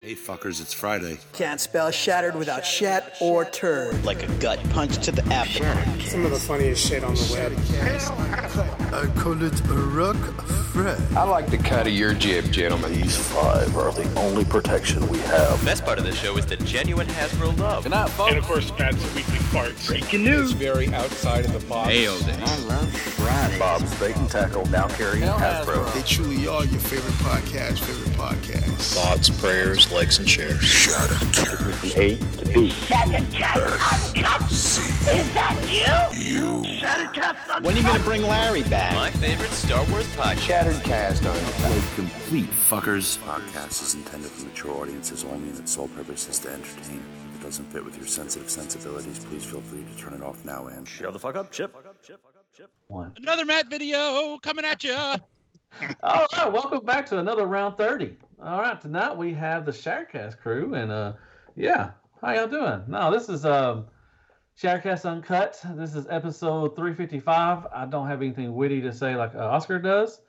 Hey fuckers, it's Friday. Can't spell shattered without shat or turd. like a gut punch to the abdomen. Some of the funniest shit on the web. I call it a rock fret. I like the cut of your jib, gentlemen. These five are the only protection we have. Best part of this show is the genuine Hasbro love. Good night, And of course, Pat's weekly farts. Breaking It's very outside of the box. Bob's Bait and Tackle now carrying Hasbro. They truly are your favorite podcast, favorite podcast. Thoughts, prayers, likes, and shares. Shut it. A to B. When are you gonna bring Larry back? My favorite Star Wars podcast. Shattered cast on. Complete fuckers. Podcast is intended for mature audiences only, and its sole purpose is to entertain. If it doesn't fit with your sensitive sensibilities, please feel free to turn it off now and Shut the fuck up, Chip. Another Matt video coming at you. All right, welcome back to another round thirty. All right, tonight we have the Sharecast crew, and uh, yeah, how y'all doing? No, this is um, Sharecast Uncut. This is episode three fifty five. I don't have anything witty to say like uh, Oscar does,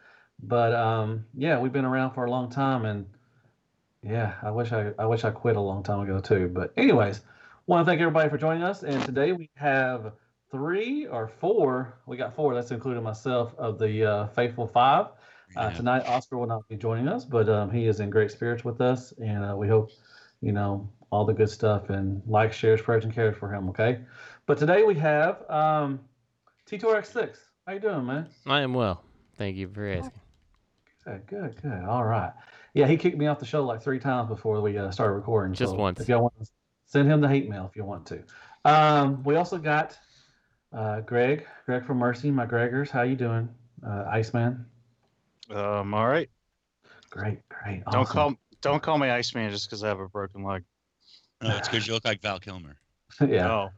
but um, yeah, we've been around for a long time, and yeah, I wish I I wish I quit a long time ago too. But anyways, want to thank everybody for joining us, and today we have three or four. We got four. That's including myself of the uh, faithful five. Uh, tonight, Oscar will not be joining us, but um, he is in great spirits with us, and uh, we hope you know all the good stuff and like, shares, prayers, and cares for him. Okay, but today we have um, T2RX6. How you doing, man? I am well. Thank you for asking. Good, good, good. All right. Yeah, he kicked me off the show like three times before we uh, started recording. Just so once. If y'all want, to send him the hate mail if you want to. Um, we also got uh, Greg, Greg from Mercy, my Gregors. How you doing, uh, Iceman? Um, all right. Great, great. Don't awesome. call don't call me Iceman just because I have a broken leg. No, it's 'cause you look like Val Kilmer. yeah. No.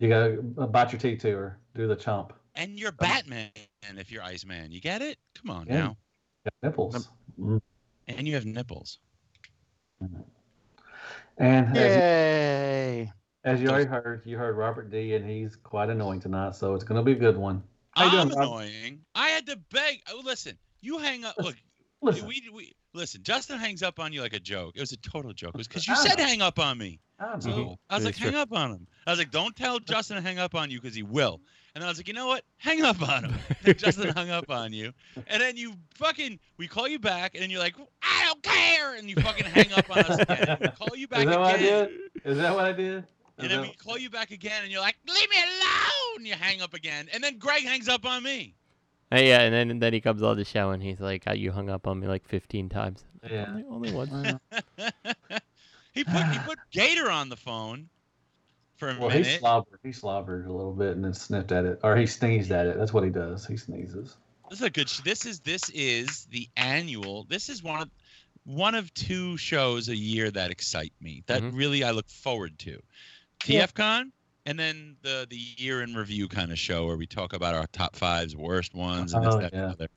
You gotta uh, bite your teeth to her. Do the chomp. And you're Batman if you're Iceman. You get it? Come on Yeah. now. Got nipples. And you have nipples. And as, Yay! as you already heard, you heard Robert D, and he's quite annoying tonight, so it's gonna be a good one. How you I'm doing, Rob? annoying. I had to beg. Oh, listen, you hang up. Look, Listen, we we listen. Justin hangs up on you like a joke. It was a total joke. It was because you I said know. hang up on me. I So know. Oh, I was Yeah, like, sure. hang up on him. I was like, don't tell Justin to hang up on you because he will. And then I was like, you know what? Hang up on him. Then Justin hung up on you. And then you fucking, we call you back, and then you're like, I don't care. And you fucking hang up on us again. And we call you back Is that again. what I did? Is that what I did? Is And then that- we call you back again, and you're like, leave me alone. You hang up again. And then Greg hangs up on me. Hey, Uh, yeah, and then and then he comes on the show and he's like, "Uh, "You hung up on me like 15 times." yeah. Only, only once. Well, he put he put Gator on the phone for a Well, he minute. slobbered. He slobbered a little bit and then sniffed at it, or he sneezed at it. That's what he does. He sneezes. This is a good. Sh- this is this is the annual. This is one of one of two shows a year that excite me. That Mhm. really I look forward to. Mm-hmm. Yeah. TFCon and then the the year in review kind of show where we talk about our top fives, worst ones, and this, Oh, that, and yeah. the other.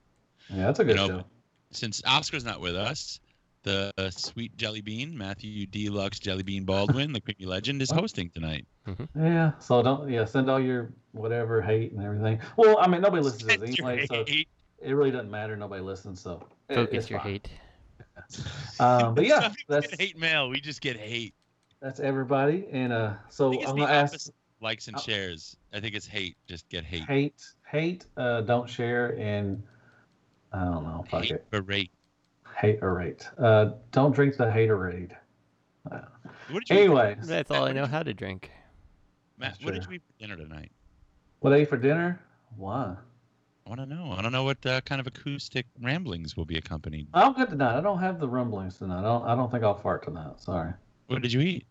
Yeah, that's a good know, show. Since Oscar's not with us, the uh, sweet jelly bean Matthew Deluxe Jelly Bean Baldwin, the creepy legend, is hosting tonight. Yeah. So don't. Yeah. Send all your whatever hate and everything. Well, I mean, nobody listens to this Your anyway, so hate. it really doesn't matter. Nobody listens, so it- Go get it's your fine. hate. Um, but yeah, Some people that's get hate mail. We just get hate that's everybody. And uh, I so think it's I'm the gonna ask opposite. likes and Oh. shares. I think it's hate. Just get Uh, hate. hate, hate, uh, don't share, and I don't know, fuck Hate it, berate. hate or rate. Uh, don't drink the haterade. What did you Anyway, That's all I know how to drink. Matt, That's what did true. you eat for dinner tonight? what I ate for dinner? Why? I want to know. I don't know what uh, kind of acoustic ramblings will be accompanied. I'm good tonight. I don't have the rumblings tonight. I don't. I don't think I'll fart tonight. Sorry. What did you eat?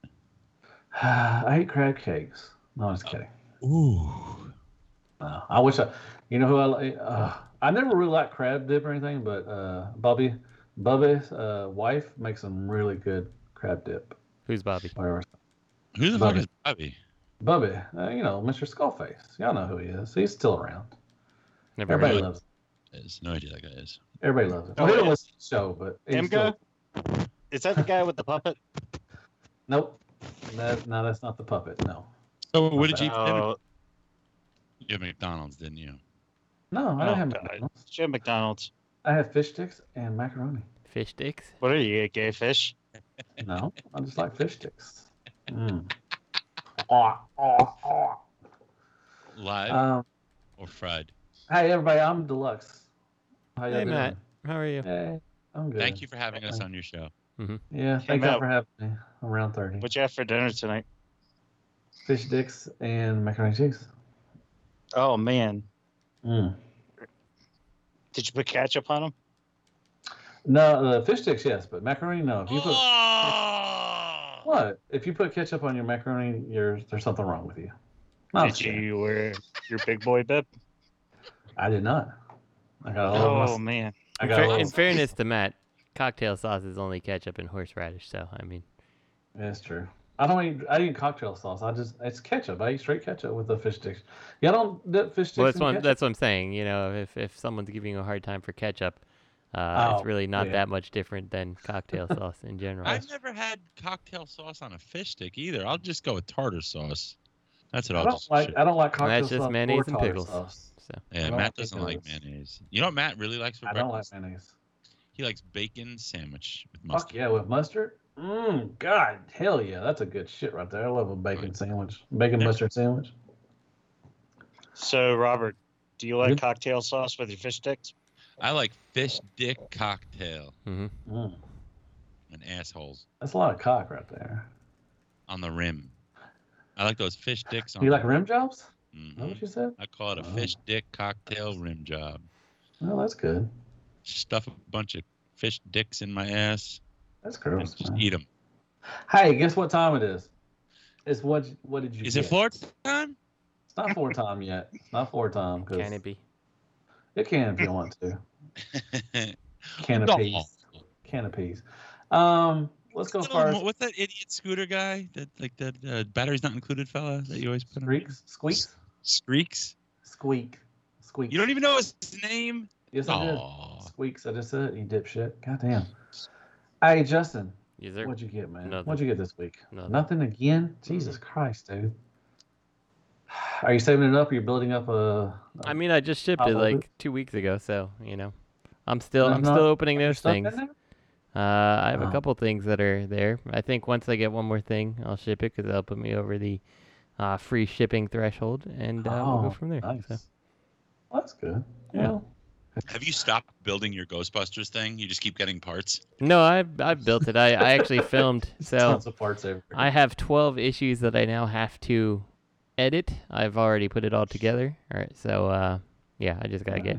I ate crab cakes. No, I'm Oh. just kidding. Ooh. Uh, I wish I, you know who I like. Uh, I never really liked crab dip or anything, but uh, Bobby, Bubby's uh, wife makes some really good crab dip. Who's Bobby? Whatever. Who the fuck Bobby. is Bobby? Bubby, uh, you know Mr. Skullface. Y'all know who he is. He's still around. Never heard Everybody of him. loves. There's no idea that guy is. Him. Everybody loves him. Oh, Well, he don't yeah. listen to the show, but he's Emka? still- Is that the guy with the puppet? Nope. That, no, that's not the puppet. No. So what did you eat? for dinner? No, Oh. You had McDonald's, didn't you? No, I no, don't have. Oh, God. McDonald's. Jim McDonald's. I have fish sticks and macaroni. Fish sticks. What are you, a gay fish? No, I just like fish sticks. Mm. Ah, ah, ah. Live Um, or fried? hey everybody, I'm Deluxe. How y'all Hey, doing? Matt. How are you? Hey, I'm good. Thank you for having us on your show. Yeah, Hey, thank you Matt. for having me. I'm round thirty. What you have for dinner tonight? Fish sticks and macaroni and cheese. Oh man, Mm. did you put ketchup on them? No, the fish sticks, yes, but macaroni, no. If you put Oh! what? If you put ketchup on your macaroni, you're, there's something wrong with you. No, did you wear your big boy bib? I did not. I got all Oh, of my. man, I In, got fair- all in of my- fairness to Matt, cocktail sauce is only ketchup and horseradish. So I mean, That's true. I don't eat. I eat cocktail sauce. I just it's ketchup. I eat straight ketchup with the fish sticks. Y'all don't dip fish sticks well, that's in what I'm, ketchup? that's what I'm saying. You know, if if someone's giving you a hard time for ketchup, uh, Oh, it's really not yeah. that much different than cocktail sauce in general. I've never had cocktail sauce on a fish stick either. I'll just go with tartar sauce. That's what I I'll don't just. like. I don't like cocktail And that's just sauce. or mayonnaise and tartar pickles. Sauce. So yeah, I don't Matt think doesn't it like is. mayonnaise. You know what Matt really likes for I don't like breakfast? mayonnaise. He likes bacon sandwich with Fuck mustard. yeah, with mustard. Mmm, God, hell yeah, that's a good shit right there. I love a bacon Right. sandwich, bacon Yeah. mustard sandwich. So Robert, do you like Yep. cocktail sauce with your fish sticks? I like fish dick cocktail Mm, and assholes that's a lot of cock right there. on the rim. I like those fish dicks on. You the like rim jobs? Is that Mhm. Mm. what you said? I call it a Oh. fish dick cocktail rim job. Oh, that's good. Stuff a bunch of fish dicks in my ass That's and gross. just man. eat them. Hey, guess what time it is? It's what? What did you? Is it get? Florida time? It's not four time yet. It's not four time because can it be? It can if you want to. No. Canopies. Canopies. Um, let's go Little mo- first. What's that idiot scooter guy? That like that uh, batteries not included fella that you always put on? Squeaks, squeaks, Screeks. squeak, squeak. You don't Oh. even know his name. Yes, I did. Aw. Squeaks, I just said it, you dipshit. Goddamn. Hey, Justin, Is there? what'd you get, man? Nothing. What'd you get this week? Nothing. again? Jesus Christ, dude. Are you saving it up? Or you're building up a. I mean, I just shipped How it old is- like two weeks ago, so you know, I'm still There's I'm not- still opening your those stuff in things. there? Uh, I have Oh. a couple things that are there. I think once I get one more thing, I'll ship it because that'll put me over the uh, free shipping threshold, and uh, we'll Oh, go from there. Nice. So, Well, that's good. Yeah. Well, Have you stopped building your Ghostbusters thing? You just keep getting parts. no, I've I've built it. I, I actually filmed. So tons of parts everywhere. I have 12 issues that I now have to edit. I've already put it all together. All right, so uh, yeah, I just gotta Yeah. get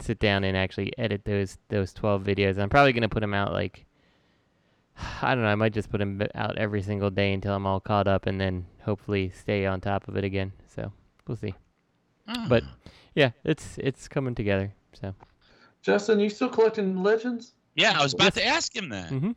sit down and actually edit those those 12 videos. I'm probably gonna put them out like I don't know. I might just put them out every single day until I'm all caught up, and then hopefully stay on top of it again. So we'll see. But yeah, it's it's coming together. So Justin, you still collecting legends? Yeah, I was about to ask him that. Mhm.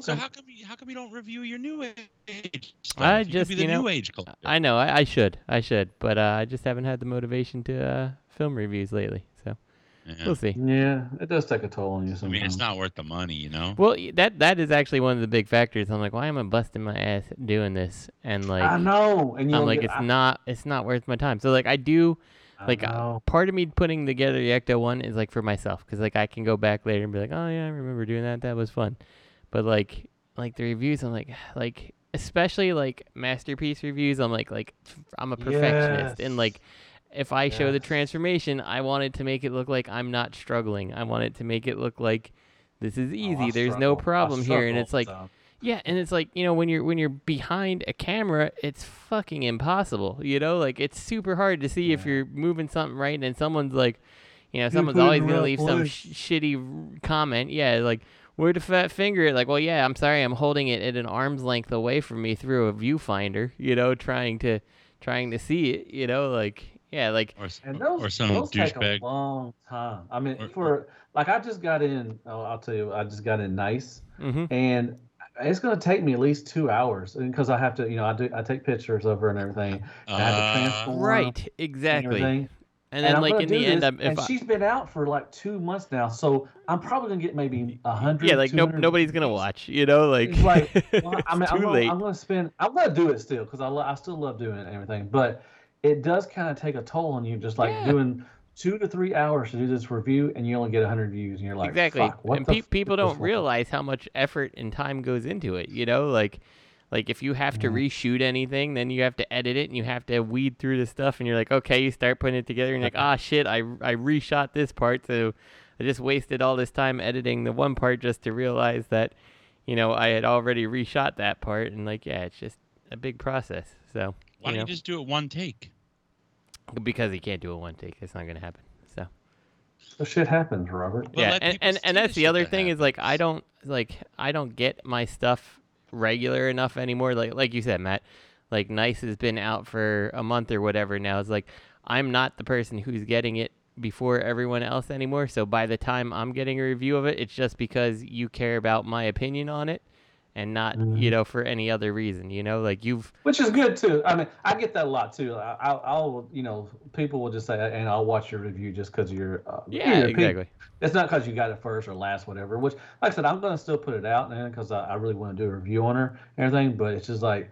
So Okay. how come you, how come you don't review your new age? Stuff? I You could just, be the you know, new age collector. I know I, I should I should, but uh, I just haven't had the motivation to uh, film reviews lately. So Yeah. we'll see. Yeah, it does take a toll on you I sometimes. mean, it's not worth the money, you know. Well, y- that that is actually one of the big factors. I'm like, why am I busting my ass doing this? And like, I know, and you'll I'm like, get- it's not, it's not worth my time. So like, I do, I like, uh, know. part of me putting together the Ecto one is like for myself, because like I can go back later and be like, oh yeah, I remember doing that. That was fun. But like, like the reviews, I'm like, like especially like masterpiece reviews, I'm like, like f- I'm a perfectionist, and like if I show the Yes. transformation, I want it to make it look like I'm not struggling. I want it to make it look like this is Oh, I easy. There's struggle. no I problem here, and struggle it's like, sometimes. yeah, and it's like you know when you're when you're behind a camera, it's fucking impossible. You know, like it's super hard to see if you're moving something right, and then someone's like, you know, someone's put always it in the gonna wrong leave some place. sh- shitty r- comment. Yeah, like where the fat finger? Like, well, yeah, I'm sorry, I'm holding it at an arm's length away from me through a viewfinder. You know, trying to trying to see it. You know, like yeah, like Or, s- and those, or some those douchebag. take a long time. I mean, Or- for like, I just got in. Oh, I'll tell you, I just got in nice, hmm and it's gonna take me at least two hours, and because I have to, you know, I do, I take pictures of her and everything. And I have to Uh, transform right, and exactly. And, everything. then I'm like gonna in do the end, this, I'm, if and I, she's been out for like two months now, so I'm probably gonna get maybe a hundred. yeah, like nope, 200 nobody's gonna views. watch. You know, like It's like, well, it's I mean, too I'm, late. gonna, I'm gonna spend. I'm gonna do it still because I, lo- I still love doing it and everything. But it does kind of take a toll on you, just like Yeah. doing two to three hours to do this review, and you only get 100 views, and you're like, exactly. "Fuck, what and the pe- fuck people is don't this?" realize how much effort and time goes into it. You know, like, like if you have Mm-hmm. to reshoot anything, then you have to edit it and you have to weed through the stuff. And you're like, okay, you start putting it together, and you're like, ah, shit, I I reshot this part, so I just wasted all this time editing the one part just to realize that, you know, I had already reshot that part. And like, yeah, it's just a big process. So Why you don't know, you just do it one take? because he can't do a one take, it's not gonna happen. So. So shit happens, Robert. Well, yeah, let and people and, see and the that's the shit other that thing is like I don't like I don't get my stuff regular enough anymore. Like like you said, Matt, like Nice has been out for a month or whatever now. It's like I'm not the person who's getting it before everyone else anymore. So by the time I'm getting a review of it, it's just because you care about my opinion on it and not, you know, for any other reason, you know? Like you've Which is good too. I mean, I get that a lot too. I, I'll, I'll, you know, people will just say, and I'll watch your review just because you're. Uh, Yeah, your opinion." exactly. It's not because you got it first or last, whatever. Which, like I said, I'm gonna still put it out man, because I, I really want to do a review on her and everything. But it's just like,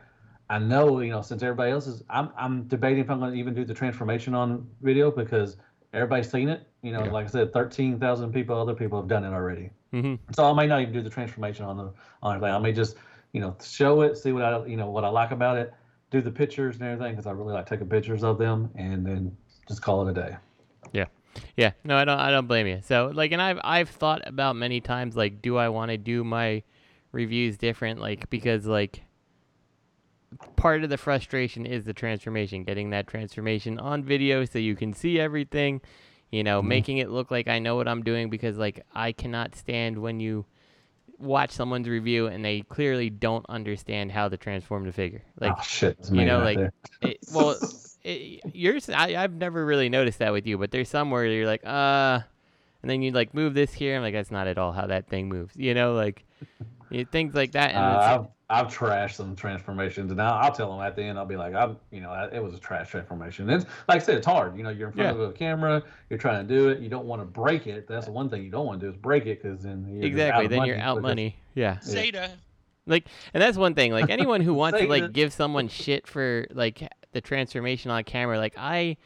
I know, you know, since everybody else is, I'm, I'm debating if I'm gonna even do the transformation on video because everybody's seen it. You know, like I said, thirteen thousand people, other people have done it already. Mhm. So I may not even do the transformation on the on everything. I may just you know show it, see what I you know what I like about it, do the pictures and everything because I really like taking pictures of them, and then just call it a day. Yeah. Yeah. No, I don't I don't blame you. So like and I've I've thought about many times like do I want to do my reviews different like because like part of the frustration is the transformation, getting that transformation on video so you can see everything, you know, making it look like I know what I'm doing because like I cannot stand when you watch someone's review and they clearly don't understand how to transform the figure. Like oh shit, it's you me know, right like, there. it, well, it, yours. Eh, I, I've never really noticed that with you, but there's some where you're like, uh, and then you like move this here. I'm like, that's not at all how that thing moves. You know, like you, things like that. And it's- Uh, I've I've trashed some transformations, and I'll, I'll tell them at the end. I'll be like, I'm, you know, I- it was a trash transformation. It's like I said, it's hard. You know, you're in front Yeah. of a camera, you're trying to do it. You don't want to break it. That's the one thing you don't want to do is break it because then you're just out exactly. of Then you're out because- money. Yeah. Zeta. Like, and that's one thing. Like anyone who wants to Say like it. give someone shit for like the transformation on camera, like I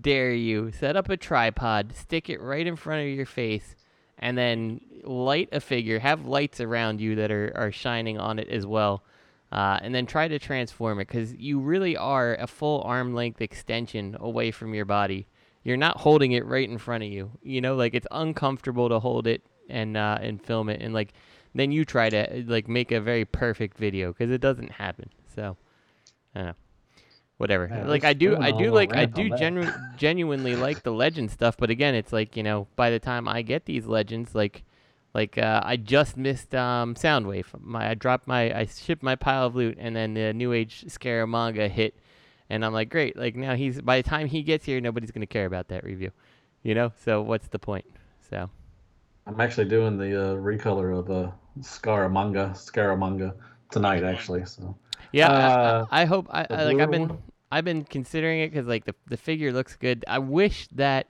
dare you set up a tripod, stick it right in front of your face, and then light a figure. Have lights around you that are are shining on it as well. Uh, and then try to transform it because you really are a full arm length extension away from your body. You're not holding it right in front of you. You know, like it's uncomfortable to hold it and uh, and film it, and like then you try to uh, like make a very perfect video because it doesn't happen. So I don't know, whatever. Man, like I let's do, go on I a do little like I rant on do that. genu- genuinely like the legend stuff, but again, it's like you know, by the time I get these legends, like. Like uh, I just missed um, Soundwave. My I dropped my I shipped my pile of loot, and then the New Age Scaramanga hit, and I'm like, great. Like now he's by the time he gets here, nobody's gonna care about that review, you know. So what's the point? So I'm actually doing the uh, recolor of uh, Scaramanga, Scaramanga tonight, actually. So yeah, I- Uh, I, I hope I, the I like I've blue been one? I've been considering it because like the the figure looks good. I wish that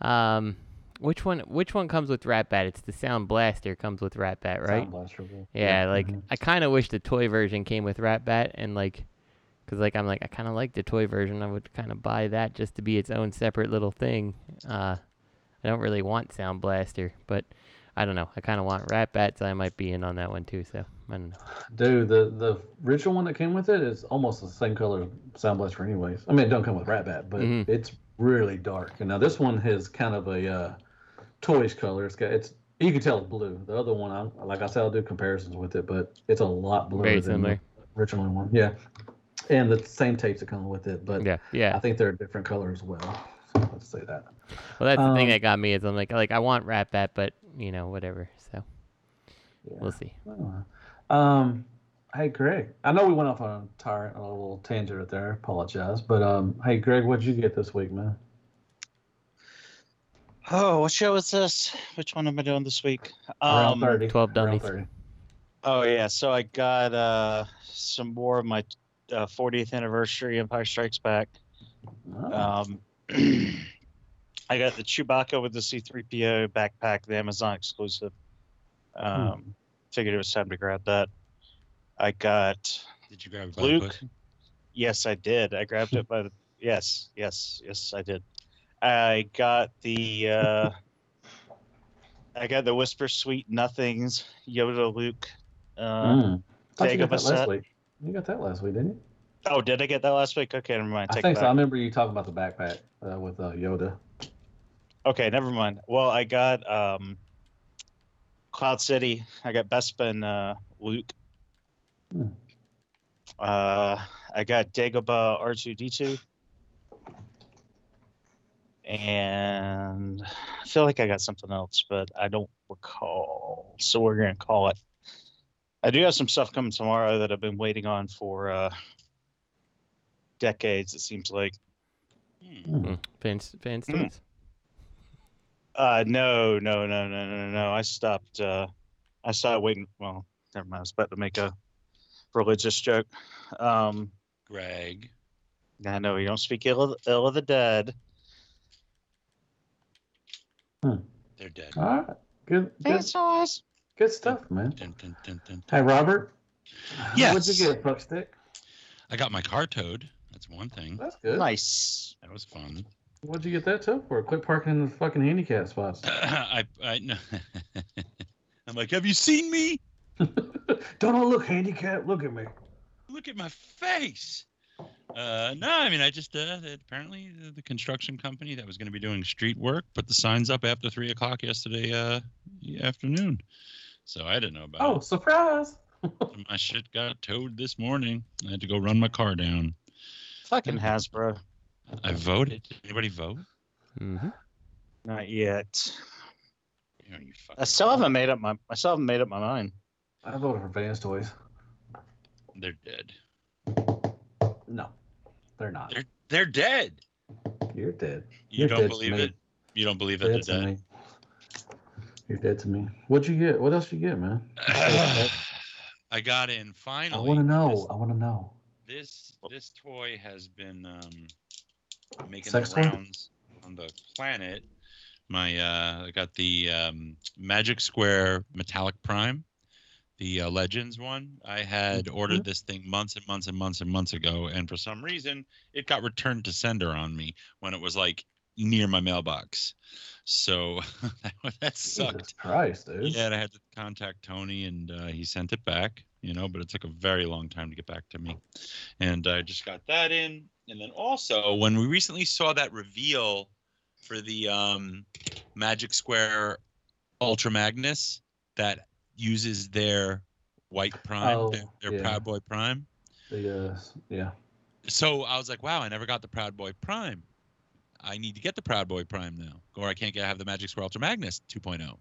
um which one which one comes with Rat Bat? It's the Sound Blaster comes with Rat Bat, right? Sound Blaster will- Yeah, like mhm. I kind of wish the toy version came with Rat Bat and like, cause like I'm like I kind of like the toy version. I would kind of buy that just to be its own separate little thing. Uh, I don't really want Sound Blaster, but I don't know. I kind of want Rat Bat, so I might be in on that one too. So I don't know. dude, the the original one that came with it is almost the same color as Sound Blaster, anyways. I mean, it don't come with Rat Bat, but Mhm. it's really dark. And now this one has kind of a uh, toyish color. It's got it's you can tell it's blue. The other one, I like I said, I'll do comparisons with it, but it's a lot bluer Very than similar. the original one. Yeah, and the same tapes that come with it, but Yeah, I yeah. think they're a different color as well. So let's say that. Well, that's the thing um, that got me is I'm like like I want Rat Bat, but you know whatever. So we'll see. Um, hey Greg, I know we went off on a tyrant, a little tangent right there. I Apologize, but um, hey Greg, what'd you get this week, man? Oh, what show is this? Which one am I doing this week? Around Um, thirty. 12 around dummies. 30. Oh yeah, so I got uh, some more of my uh, 40th anniversary Empire Strikes Back. Oh, Um, I got the Chewbacca with the C3PO backpack, the Amazon exclusive. Um, Figured it was time to grab that. I got Did you grab it by the Luke. pussy? Yes, I did. I grabbed it by the. Yes, yes, yes, I did. I got the uh, I got the Whisper Sweet Nothings Yoda Luke. Uh, Mm. Thought you take got up a that last set. week. You got that last week, didn't you? Oh, did I get that last week? Okay, never mind. I Take think it so. I back. remember you talking about the backpack uh, with uh, Yoda. Okay, never mind. Well, I got um, Cloud City. I got Bespa and uh, Luke. Hmm. Uh, I got Dagobah R2D2. And I feel like I got something else, but I don't recall. So we're going to call it. I do have some stuff coming tomorrow that I've been waiting on for uh, decades, it seems like. Fan, Hmm. fan stories. Uh, no, no, no, no, no, no. I stopped. Uh, I stopped waiting. Well, never mind. I was about to make a religious joke. Um, Greg. I know you don't speak ill of, ill of the dead. They're dead. All right. Good, good, awesome. good stuff, man. Dun, dun, dun, dun. Hey, Robert. What'd Yes. you get, Buckstick? I got my car towed. That's one thing. That's good. Nice. That was fun. What'd you get that too for? Quit parking in the fucking handicap spots. I I no. I'm like, have you seen me? Don't I look handicapped? Look at me. Look at my face. Uh, no, I mean, I just uh, apparently the, the construction company that was going to be doing street work put the signs up after three o'clock yesterday uh, afternoon. So I didn't know about Oh, it. surprise! My shit got towed this morning. I had to go run my car down. Fucking Hasbro. I voted. Anybody vote? Mm-hmm. Oh, Not yet. You know, you fucking- I still haven't made up my. I still haven't made up my mind. I voted for Vans toys. They're dead. No, they're not. They're they're dead. You're dead. You You're don't dead to believe me. it. You don't believe that Dead they're to dead. me. You're dead to me. What'd you get? What else you get, man? I got in finally. I want to This- know. I want to know. This this toy has been um, making Sex the toy? rounds on the planet. My uh, I got the um, Magic Square Metallic Prime, the uh, Legends one. I had Mm-hmm. ordered this thing months and months and months and months ago, and for some reason it got returned to sender on me when it was like near my mailbox. So that, that sucked. Jesus Christ, dude. Yeah, and I had to contact Tony, and uh, he sent it back. You know, but it took a very long time to get back to me, and I just got that in. And then also, when we recently saw that reveal for the um, Magic Square Ultra Magnus that uses their White Prime, Oh, their, their yeah. Proud Boy Prime. The, uh, yeah. So I was like, wow, I never got the Proud Boy Prime. I need to get the Proud Boy Prime now, or I can't get have the Magic Square Ultra Magnus 2.0.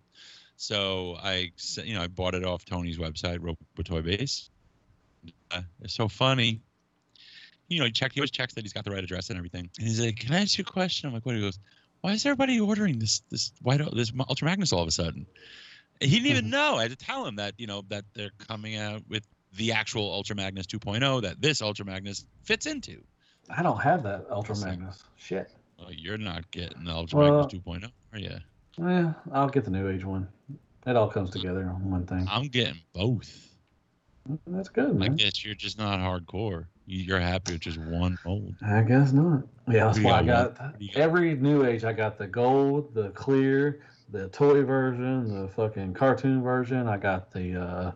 So I, s- you know, I bought it off Tony's website, Robotoy Base. Uh, it's so funny. You know, he check. He always checks that he's got the right address and everything. And he's like, "Can I ask you a question?" I'm like, "What?" He goes, "Why is everybody ordering this this white O- this Mo- Ultra Magnus all of a sudden?" And He didn't even know. I had to tell him that you know that they're coming out with the actual Ultra Magnus 2.0 that this Ultra Magnus fits into. I don't have that Ultra Listen. Magnus. Shit. Well, you're not getting the Ultra Well- Magnus 2.0, oh, are you? Yeah, I'll get the new age one. It all comes together on one thing. I'm getting both. That's good, I man. guess you're just not hardcore. You- You're happy with just one mold. I guess not. Yeah, that's You why I got got You got- every new age. I got the gold, the clear, the toy version, the fucking cartoon version. I got the, uh,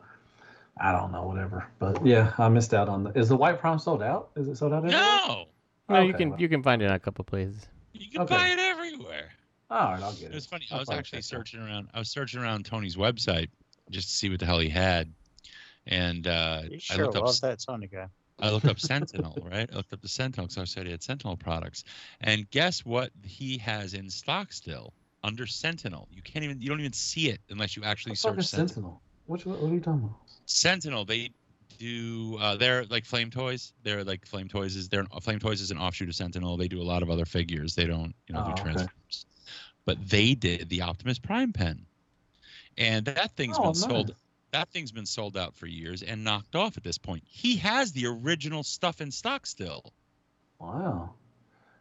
I don't know, whatever. But yeah, I missed out on the. Is the white prom sold out? Is it sold out? everywhere? No, No, you Okay, can well. you can find it in a couple places. you can Okay. buy it everywhere. All right, I'll get It it. was funny. I I'll was probably actually check that. searching around. I was searching around Tony's website just to see what the hell he had, and uh, You I sure looked up love that Sonic guy. I looked up Sentinel, right? I looked up the Sentinel because I said he had Sentinel products. And guess what he has in stock still under Sentinel? You can't even you don't even see it unless you actually What the search fuck is Sentinel. Sentinel? Which what are you talking about? Sentinel, they do uh, they're like Flame Toys. They're like Flame Toys is they're Flame Toys is an offshoot of Sentinel. They do a lot of other figures. They don't you know Oh, do okay. transforms. But they did the Optimus Prime pen, and that thing's Oh, been nice. sold. That thing's been sold out for years and knocked off at this point. He has the original stuff in stock still. Wow.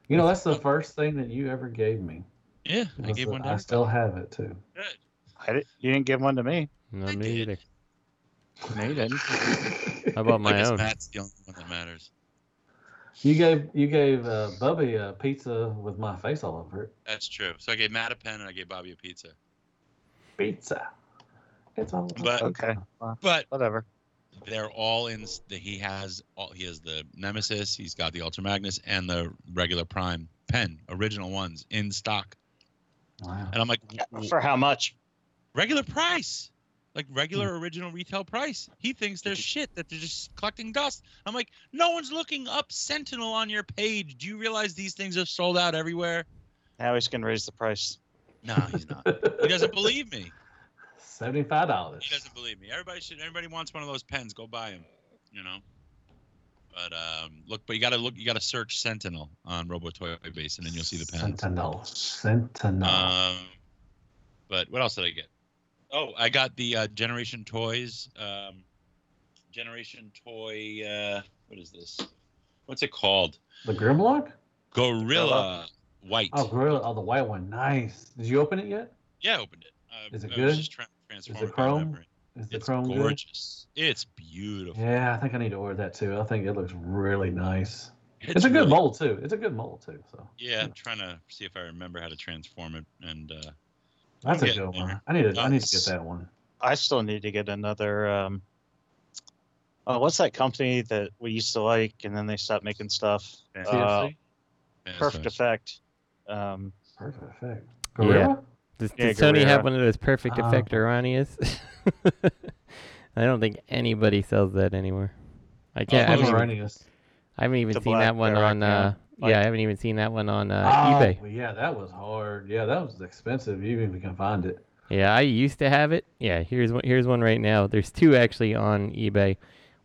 You know, that's the first thing that you ever gave me. Yeah, I was gave the- one to I her. still have it too. Good. I didn't, you didn't give one to me. No, I me did. either. No, you didn't. I bought I my guess own. Matt's the only one that matters. You gave you gave uh, Bubby a pizza with my face all over it. That's true. So I gave Matt a pen and I gave Bobby a pizza. Pizza. It's all But- Okay. But Whatever. they're all in. s- the- He has all. He has the Nemesis. He's got the Ultra Magnus and the regular Prime pen, original ones in stock. Wow. And I'm like, w- w- For how much? regular price, like Hmm. regular original retail price. He thinks they're shit that they're just collecting dust. I'm like, no one's looking up Sentinel on your page. Do you realize these things are sold out everywhere? Now he's gonna raise the price. No, he's not. He doesn't believe me. Seventy five He dollars. doesn't believe me. Everybody should. Everybody wants one of those pens. Go buy them. You know. But um, look, but you gotta look. You gotta search Sentinel on RoboToy Base, and then you'll see the pens. Sentinel. Sentinel. Um, but what else did I get? Oh, I got the uh, Generation Toys. Um, Generation Toy. Uh, what is this? What's it called? the Grimlock? Gorilla White. Oh, gorilla. Oh, the white one. Nice. Did you open it yet? Yeah, I opened it. Uh, Is it I was good? just trying to transform it by chrome? memory. Is the It's chrome good? gorgeous. It's beautiful. Yeah, I think I need to order that too. I think it looks really nice. It's, a good really- mold too. It's a good mold too. So Yeah, I'm trying to see if I remember how to transform it. And uh, that's a Yeah, good one. yeah. I need to. I need to get Nice. that one. I still need to get another. Um, oh, what's that company that we used to like, and then they stopped making stuff? Uh, TFC? Perfect Effect. Um, Perfect effect. Yeah. Gorilla. Does, Yeah, did Sony have Guerrera. one of those perfect Oh. effect Iranias? I don't think anybody sells that anymore. I can't. I those haven't, are- even, Erroneous. I haven't even The seen black that one Guerrera on. Uh, can, yeah, I like- haven't even seen that one on uh, Oh, eBay. well, yeah, that was hard. Yeah, that was expensive, even if you can find it. Yeah, I used to have it. Yeah, here's one. Here's one right now. There's two actually on eBay.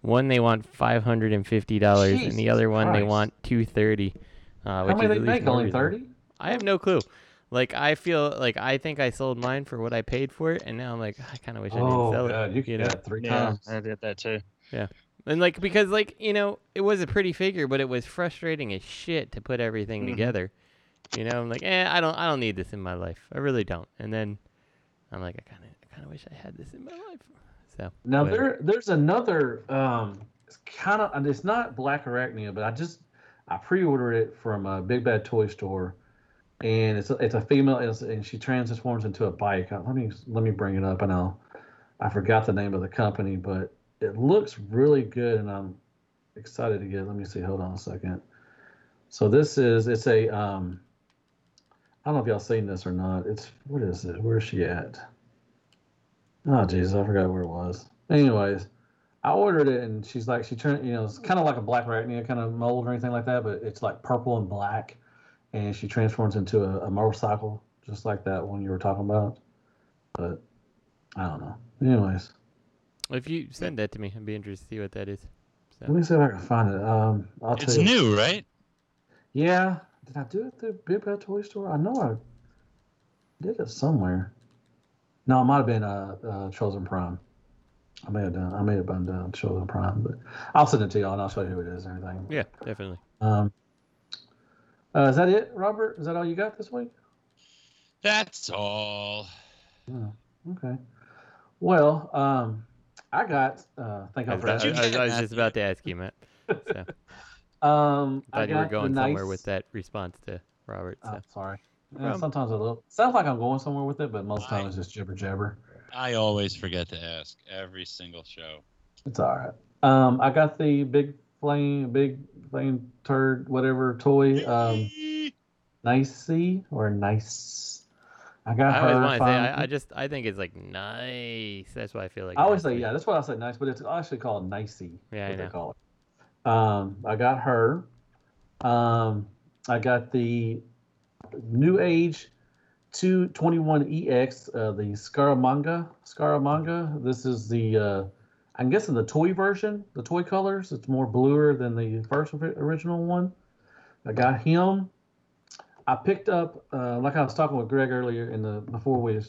One they want five hundred and fifty dollars, and the Jesus other one they Christ. want two thirty. Uh, How which many is they at least make? more Only reasonable. thirty? I have no clue. Like I feel like I think I sold mine for what I paid for it, and now I'm like "Ah, I kind of wish I Oh didn't sell god, it. you can know? get it three yeah, times. I did that too. And like because like you know it was a pretty figure, but it was frustrating as shit to put everything Mhm. Mm-hmm. together. You know, I'm like, eh, I don't, I don't need this in my life. I really don't. And then I'm like, I kind of, I kind of wish I had this in my life. So Now whatever. there, there's another. Um, it's kind of. It's not Black Arachnia, but I just I pre-ordered it from a Big Bad Toy Store, and it's a, it's a female, and, it's- and she transforms into a bike. Uh, Let me let me bring it up, and I'll. I forgot the name of the company, but it looks really good, and I'm excited to get. it. Let me see. Hold on a second. So this is it's a. Um, I don't know if y'all seen this or not. It's what is it? Where's she at? Oh Jesus, I forgot where it was. Anyways, I ordered it and she's like she turned you know, it's kinda like a black arachnia kind of mold or anything like that, but it's like purple and black and she transforms into a, a motorcycle, just like that one you were talking about. But I don't know. Anyways. if you send that to me, I'd be interested to see what that is. So Let me see if I can find it. Um I'll It's tell you. new, right? Yeah. Did I do it through Big Bad Toy Store? I know I did it somewhere. No, it might have been uh, uh Chosen Prime. I may have done. I may have been down Chosen Prime, but I'll send it to y'all and I'll show you who it is and everything. yeah, definitely. Um, uh, is that it, Robert? Is that all you got this week? That's all. Okay. Well, um, I got. Uh, thank I you was, for I, asking. I was- I was just about to ask you, Matt. So I Um, I thought you were got the going somewhere nice- with that response to Robert. So. Oh, sorry. Yeah, problem. sometimes I look. Sounds like I'm going somewhere with it, but most of the time Why? it's just jibber jabber. I always forget to ask every single show. It's all right. Um, I got the big flame, big flame turd, whatever toy. Um, nicey or nice. I got I her. always want to say, finally. I, I just, I think it's like nice. That's why I feel like. I always say, nicely. yeah, that's why I say nice, but it's actually called nicey. Yeah, I what they know. call it. Um, I got her. Um, I got the New Age 221EX, uh, the Scaramanga. Scaramanga. This is the, uh, I'm guessing the toy version, the toy colors. It's more bluer than the first ori- original one. I got him. I picked up, uh, like I was talking with Greg earlier in the before we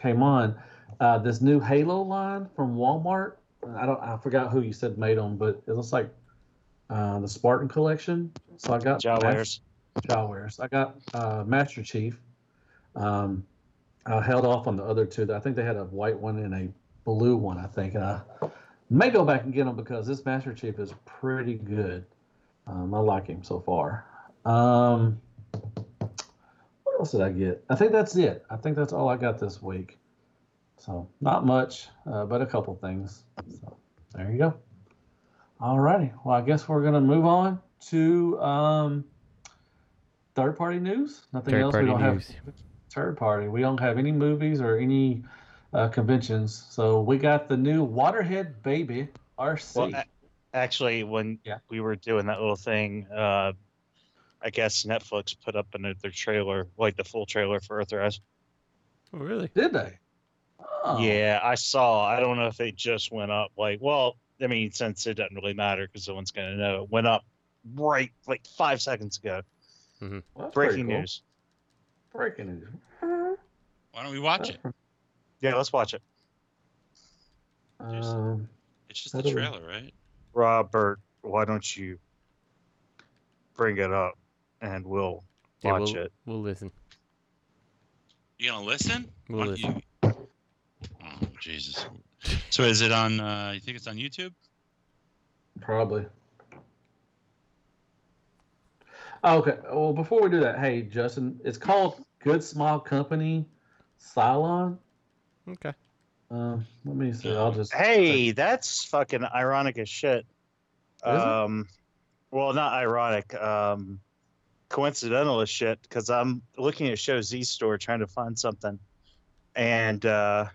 came on, uh, this new Halo line from Walmart. I don't, I forgot who you said made them, but it looks like uh, the Spartan collection. So I got that. Jawwares. Jawares. I got uh, Master Chief. Um, I held off on the other two. I think they had a white one and a blue one. I think, and I may go back and get them because this Master Chief is pretty good. Um, I like him so far. Um, what else did I get? I think that's it. I think that's all I got this week. So not much, uh, but a couple things. So there you go. All righty. Well, I guess we're gonna move on to um, third party news. Nothing Third else. party we don't news. have third party. We don't have any movies or any uh, conventions. So we got the new Waterhead Baby RC. Well, a- actually, when Yeah. we were doing that little thing, uh, I guess Netflix put up another their trailer, like the full trailer for Earth Rise. Oh, really? Did they? Oh. Yeah, I saw. I don't know if it just went up. Like, well, I mean, since it doesn't really matter because no one's going to know, it went up right like five seconds ago. Well, that's pretty Breaking cool. news. Uh-huh. Breaking news. Why don't we watch Oh, it? Yeah, let's watch it. Um, It's just How the do we- trailer, right? Robert, why don't you bring it up and we'll Yeah, watch we'll, it? We'll listen. You gonna listen? We'll Why don't listen. you- Oh Jesus! So is it on? Uh, you think it's on YouTube? probably. Okay. Well, before we do that, hey Justin, it's called Good Smile Company Cylon. Okay. Um, let me see. I'll just Hey, that's fucking ironic as shit. it? Um, well, not ironic. Um, coincidental as shit because I'm looking at Show Z Store trying to find something, and uh,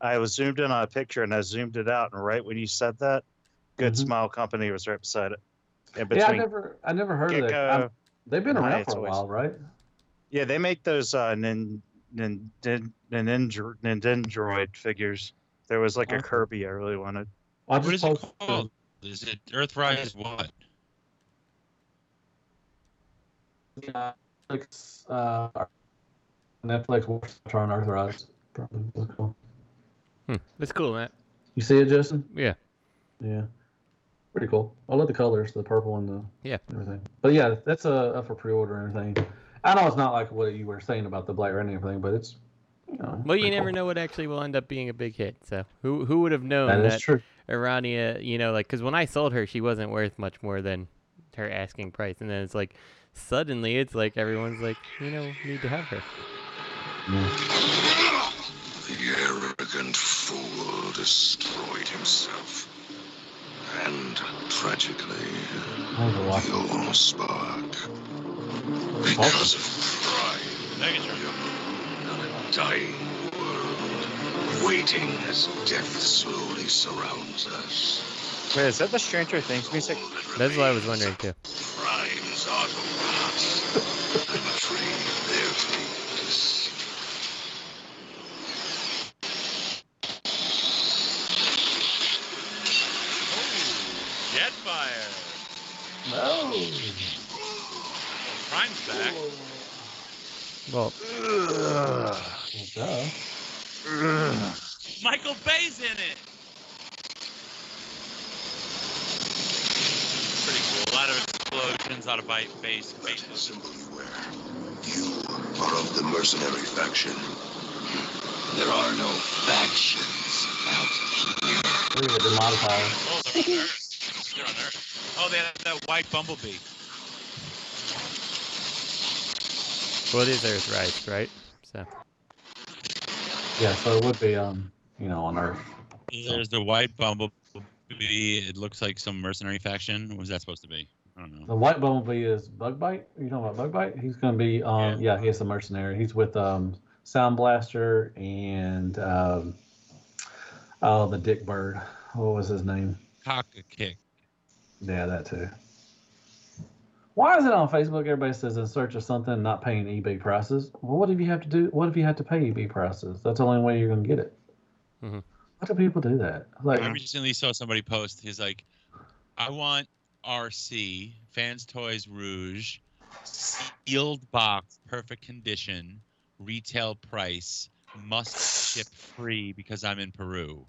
I was zoomed in on a picture and I zoomed it out, and right when you said that, Good Mhm. Smile Company was right beside it. In yeah, I between, never, I never heard of Gecko- that. Um, they've been around Nice for a voice. while, right? yeah, they make those uh, nin, nin, nin, nin, Nintendroid figures. There was like a Okay. Kirby I really wanted. Well, I What is just it posted- called? Is it Earthrise? What? Yeah, Netflix, uh, Netflix War on Earth Rise. Probably what's it called. Hmm. That's cool, Matt. You see it, Justin? Yeah. Yeah. Pretty cool. I love the colors, the purple and the Yeah. everything. But yeah, that's a, up for pre-order and everything. I know it's not like what you were saying about the Black Rain and everything, but it's you know. Well, pretty you never cool. know what actually will end up being a big hit. So who who would have known That that, is true. Irania, you know, like because when I sold her, she wasn't worth much more than her asking price, and then it's like suddenly it's like everyone's like, you know, we need to have her. The arrogant fool destroyed himself. And tragically, I never watched it. your spark. Because of pride, on a dying world, waiting as death slowly surrounds us. Wait, is that the Stranger Things music? All that That's what I was remains wondering too. crimes are the past. I'm afraid their fate is secret. Jetfire. No. Prime's back. Well, Duh. Michael Bay's in it. Pretty cool. A lot of explosions, a lot of bite face. That is beware. You are of the mercenary faction. There are no factions out here. I believe it did modify it. Oh, they're on Earth. They're on Earth. Oh, they have that white bumblebee. well, it is Earth Rise, right? So Yeah, so it would be um, you know, on Earth. There's the white bumblebee. It looks like some mercenary faction. What was that supposed to be? I don't know. The White Bumblebee is Bug Bite. Are you talking about Bug Bite? He's gonna be um yeah, he's a mercenary. He's with um Sound Blaster and um oh the Dick Bird. What was his name? Cock a kick. Yeah, that too. Why is it on Facebook? Everybody says in search of something, not paying eBay prices. Well, what if you have to do? What if you have to pay eBay prices? That's the only way you're gonna get it. Mhm. Why do people do that? Like, I recently saw somebody post. He's like, I want RC, Fans Toys Rouge, sealed box, perfect condition, retail price, must ship free because I'm in Peru.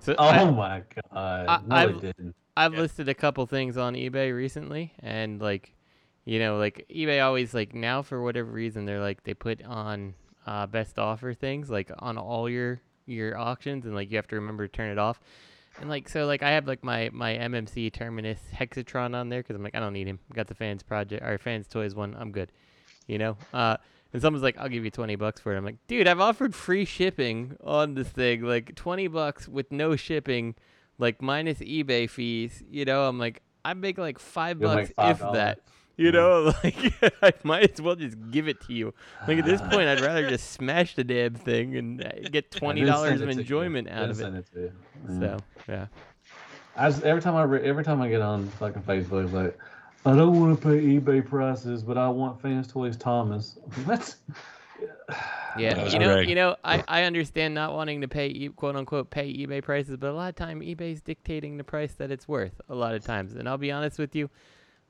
so I- oh my god, I- no, I've- it didn't. I've Yeah. listed a couple things on eBay recently, and like, you know, like eBay always like now for whatever reason they're like they put on uh, best offer things like on all your your auctions, and like you have to remember to turn it off. And like so, like I have like my my MMC Terminus Hexatron on there because I'm like I don't need him. Got the fans project or fans toys one. I'm good, you know. Uh, and someone's like, I'll give you twenty bucks for it. I'm like, dude, I've offered free shipping on this thing, like twenty bucks with no shipping, like minus eBay fees. You know, I'm like, I make like 5 You'll bucks make five if that. dollars. You know, like I might as well just give it to you. Like at this point, I'd rather just smash the damn thing and uh, get twenty dollars of enjoyment out of it. Mm. So yeah. I just, every time I re- every time I get on fucking Facebook, it's like I don't want to pay eBay prices, but I want Fans Toys Thomas. What? Yeah, was you know, Greg. you know, I, I understand not wanting to pay e- quote unquote pay eBay prices, but a lot of time eBay's dictating the price that it's worth. A lot of times, and I'll be honest with you,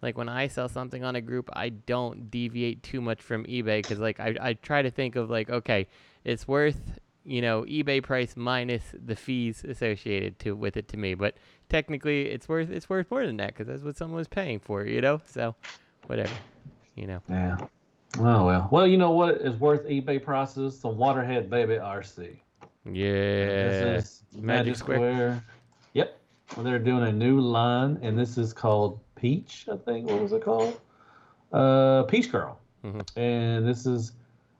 like when I sell something on a group, I don't deviate too much from eBay because like I I try to think of like okay, it's worth you know eBay price minus the fees associated to with it to me, but technically it's worth it's worth more than that because that's what someone was paying for, you know. So, whatever, you know. Yeah. Oh well. Well, you know what is worth eBay prices? The Waterhead Baby RC. Yeah, This is Magic Square. Yep. They're doing a new line, and this is called Peach, I think. What was it called? Uh, Peach Girl. Mhm. And this is,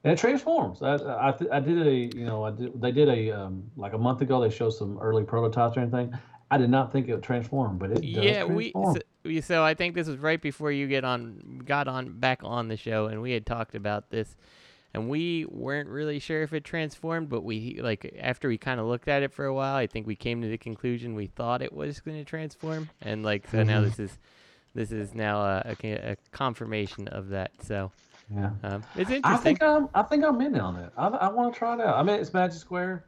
and it transforms. I, I, th- I did a, you know, I did, they did a, um, like a month ago, they showed some early prototypes or anything. I did not think it would transform, but it does yeah we transform. so, we- so i think this was right before you get on got on back on the show and we had talked about this and we weren't really sure if it transformed but we like after we kind of looked at it for a while i think we came to the conclusion we thought it was going to transform and like so Mm-hmm. now this is this is now a, a con- a confirmation of that so yeah. um, it's I interesting think I'm, I think I'm in on it. I, I want to try it out. I mean, it's Magic Square.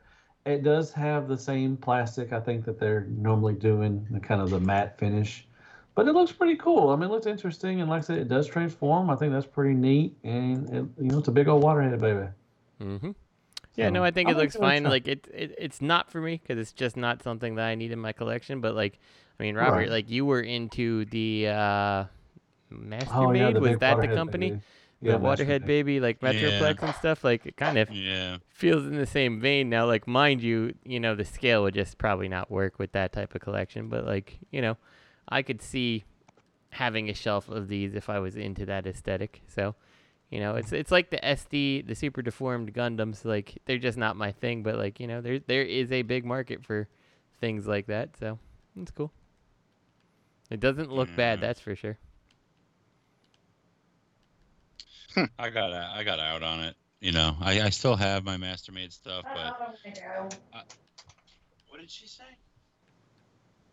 It does have the same plastic, I think, that they're normally doing, the kind of the matte finish. But it looks pretty cool. I mean, it looks interesting, and like I said, it does transform. I think that's pretty neat, and it, you know, it's a big old waterhead, baby. Mm-hmm. Yeah, So, no, I think I it like looks that a fine. ton. Like it, it, it's not for me because it's just not something that I need in my collection. But like, I mean, Robert, Right. like you were into the uh, Mastermaid. Oh, the Was big that the Waterhead company? baby. The Yeah, Master Waterhead Baby. Baby, like Yeah. Metroplex and stuff. Like it kind of Yeah. feels in the same vein now. Like, mind you, you know, the scale would just probably not work with that type of collection. But like, you know, I could see having a shelf of these if I was into that aesthetic. So, you know, it's it's like the SD, the super deformed Gundams. Like, they're just not my thing. But like, you know, there there is a big market for things like that. So, it's cool. It doesn't look bad, that's for sure. I got a- I got out on it. You know, I, I still have my Mastermaid stuff, but I- what did she say?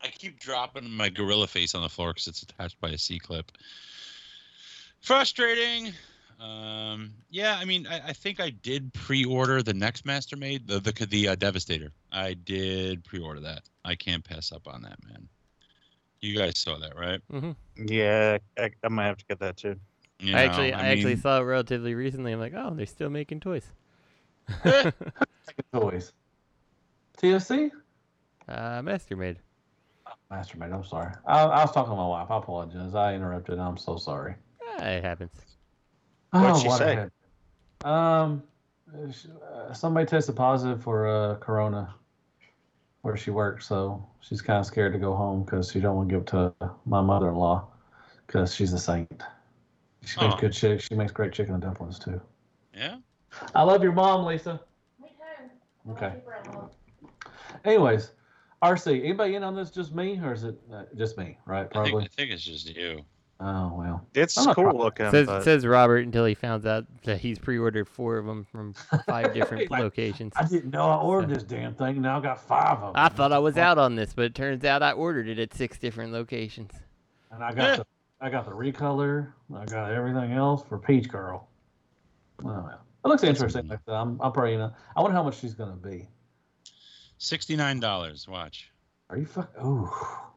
I keep dropping my gorilla face on the floor because it's attached by a C clip. Frustrating. Um, yeah, I mean, I, I think I did pre-order the next Mastermaid, the the the uh, Devastator. I did pre-order that. I can't pass up on that, man. You guys saw that, right? Yeah, I, I might have to get that too. You Mm-hmm. I actually know, I, actually mean- saw it relatively recently. I'm like, oh, they're still making toys. Toys. TFC? Uh, Mastermaid. Mastermind, I'm sorry. I, I was talking to my wife. I apologize. I interrupted. I'm so sorry. Ah, it happens. What'd Oh, she what a say? head. Um, sh- uh, somebody tested positive for uh, corona where she works, so she's kind of scared to go home because she don't want to give it to my mother-in-law because she's a saint. She makes Oh. good chick. She makes great chicken and dumplings too. Yeah. I love your mom, Lisa. Okay. Anyways, RC, anybody in on this? Just me, or is it uh, just me? Right, I think, probably. I think it's just you. Oh well. It's I'm not cool proud. looking. says but says Robert until he finds out that he's pre-ordered four of them from five different Like, locations. I didn't know I ordered So- this damn thing. Now I got five of them. I thought I was out on this, but it turns out I ordered it at six different locations. And I Yeah. got the I got the recolor. I got everything else for Peach Girl. Oh well. It looks interesting. Like I said, I'm I'm probably gonna I wonder how much she's gonna be. Sixty-nine dollars. Watch. Are you fuck oh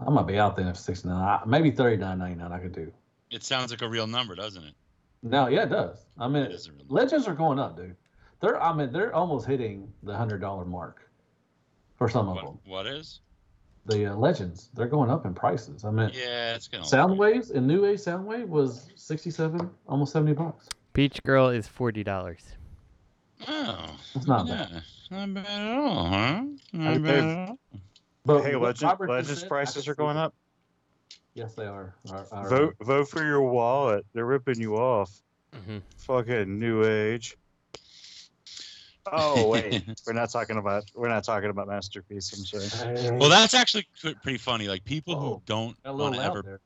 I might be out there at sixty nine. Maybe thirty nine ninety nine I could do. It sounds like a real number, doesn't it? No, yeah, it does. I mean It is a real number. legends are going up, dude. They're I mean they're almost hitting the hundred dollar mark for some of What, them. what is? The uh, legends they're going up in prices. I mean Yeah, it's gonna. sound waves and new age sound wave was sixty seven, almost seventy bucks. Peach Girl is forty dollars. Oh, It's not yeah. Not bad at all, huh? I Not think bad at all. But hey, what legend, Robert just legends said, I prices can are going see. up. Yes, they are. Our- our- Vote vote for your wallet. They're ripping you off. Mhm. Fucking new age. Oh wait, we're not talking about we're not talking about masterpiece. I'm sorry. Well, that's actually qu- pretty funny. Like people Oh, who don't Got a want little to loud ever there.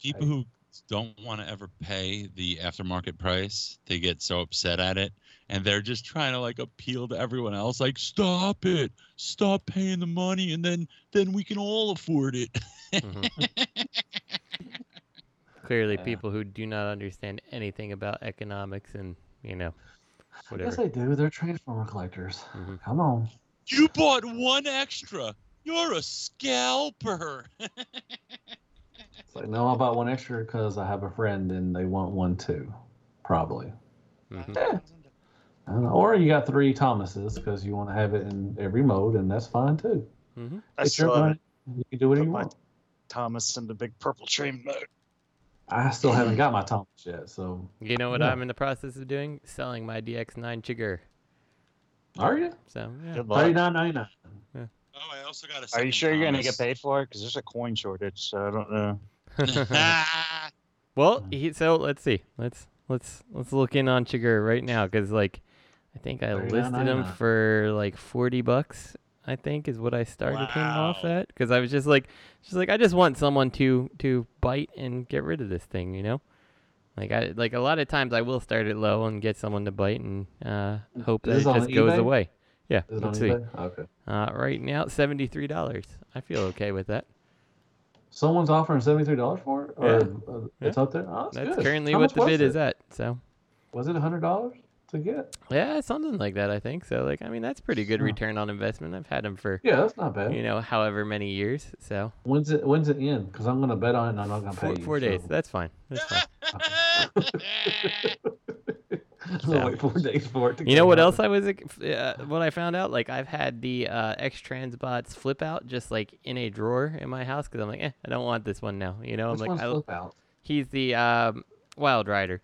people who don't want to ever pay the aftermarket price, they get so upset at it, and they're just trying to like appeal to everyone else, like stop it, stop paying the money, and then then we can all afford it. Mhm. Clearly, Yeah. people who do not understand anything about economics and you know, Yes, whatever. they do. They're transformer collectors. Mhm. Come on. you bought one extra. You're a scalper. It's like, no, I bought one extra because I have a friend and they want one too, probably. Mhm. Eh, I don't know. Or you got three Thomases because you want to have it in every mode, and that's fine too. I It's your still haven't money. You can do whatever put you my want. Thomas in the big purple train mode. I still haven't got my Thomas yet, so You know what Yeah. I'm in the process of doing? Selling my DX9 Chigger. are you? So yeah. Good luck. Thirty nine ninety nine. Oh, I also got a. Are you second sure you're gonna get Thomas. paid for it? Because there's a coin shortage, so I don't know. Well, Mm. he, so let's see. Let's let's let's look in on Chigurh right now because like, I think I Thirty-nine listed him ninety-nine. for like forty bucks. I think is what I started him off Wow. at because I was just like, just like I just want someone to to bite and get rid of this thing, you know. Like I like a lot of times I will start it low and get someone to bite and uh, hope that Is it this on just goes eBay? away. Yeah, Is it on let's see. eBay? Okay. Uh, right now, seventy three dollars. I feel okay with that. Someone's offering seventy three dollars for it, or Yeah. uh, it's up there. Oh, that's, That's good. currently How what much the was bid it? is at. So Was it hundred dollars to get? Yeah, something like that, I think. So, like, I mean, that's pretty good return on investment. I've had them for, Yeah, that's not bad. you know, however many years. So, When's it? When's it end? Because I'm gonna bet on it. and I'm not gonna pay four, you. four so- days. That's fine. That's fine. I'm gonna So- wait four days for it to. You know come what out. else I was, ex- f- uh, what I found out? Like, I've had the uh, X Transbots flip out just like in a drawer in my house because I'm like, eh, I don't want this one now. You know, Which I'm like, one's I, flip out? he's the um, Wild Rider,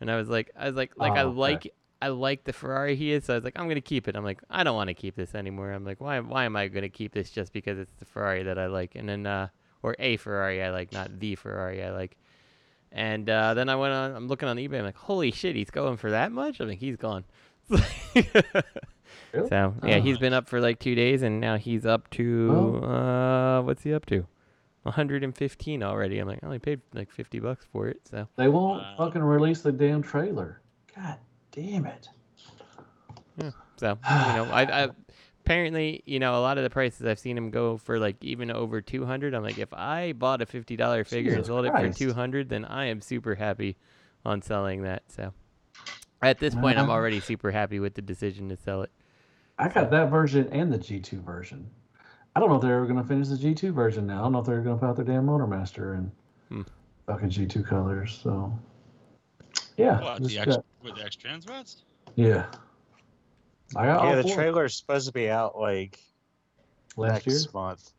and I was like, I was like, like I Oh, okay. like. I like the Ferrari he is, so I was like, I'm gonna keep it. I'm like, I don't want to keep this anymore. I'm like, why? Why am I gonna keep this just because it's the Ferrari that I like, and then uh, or a Ferrari I like, not the Ferrari I like. And uh, then I went on. I'm looking on eBay. I'm like, holy shit, he's going for that much. I'm like, he's gone. Really? So yeah, he's Ah. been up for like two days, and now he's up to uh, what's he up to? 115 already. I'm like, I only paid like 50 bucks for it. So They won't Wow. fucking release the damn trailer. God damn it. So you know, I, I apparently you know a lot of the prices I've seen him go for like even over two hundred. I'm like, if I bought a fifty dollar figure and Jesus sold it for Christ. two hundred, then I am super happy on selling that. So at this point, I'm Wow. already super happy with the decision to sell it. I got that version and the G2 version. I don't know if they're ever gonna finish the G2 version now. I don't know if they're gonna put out their damn Motormaster and Hmm. fucking G2 colors. So yeah, What, just the X, got- with the X Transbots? yeah. I got yeah, all the four trailer's supposed to be out like next last year. month.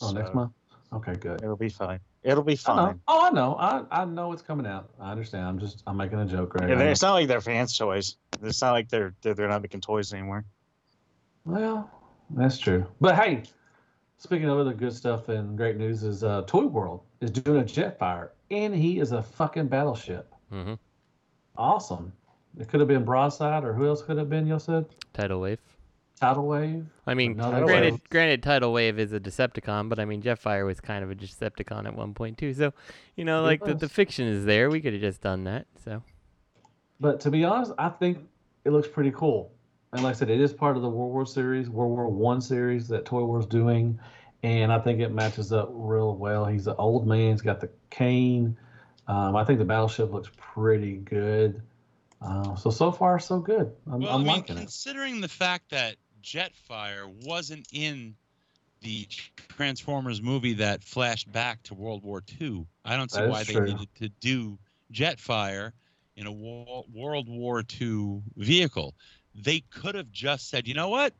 Oh, next so month. Okay, good. It'll be fine. It'll be I know. fine. Oh, I know. I, I know it's coming out. I understand. I'm just I'm making a joke right Yeah, now. they- it's not like they're fans' toys. It's not like they're they're, they're not making toys anymore. Well, that's true. But hey, speaking of other good stuff and great news is uh, Toy World is doing a Jetfire, and he is a fucking battleship. Mm-hmm. Awesome. It could have been Broadside, or who else could have been? You all said Tidal wave. Tidal Wave. I mean, Another granted, wave. granted, Tidal Wave is a Decepticon, but I mean, Jetfire was kind of a Decepticon at one point too. So, you know, He like the, the was. fiction is there. We could have just done that. So, But to be honest, I think it looks pretty cool. And like I said, it is part of the World War series, World War One series that Toy War's doing, and I think it matches up real well. He's an old man. He's got the cane. Um, I think the battleship looks pretty good. Uh, so so far so good. I'm, Well, I'm I mean, liking it. considering the fact that Jetfire wasn't in the Transformers movie that flashed back to World War II, I don't see That is why true. they needed to do Jetfire in a wo- World War II vehicle. They could have just said, you know what?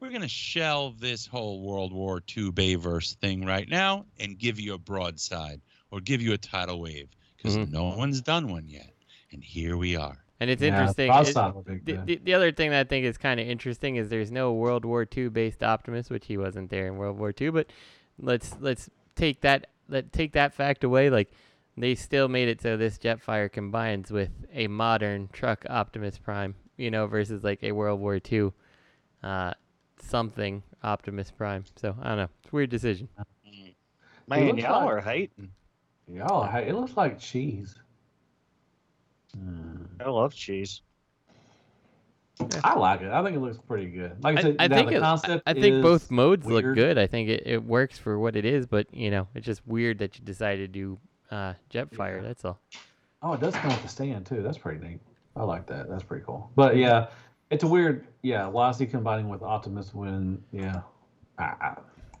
We're going to shelve this whole World War II Bayverse thing right now and give you a broadside or give you a tidal wave because Mm-hmm. Mhm. no one's done one yet. And here we are. And it's Yeah, interesting. I'll it- stop with Big the, Ben. the, the other thing that I think is kind of interesting is there's no World War II based Optimus, which he wasn't there in World War II. But let's let's take that let take that fact away. Like they still made it so this Jetfire combines with a modern truck Optimus Prime, you know, versus like a World War II uh, something Optimus Prime. So I don't know. It's a weird decision. It Man, looks y'all like- are hating. Y'all, hey, it looks like cheese. I love cheese. I like it. I think it looks pretty good. Like I I, said, I now think the it, I concept I think both is modes look weird. good. I think it, it works for what it is, but you know, it's just weird that you decided to do uh, Jetfire. That's all. Oh, it does come with a stand too. That's pretty neat. I like that. That's pretty cool. But yeah, it's a weird. Yeah, why is he combining with Optimus when? Yeah, I, I,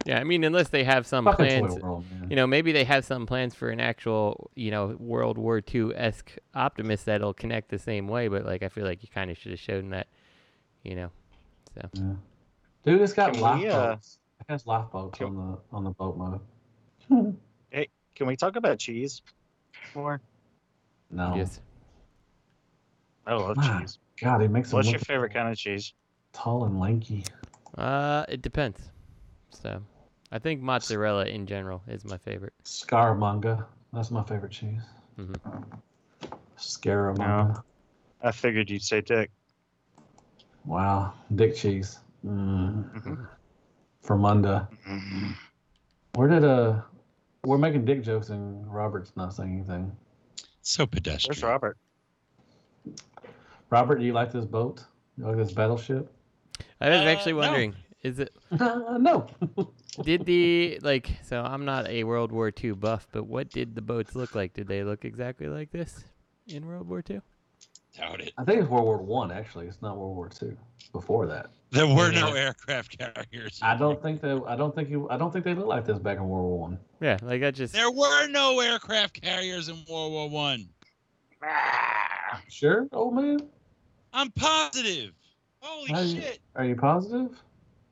Yeah, I mean, unless they have some fucking plans, toy world, man. you know, maybe they have some plans for an actual, you know, World War II esque Optimus that'll connect the same way. But like, I feel like you kind of should have shown that, you know. So Dude, it's got Can life we, uh, boats. It has life boats can- on the on the boat mode. Can we talk about cheese more? No, yes, I love Ah, cheese. God, he makes. What's them your look favorite kind of cheese? Tall and lanky. uh, it depends. So, I think mozzarella in general is my favorite. Scaramanga. That's my favorite cheese. Mm-hmm. Scaramanga. I figured you'd say dick. Wow, dick cheese. Mm. Fermunda. Where did uh, we're making dick jokes and Robert's not saying anything. So There's pedestrian. Robert. Robert, do you like this boat? You like this battleship? Uh, I was Uh, actually no. wondering, is it no. did the like so i'm not a world war ii buff but what did the boats look like did they look exactly like this in world war ii Doubt it. I think it's World War One. Actually, it's not World War Two. Before that, There were no aircraft carriers. I don't think they. I don't think you. I don't think they look like this back in World War One. yeah like i just There were no aircraft carriers in World War One. Sure, old man. I'm positive. Holy How you- shit, Are you positive?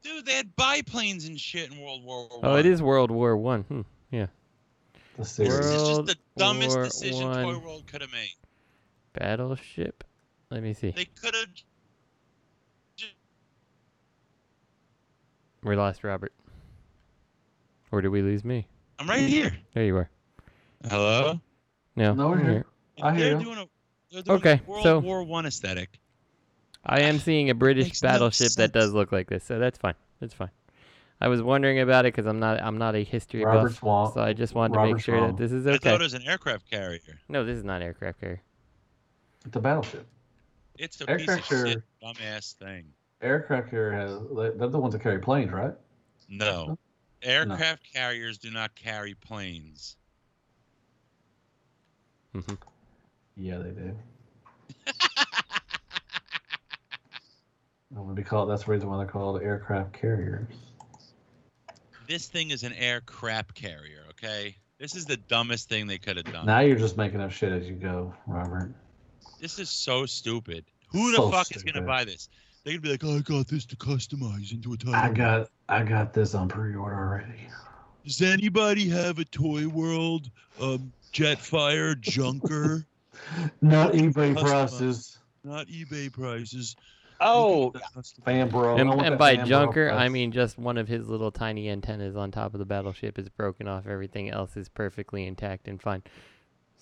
dude! They had biplanes and shit in World War One. oh it is world war one hmm. yeah The This series. is just World the dumbest War decision Toy One. World could have made. battleship let me see They could have. we lost robert or did we lose me I'm right here. there you are Hello. no, No, we're I'm here. I hear they're you. doing a. They're doing Okay, a World so- War One aesthetic. i am seeing a british Makes no battleship that does sense. look like this so that's fine that's fine i was wondering about it because i'm not i'm not a history Robert buff Swan- so i just wanted to make Robert's sure wrong. that this is I thought it okay was an aircraft carrier. no this is not aircraft carrier It's a battleship. It's a Aircraft piece of shit, carrier. dumbass thing. Aircraft carrier has. they- They're the ones that carry planes, right? No, aircraft carriers do not carry planes. Yeah, they do. That would be called. That's the reason why they're called aircraft carriers. This thing is an aircraft carrier. Okay, this is the dumbest thing they could have done. Now you're just making up shit as you go, Robert. This is so stupid. Who So the fuck is stupid. gonna buy this? They're gonna be like, "Oh, I got this to customize into a toy. I World. got. I got this on pre-order already. Does anybody have a Toy World um, Jetfire Junker? No eBay Customer. prices. Not eBay prices. Oh, Fan bro. I And, want and that by fan bro junker, I price. mean just one of his little tiny antennas on top of the battleship is broken off. Everything else is perfectly intact and fine.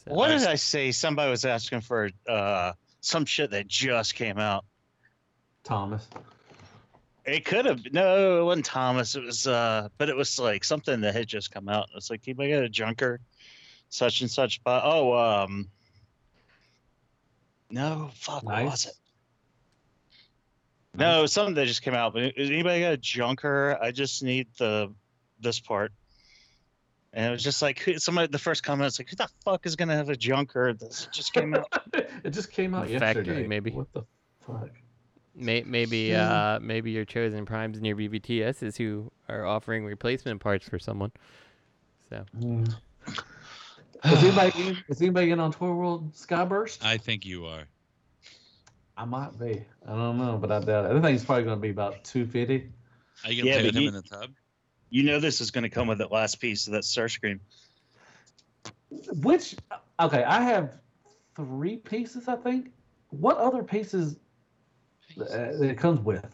So, what did I say? Somebody was asking for uh, some shit that just came out. Thomas. It could have no, it wasn't Thomas. It was uh, but it was like something that had just come out. It's like anybody got a junker, such and such. But oh, um, no, fuck, what was Nice. it? No, something that just came out. But is anybody got a junker? I just need the this part. And it was just like who- somebody. The first comment was like, "Who the fuck is gonna have a junker?" This just came out. it just came out The factory, yesterday. maybe. What the fuck? May, maybe uh, maybe your chosen primes and your BBTS is who are offering replacement parts for someone. So Is anybody in, is anybody in on Toy World Skyburst? I think you are. I might be. I don't know, but I doubt it. The thing's probably going to be about two fifty. Are you gonna Yeah, play but with him you- in the tub? you know, this is gonna come with that last piece of that star screen. Which okay, I have three pieces, I think, what other pieces uh, that it comes with?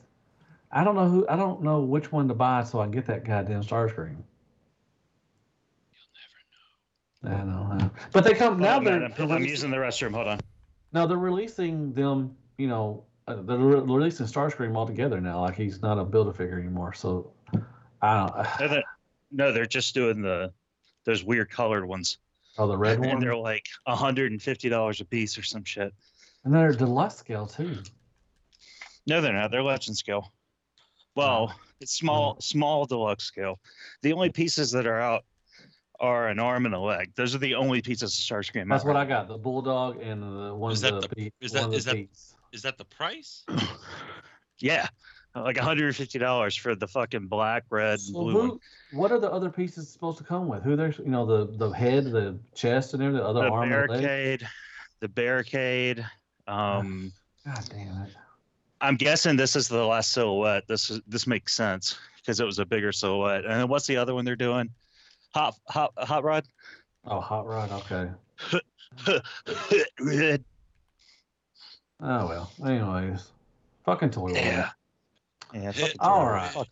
I don't know who. I don't know which one to buy, so I can get that goddamn Starscream. You'll never know. I know. I- But they come Hold now. on, They're, man, I'm, I'm using the restroom. Hold on. now they're releasing them. You know, uh, they're re- releasing Starscream altogether now. Like he's not a builder figure anymore. So I don't. No, they're, no, they're just doing the those weird colored ones. Oh, the red And one. they're like hundred and fifty dollars a piece or some shit. And they're deluxe scale too. No, they're not. They're legend scale. Oh. Well, it's small, Mm. small deluxe scale. The only pieces that are out are an arm and a leg. Those are the only pieces of Starscream. That's out what right I got. The bulldog and the one. Is that that the, the- pe- is one that- of the is that- peas. Is that the price? Yeah, like $150 for the fucking black, red, and Well, blue. one. who, what are the other pieces supposed to come with? Who there's you know the the head, the chest, and everything, the other The arm, and leg. barricade, the barricade. Um, God damn it! I'm guessing this is the last silhouette. This is this makes sense because it was a bigger silhouette. And then what's the other one they're doing? Hot, hot, hot rod. Oh, hot rod. Okay. Red. Oh well. Anyways, fucking toy. Wars. yeah. Yeah. fucking All terrible. right. Fuck.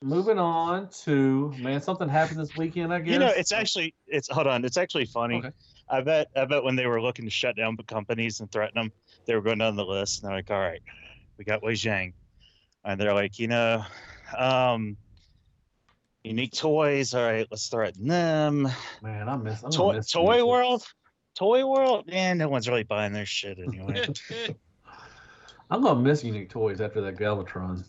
Moving on to man, something happened this weekend. I guess. You know, it's actually it's hold on, it's actually funny. Okay. I bet I bet when they were looking to shut down companies and threaten them, they were going down the list and they're like, all right, we got Wei Zhang, and they're like, you know, um, unique toys. All right, let's threaten them. man, I miss. I'm gonna Toy, miss toy Unique World, Toy World. Man, no one's really buying their shit anyway. I'm gonna miss Unique Toys after that Galvatron.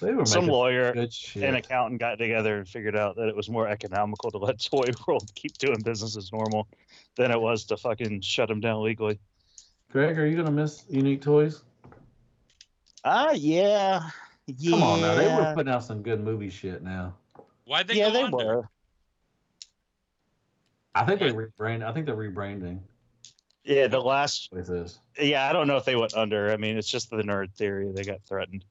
They were Some making lawyer good shit. and accountant got together and figured out that it was more economical to let Toy World keep doing business as normal than it was to fucking shut them down legally. Greg, are you gonna miss Unique Toys? Ah, yeah. yeah. Come on now, they were putting out some good movie shit now. Why'd they yeah, go they under? were. I think they rebrand. I think they're rebranding. Yeah, the last. What is this? Yeah, I don't know if they went under. I mean, it's just the nerd theory. They got threatened.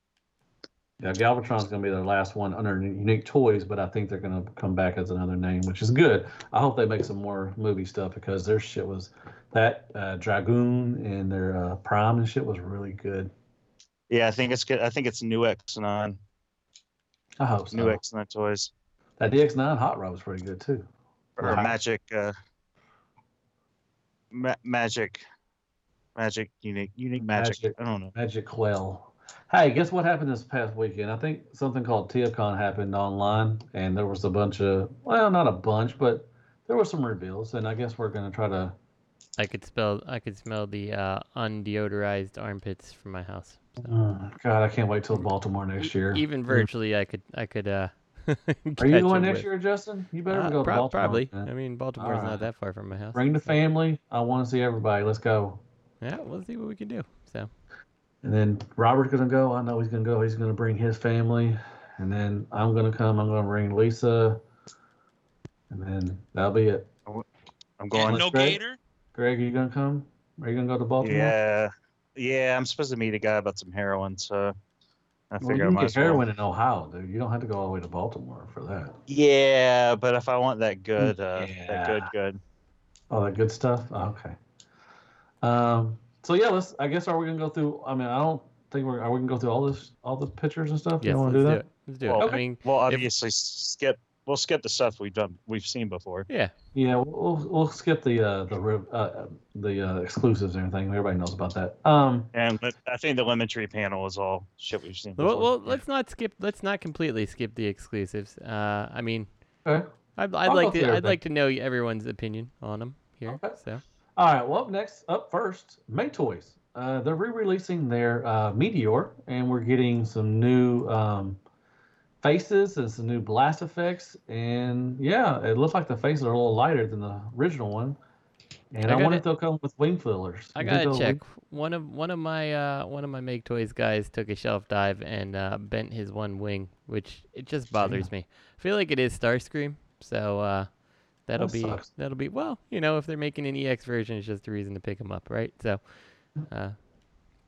Yeah, Galvatron's gonna be their last one under Unique Toys, but I think they're gonna come back as another name, which is good. I hope they make some more movie stuff because their shit was that uh, Dragoon and their uh, Prime and shit was really good. Yeah, I think it's good. I think it's new Exxon, I hope so. new Exxon toys That DX9 Hot Rod was pretty good too. or Right. magic, uh, ma- magic, magic, unique, unique magic. Magic. I don't know. Magic Quail. Hey, guess what happened this past weekend? I think something called TFCon happened online, and there was a bunch of well, not a bunch, but there were some reveals, and I guess we're gonna try to I could spell. I could smell the uh, undeodorized armpits from my house. So. Mm, God, I can't wait till Baltimore next E- year. Even virtually, I could. I could. Uh, Are you going next year, Justin? You better go to Baltimore. Ah, probably. man. I mean, Baltimore's Alright. not that far from my house. Bring the family. I want to see everybody. Let's go. Yeah, we'll see what we can do. So And then Robert's gonna go. I know he's gonna go. He's gonna bring his family. And then I'm gonna come. I'm gonna bring Lisa. And then that'll be it. I'm Yeah, going. no Greg. gator. Greg, are you gonna come? Are you gonna go to Baltimore? yeah, yeah. I'm supposed to meet a guy about some heroin, so I Well, you figure I can might get as well. heroin in Ohio, dude. You don't have to go all the way to Baltimore for that. Yeah, but if I want that good, uh, Yeah. that good, good. All that good stuff. Oh, okay. Um. So yeah, let's. I guess are we gonna go through? I mean, I don't think we're. Are we gonna go through all this, all the pictures and stuff? yes, you let's want do, to do that? it. Let's do Well, it. I okay. mean, Well, if- obviously, skip. We'll skip the stuff we've done, we've seen before. yeah, Yeah, we'll we'll- we'll skip the uh the re- uh, the uh, exclusives and everything. Everybody knows about that. Um. And but I think the lemon tree panel is all shit we've seen. Well, Before. well, let's not skip. Let's not completely skip the exclusives. Uh, I mean, Okay. I'd, I'll I'd go like to. through I'd like to know everyone's opinion on them here. Okay. So All right. Well, up next, up first, May Toys. Uh, they're re-releasing their uh, Meteor, and we're getting some new um, faces and some new blast effects. And yeah, it looks like the faces are a little lighter than the original one. And I I, got wonder it. if they'll come with wing fillers. I You think gotta they'll- check. One of one of my uh, one of my make toys guys took a shelf dive and uh, bent his one wing, which it just bothers me. I feel like it is Starscream, so uh, that'll That be sucks. that'll be well. You know, if they're making an EX version, it's just a reason to pick them up, right? So, uh,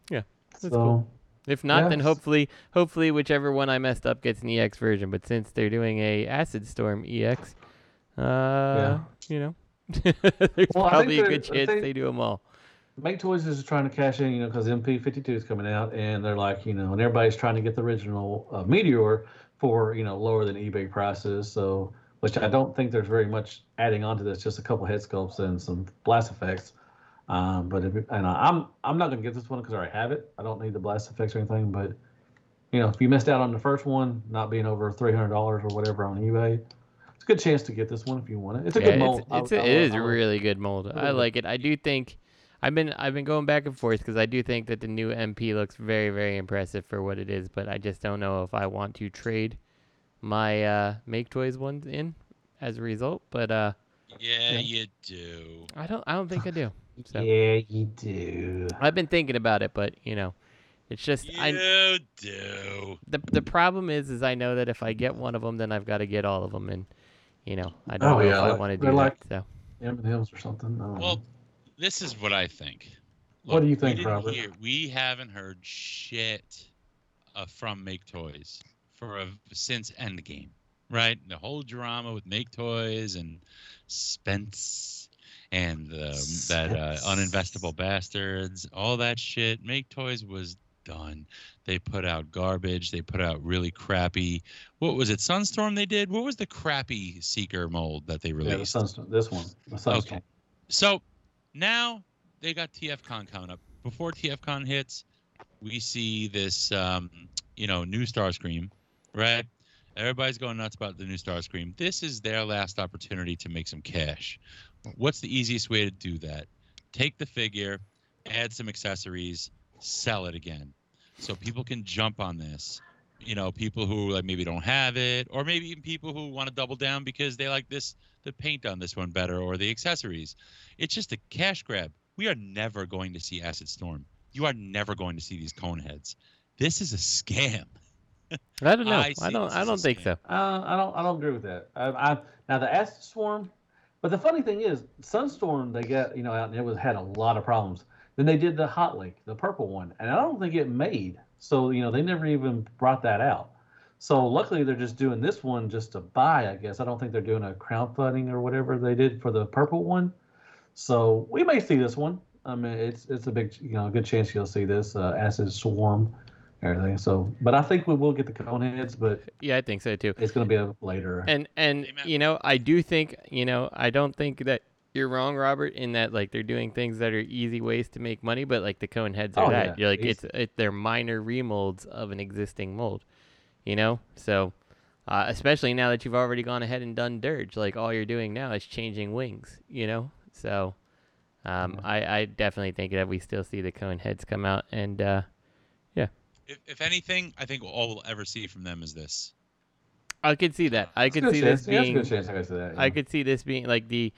yeah, that's So, cool. If not, then Yes. hopefully, hopefully whichever one I messed up gets an EX version. But since they're doing a Acid Storm EX, uh, you know, there's Well, I think probably a they're- good I chance think- they do them all. Make Toys is trying to cash in, you know, because MP52 is coming out, and they're like, you know, and everybody's trying to get the original uh, Meteor for, you know, lower than eBay prices. So, which I don't think there's very much adding on to this, just a couple head sculpts and some blast effects. Um, but if, and I- I'm I'm not gonna get this one because I already have it. I don't need the blast effects or anything. But you know, if you missed out on the first one, not being over three hundred dollars or whatever on eBay, it's a good chance to get this one if you want it. It's a Yeah, good mold. I- It's, it's a- I- it is I- a really good mold. I Really like it. I do think I've been I've been going back and forth because I do think that the new MP looks very very impressive for what it is, but I just don't know if I want to trade my uh, Make Toys ones in as a result. But uh, Yeah, Yeah. you do. I don't I don't think I do. So Yeah, you do. I've been thinking about it, but you know, it's just I You do. the the problem is is I know that if I get one of them, then I've got to get all of them, and you know I don't Oh, know yeah, if I like- want to do they're that. like- so M and M's or something. I don't know. Well, this is what I think. Um, What do you think, we didn't Robert? hear- we haven't heard shit uh, from Make Toys for a, since Endgame, right? The whole drama with Make Toys and Spence and um, that uh, uninvestable bastards, all that shit. Make Toys was done. They put out garbage. They put out really crappy. What was it? Sunstorm. They did. What was the crappy Seeker mold that they yeah, the released? sunstone. This one. The sunstone. So now they got TFCon coming up. Before TFCon hits, we see this, um, you know, new Starscream, right? Everybody's going nuts about the new Starscream. This is their last opportunity to make some cash. What's the easiest way to do that? Take the figure, add some accessories, sell it again. So people can jump on this. You know, people who like maybe don't have it, or maybe even people who want to double down because they like this the paint on this one better or the accessories. It's just a cash grab. We are never going to see Acid Storm. You are never going to see these cone heads. This is a scam. I don't know. I I, see don't this I as a don't think scam. so. Uh, I don't. I don't agree with that. I, I, now the acid swarm, but the funny thing is, sunstorm they got you know out and it was had a lot of problems. Then they did the hot link, the purple one, and I don't think it made. So you know they never even brought that out. So luckily they're just doing this one just to buy. I guess I don't think they're doing a crowdfunding or whatever they did for the purple one. So we may see this one. I mean, it's it's a big you know good chance you'll see this uh, acid swarm, everything. So, but I think we will get the cone heads, but Yeah, I think so too. it's gonna be a later. and and Amen. you know i do think you know i don't think that you're wrong robert in that like they're doing things that are easy ways to make money but like the cone heads are Oh, that yeah, you're like easy. it's it, they're minor remolds of an existing mold you know so uh, especially now that you've already gone ahead and done dirge like all you're doing now is changing wings you know so um, I, I definitely think that we still see the cone heads come out and uh, If, if anything, I think all we'll ever see from them is this. i could see that i It's could a good see chance. this Yeah, it's a being good chance I could see that. I yeah. could see this being like the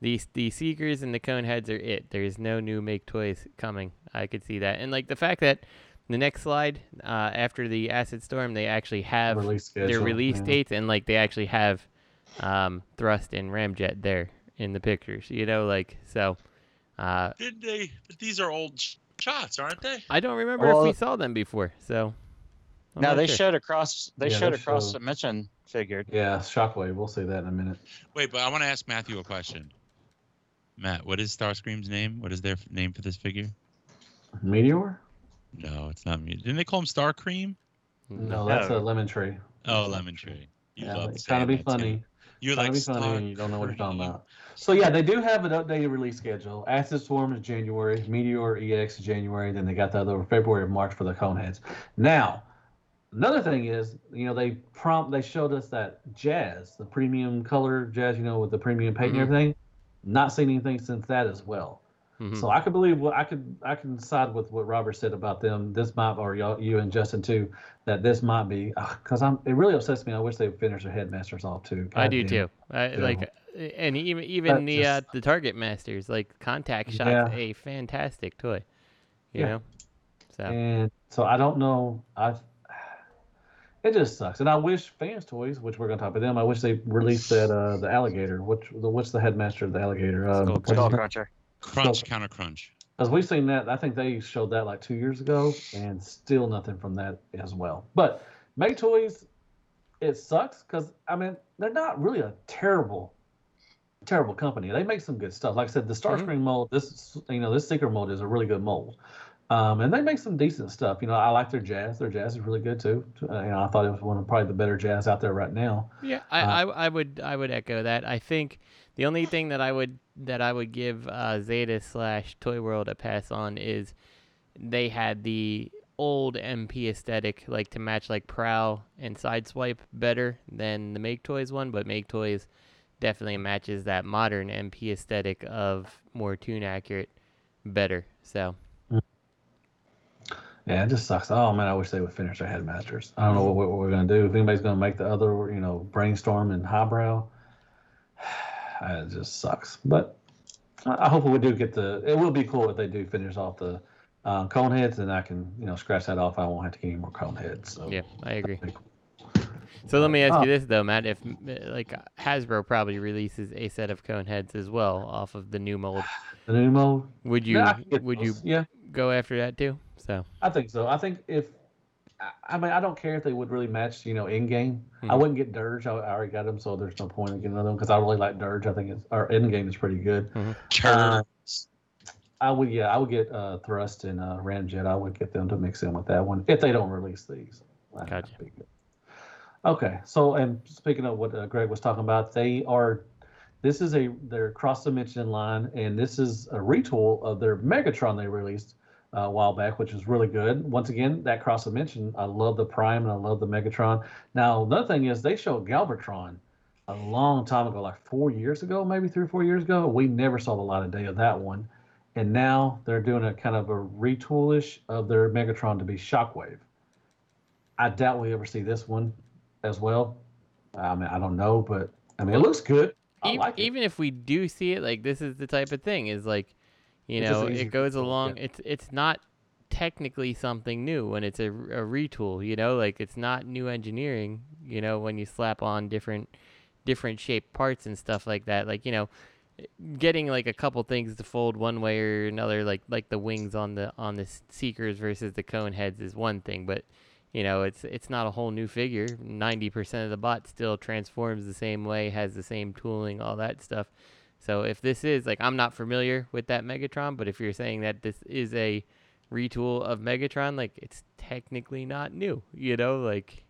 the the seekers and the cone heads are it. There is no new make toys coming. I could see that, and like the fact that the next slide uh, after the acid storm, they actually have Release their schedule, release yeah. dates, and like they actually have um, thrust and ramjet there in the pictures. You know, like so. Uh, Did they? But these are old sh- shots, aren't they? I don't remember if Well- we saw them before, so. I'm now not they sure. showed a cross. They Yeah, uh, showed they a cross showed- submission figured. Yeah, shockwave. We'll see that in a minute. Wait, but I want to ask Matthew a question. Matt, what is Starscream's name? What is their f- name for this figure? Meteor? No, it's not me. Didn't they call him Starcream? Mm-hmm. No, that's a No. lemon tree. Oh, Lemon Tree. You Yeah, love it's trying to be saying that, too. funny. You're trying like to be funny, and you don't know what you're talking Starcream. about. So yeah, they do have an updated release schedule. Acid Swarm is January, Meteor EX is January, then they got the other one February and March for the Coneheads. Now, another thing is, you know, they prompt they showed us that jazz, the premium color jazz, you know, with the premium paint Mhm. Mm-hmm. and everything. Not seen anything since that as well. Mhm. So I could believe what I could I can side with what Robert said about them. This might or y'all, you and Justin too that this might be because I'm it really upsets me. I wish they would finish their headmasters off too. I do Goddamn. too. I, Yeah. Like, uh, and even even That the uh, just- the target masters, like contact shots, Yeah. a fantastic toy. You Yeah. know, so And so I don't know. I it just sucks. And I wish Fans Toys, which we're gonna talk about them, I wish they released that uh the alligator. Which the what's the headmaster of the alligator? Um, Skull what's Crusher. his Skull name? cruncher. Crunch, counter crunch. As we've seen that, I think they showed that like two years ago, and still nothing from that as well. But Make Toys, it sucks because I mean they're not really a terrible terrible company. They make some good stuff. Like I said, the Starscream mold, this you know, this Seeker mold is a really good mold, um, and they make some decent stuff. You know, I like their jazz. Their jazz is really good too. Uh, you know, I thought it was one of probably the better jazz out there right now. Yeah, I, I, I would I would echo that. I think the only thing that I would that I would give uh, Zeta slash Toy World a pass on is they had the old MP aesthetic like to match like Prowl and Sideswipe better than the Make Toys one, but Make Toys definitely matches that modern MP aesthetic of more tune accurate better. So Yeah, it just sucks. Oh man, I wish they would finish their headmasters. I don't know what, what we're gonna do. If anybody's gonna make the other, you know, brainstorm and highbrow, it just sucks. But I I hope we do get the. It will be cool if they do finish off the um, cone heads, and I can, you know, scratch that off. I won't have to get any more cone heads. So. yeah, I agree. So let me ask uh, you this though, Matt. If m- like Hasbro probably releases a set of cone heads as well off of the new mold, The new mode. would you Yeah, I can get would you those. Yeah. go after that too? So I think so. I think if I- I mean I don't care if they would really match you know in game. Hmm. I wouldn't get Dirge. I, I already got him, so there's no point in getting another one because I really like Dirge. I think it's our end game is pretty good. Uh, I would yeah I would get uh, Thrust and uh, Ramjet. I would get them to mix in with that one if they don't release these. That'd Gotcha. be good. Okay, so and speaking of what uh, Greg was talking about, they are. This is a their cross dimension line, and this is a retool of their Megatron they released uh, a while back, which was really good. Once again, that cross dimension, I love the Prime and I love the Megatron. Now, another thing is they showed Galvatron a long time ago, like four years ago, maybe three or four years ago. We never saw the light of day of that one. And now they're doing a kind of a retoolish of their Megatron to be Shockwave. I doubt we ever see this one as well. I mean, I don't know, but I mean, it looks good. I even, like it. e-, even if we do see it, like this is the type of thing is like, you It's just know, an easy it goes retool, along. yeah. It's it's not technically something new when it's a, a retool. You know, like it's not new engineering. You know, when you slap on different different shaped parts and stuff like that. Like you know, getting like a couple things to fold one way or another, like like the wings on the on the seekers versus the cone heads is one thing, but you know it's it's not a whole new figure. Ninety percent of the bot still transforms the same way, has the same tooling, all that stuff. So if this is like I'm not familiar with that Megatron, but if you're saying that this is a retool of Megatron, like it's technically not new, you know, like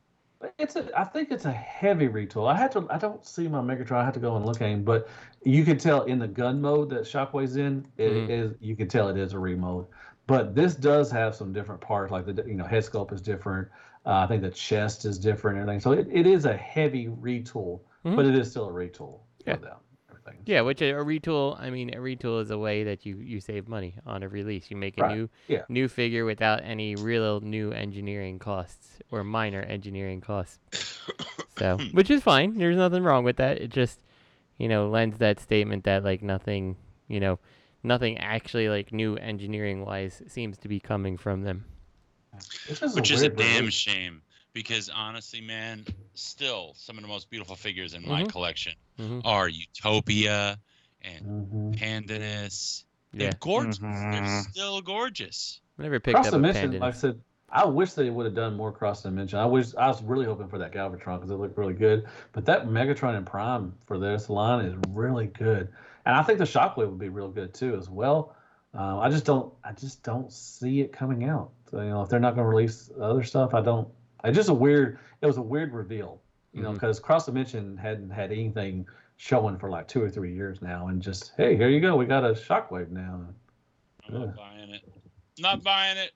It's a. I think it's a heavy retool. I had to. I don't see my Megatron. I have to go and look at him, but you can tell in the gun mode that Shockwave's in. It is. Mhm. You can tell it is a remode. But this does have some different parts, like the you know head sculpt is different. Uh, I think the chest is different and everything. So it, it is a heavy retool, Mhm. but it is still a retool. Yeah. No doubt. Everything. Yeah, which a, a retool. I mean, a retool is a way that you you save money on a release. You make a Right, new yeah. new figure without any real new engineering costs or minor engineering costs. so, which is fine. There's nothing wrong with that. It just, you know, lends that statement that like nothing, you know, nothing actually like new engineering wise seems to be coming from them. It's just which is a weird damn release. shame because honestly, man, still some of the most beautiful figures in my Mhm. collection Mhm. are Utopia and Mhm. Pandanus. They're Yeah, gorgeous. They're Mm-hmm. Mhm. still gorgeous. I never picked Cross up a dimension, like I pandanus. said, I wish they would have done more cross dimension. I wish I was really hoping for that Galvatron because it looked really good. But that Megatron and Prime for this line is really good, and I think the Shockwave would be real good too as well. Um, I just don't, I just don't see it coming out. So, you know, if they're not going to release other stuff, I don't. It's just a weird. It was a weird reveal, you know, Mhm. because cross dimension hadn't had anything showing for like two or three years now, and just hey, here you go, we got a Shockwave now. I'm Yeah. not buying it. Not buying it.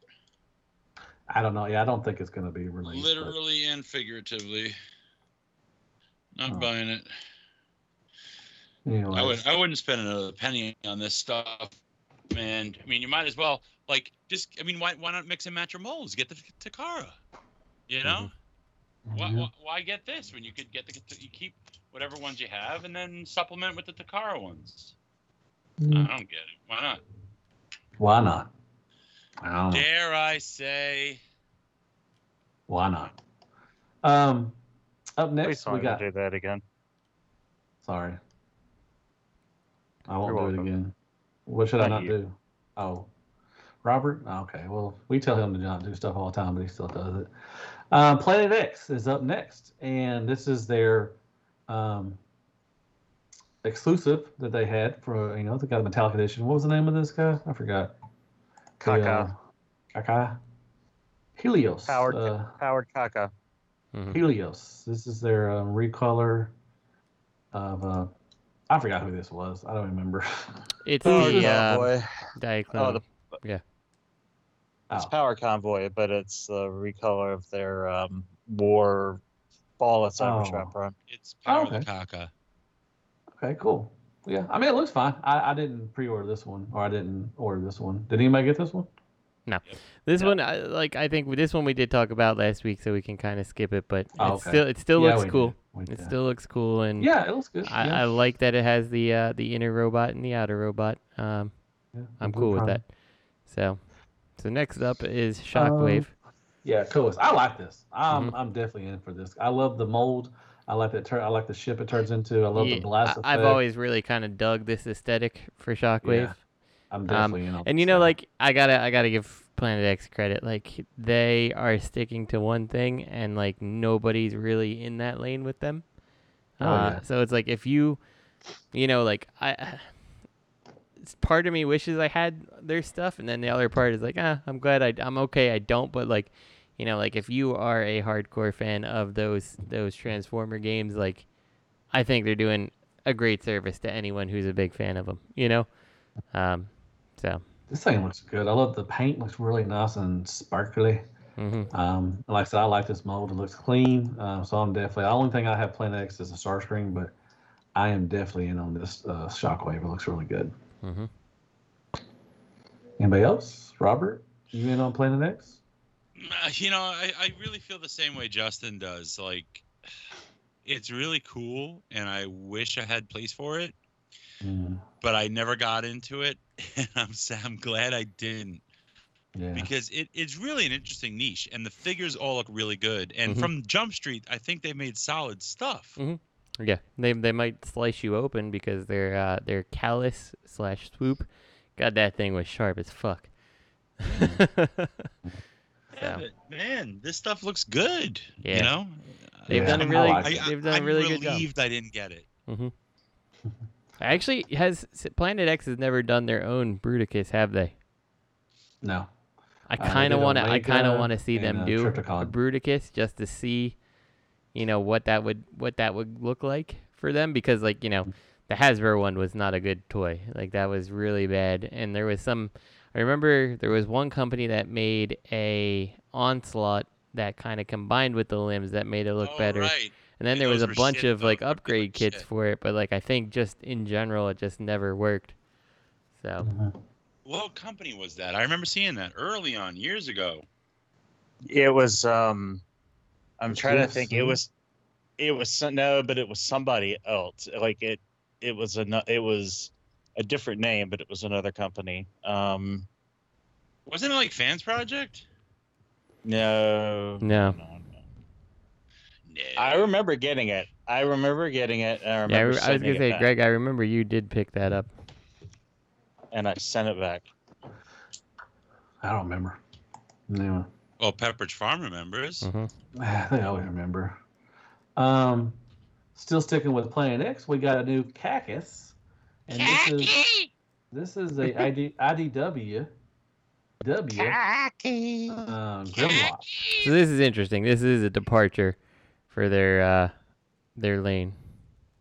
I don't know. Yeah, I don't think it's going to be released. but- Literally and figuratively. Not Oh. buying it. Anyways. I would. I wouldn't spend another penny on this stuff, man. I mean, you might as well like just. I mean, why why not mix and match your molds? Get the Takara. You know, why, Yeah. why why get this when you could get the you keep whatever ones you have and then supplement with the Takara ones. Mm-hmm. I don't get it. Why uh, not? Why not? I don't know. Dare I say? Why not? Um, up Please next don't we got. do that again. Sorry, I won't You're do welcome. it again. What should I Not not you. do? Oh, Robert. Okay. Well, we tell him to not do stuff all the time, but he still does it. Um, Planet X is up next, and this is their. Um, exclusive that they had for you know they got a Metallic edition. What was the name of this guy? I forgot. The, uh, Kaka. Kaka. Helios. Howard, uh, Howard Kaka. Helios. This is their um, recolor of. Uh, I forgot who this was. I don't remember. It's Power the uh, Convoy. Diaclone. Oh, the, yeah. It's Oh. Power Convoy, but it's the recolor of their um, war ball at Cybertron Oh. Prime. It's Power okay. of the Kaka. Okay, cool. Yeah, I mean it looks fine. I, I didn't pre-order this one, or I didn't order this one. Did anybody get this one? This one, I, like I think this one we did talk about last week, so we can kind of skip it. But Oh, it's okay. still it still Yeah, we looks did. cool. We It did. still looks cool, and Yeah, it looks good. I, yeah. I like that it has the uh, the inner robot and the outer robot. Um, Yeah, I'm no cool with problem. Uh, that. So, so next up is Shockwave. Yeah, cool. I like this. I'm Mhm. I'm definitely in for this. I love the mold. I like that. Tur- I like the ship it turns into. I love Yeah, the blast I, have effect. always really kind of dug this aesthetic for Shockwave. I'm definitely in. On um, and this you know now. like i gotta i gotta give planet x credit like they are sticking to one thing and like nobody's really in that lane with them Oh, uh, yeah. so it's like if you you know like i it's part of me wishes i had their stuff and then the other part is like ah, i'm glad I, i'm okay i don't but like you know like if you are a hardcore fan of those those transformer games like i think they're doing a great service to anyone who's a big fan of them you know um so this thing looks good. I love the paint. Looks really nice and sparkly. hmm Um, and like I said, I like this mold. It looks clean. Um, so I'm definitely. The only thing I have Planet X is a star screen, but I am definitely in on this uh, Shockwave. It looks really good. Mhm. Anybody else? Robert, you in on Planet X? Uh, You know, I, I really feel the same way Justin does. Like, it's really cool, and I wish I had place for it, Mm, but I never got into it, and I'm s- I'm glad I didn't yeah. because it, it's really an interesting niche, and the figures all look really good. And Mhm. from Jump Street, I think they made solid stuff. Mhm. Yeah, they they might slice you open because their uh, their callus slash swoop, God, that thing was sharp as fuck. Yeah, So. but man, this stuff looks good. Yeah. You know, they've Yeah, done a I really like it. they've done a I'm really good job. relieved I didn't get it. Actually, has s- Planet X has never done their own Bruticus, have they? No. I Uh, they kind of did want to I kind of Omega want to see them and, uh, do a Triptychon. Bruticus just to see, you know, what that would what that would look like for them because like you Mm. know the Hasbro one was not a good toy like that was really bad and there was some I remember there was one company that made a onslaught that kind of combined with the limbs that made it look Oh, better Right. and then And there was a those were bunch shit, of though. like Those were upgrade shit. kits for it but like I think just in general it just never worked so What company was that? I remember seeing that early on years ago. It was. Um, I'm Was trying to think. It UFC? was. It was some- no, but it was somebody else. Like it. It was a. It was a different name, but it was another company. Um, Wasn't it like Fans Project? Mm. no. No. no, no. No. I remember getting it. I remember getting it. And I yeah remember I, re- I was sending gonna it say back, Greg I remember you did pick that up and I sent it back. I don't remember. Anyway. well, Oh, Pepperidge Farm remembers. Mhm. I always remember. Um, still sticking with Planet X, we got a new Cacus, and this is this is a ID, IDW W um, Grimlock. So this is interesting. This is a departure for their uh their lane.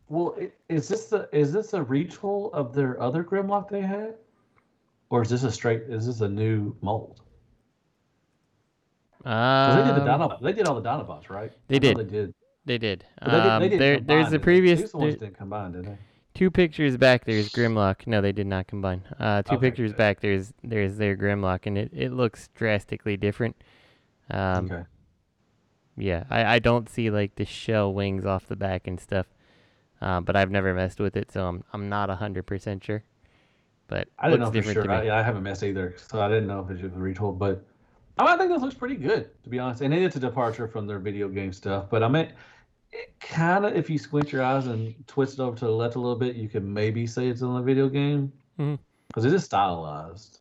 Well, i- is this the is this a retool of their other Grimlock they had, or is this a straight? Is this a new mold? 'Cause they did the Um, Dino, they did all the Dinobots, right? they I know did. They did. they did. But they did- Um, they didn't there, combine, there's the did they? previous These ones there- didn't combine, did they? two pictures back. There's Grimlock. No, they did not combine. Uh, two Okay, pictures good. back. There's there's their Grimlock, and it, it looks drastically different. Um, okay. yeah, I, I don't see like the shell wings off the back and stuff. Uh, but I've never messed with it, so I'm I'm not hundred percent sure. But I didn't know looks for different sure. to me. I, yeah, I haven't missed either, so I didn't know if it was retold. But I, mean, I think this looks pretty good, to be honest. And it is a departure from their video game stuff. But I mean, it kind of, if you squint your eyes and twist it over to the left a little bit, you could maybe say it's in a video game Mhm. because it is stylized.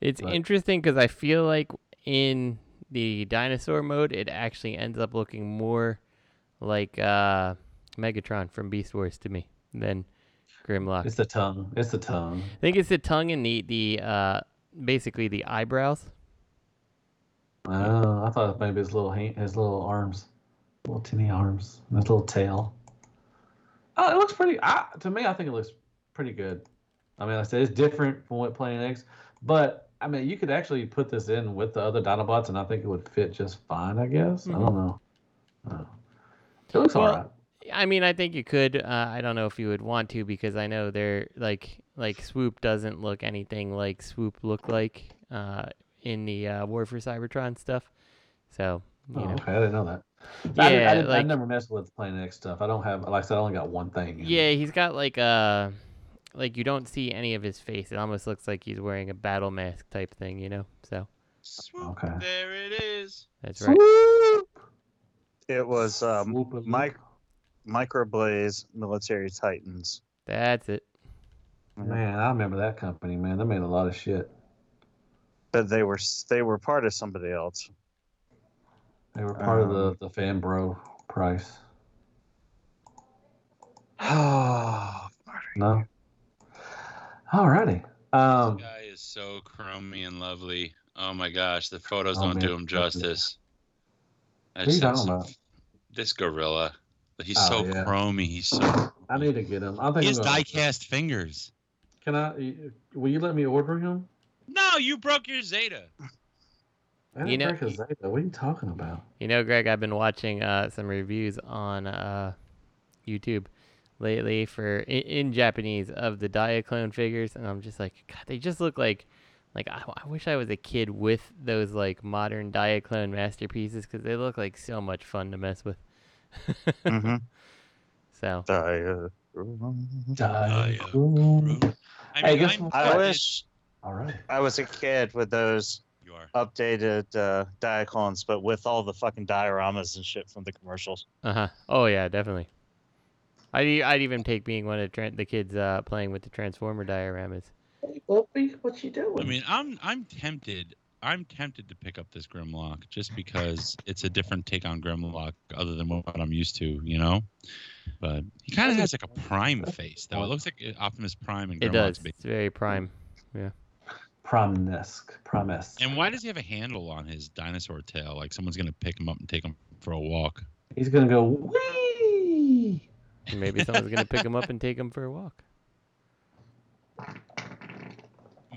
It's But- interesting because I feel like in the dinosaur mode, it actually ends up looking more like uh, Megatron from Beast Wars to me. than Grimlock. It's the tongue. It's the tongue. I think it's the tongue and the the uh, basically the eyebrows. Oh, I thought maybe his little hand, his little arms, little teeny arms, and his little tail. Oh, it looks pretty. I, to me, I think it looks pretty good. I mean, like I said it's different from what Planet X, but I mean, you could actually put this in with the other Dinobots, and I think it would fit just fine. I guess. I don't know. Oh. It looks Mm-hmm. Well, alright. I mean, I think you could. Uh, I don't know if you would want to because I know they're like like Swoop doesn't look anything like Swoop looked like uh, in the uh, War for Cybertron stuff. So you Oh, know, okay, I didn't know that. I, didn't, Yeah, I, didn't, I like- never messed with Planet X stuff. I don't have, like I said, I only got one thing. in. yeah, he's got like a like you don't see any of his face. It almost looks like he's wearing a battle mask type thing, you know. So Swoop, Okay. there it is. that's right. It was um, Swoop of Mike Microblaze Military Titans. That's it. Man, I remember that company, man. They made a lot of shit. But they were s- they were part of somebody else. They were part Um, of the, the fan bro price. Oh, No? Alrighty. Um, This guy is so chromy and lovely. Oh my gosh, the photos Oh, don't do man. him justice. I Who you just have talking some- about? This gorilla. He's Oh, so yeah. chromy. He's so. I need to get him. I think He I'm has gonna, die-cast fingers. Can I? you- Will you let me order him? No, you broke your Zeta. I didn't You know- break a Zeta. What are you talking about? You know, Greg, I've been watching uh, some reviews on uh, YouTube lately for in, in Japanese of the Diaclone figures, and I'm just like, God, they just look like, like I, I wish I was a kid with those like modern Diaclone masterpieces because they look like so much fun to mess with. hmm So uh, Die. yeah. Cool. I Hey, guess I'm what? I glad wish All right. I was a kid with those You are. updated uh, diacons, but with all the fucking dioramas and shit from the commercials. Uh huh. Oh yeah, definitely. I'd, e- I'd even take being one of the, tran the kids uh, playing with the Transformer dioramas. Whoopi, what you doing? I mean, I'm I'm tempted. I'm tempted to pick up this Grimlock just because it's a different take on Grimlock other than what I'm used to, you know. But he kind of has like a Prime face, though. It looks like uh, Optimus Prime and It Grimlock's does. big. It's very prime. Promnesque. Promise. And why does he have a handle on his dinosaur tail? Like someone's gonna pick him up and take him for a walk. He's gonna go. Wee. And maybe someone's gonna pick him up and take him for a walk.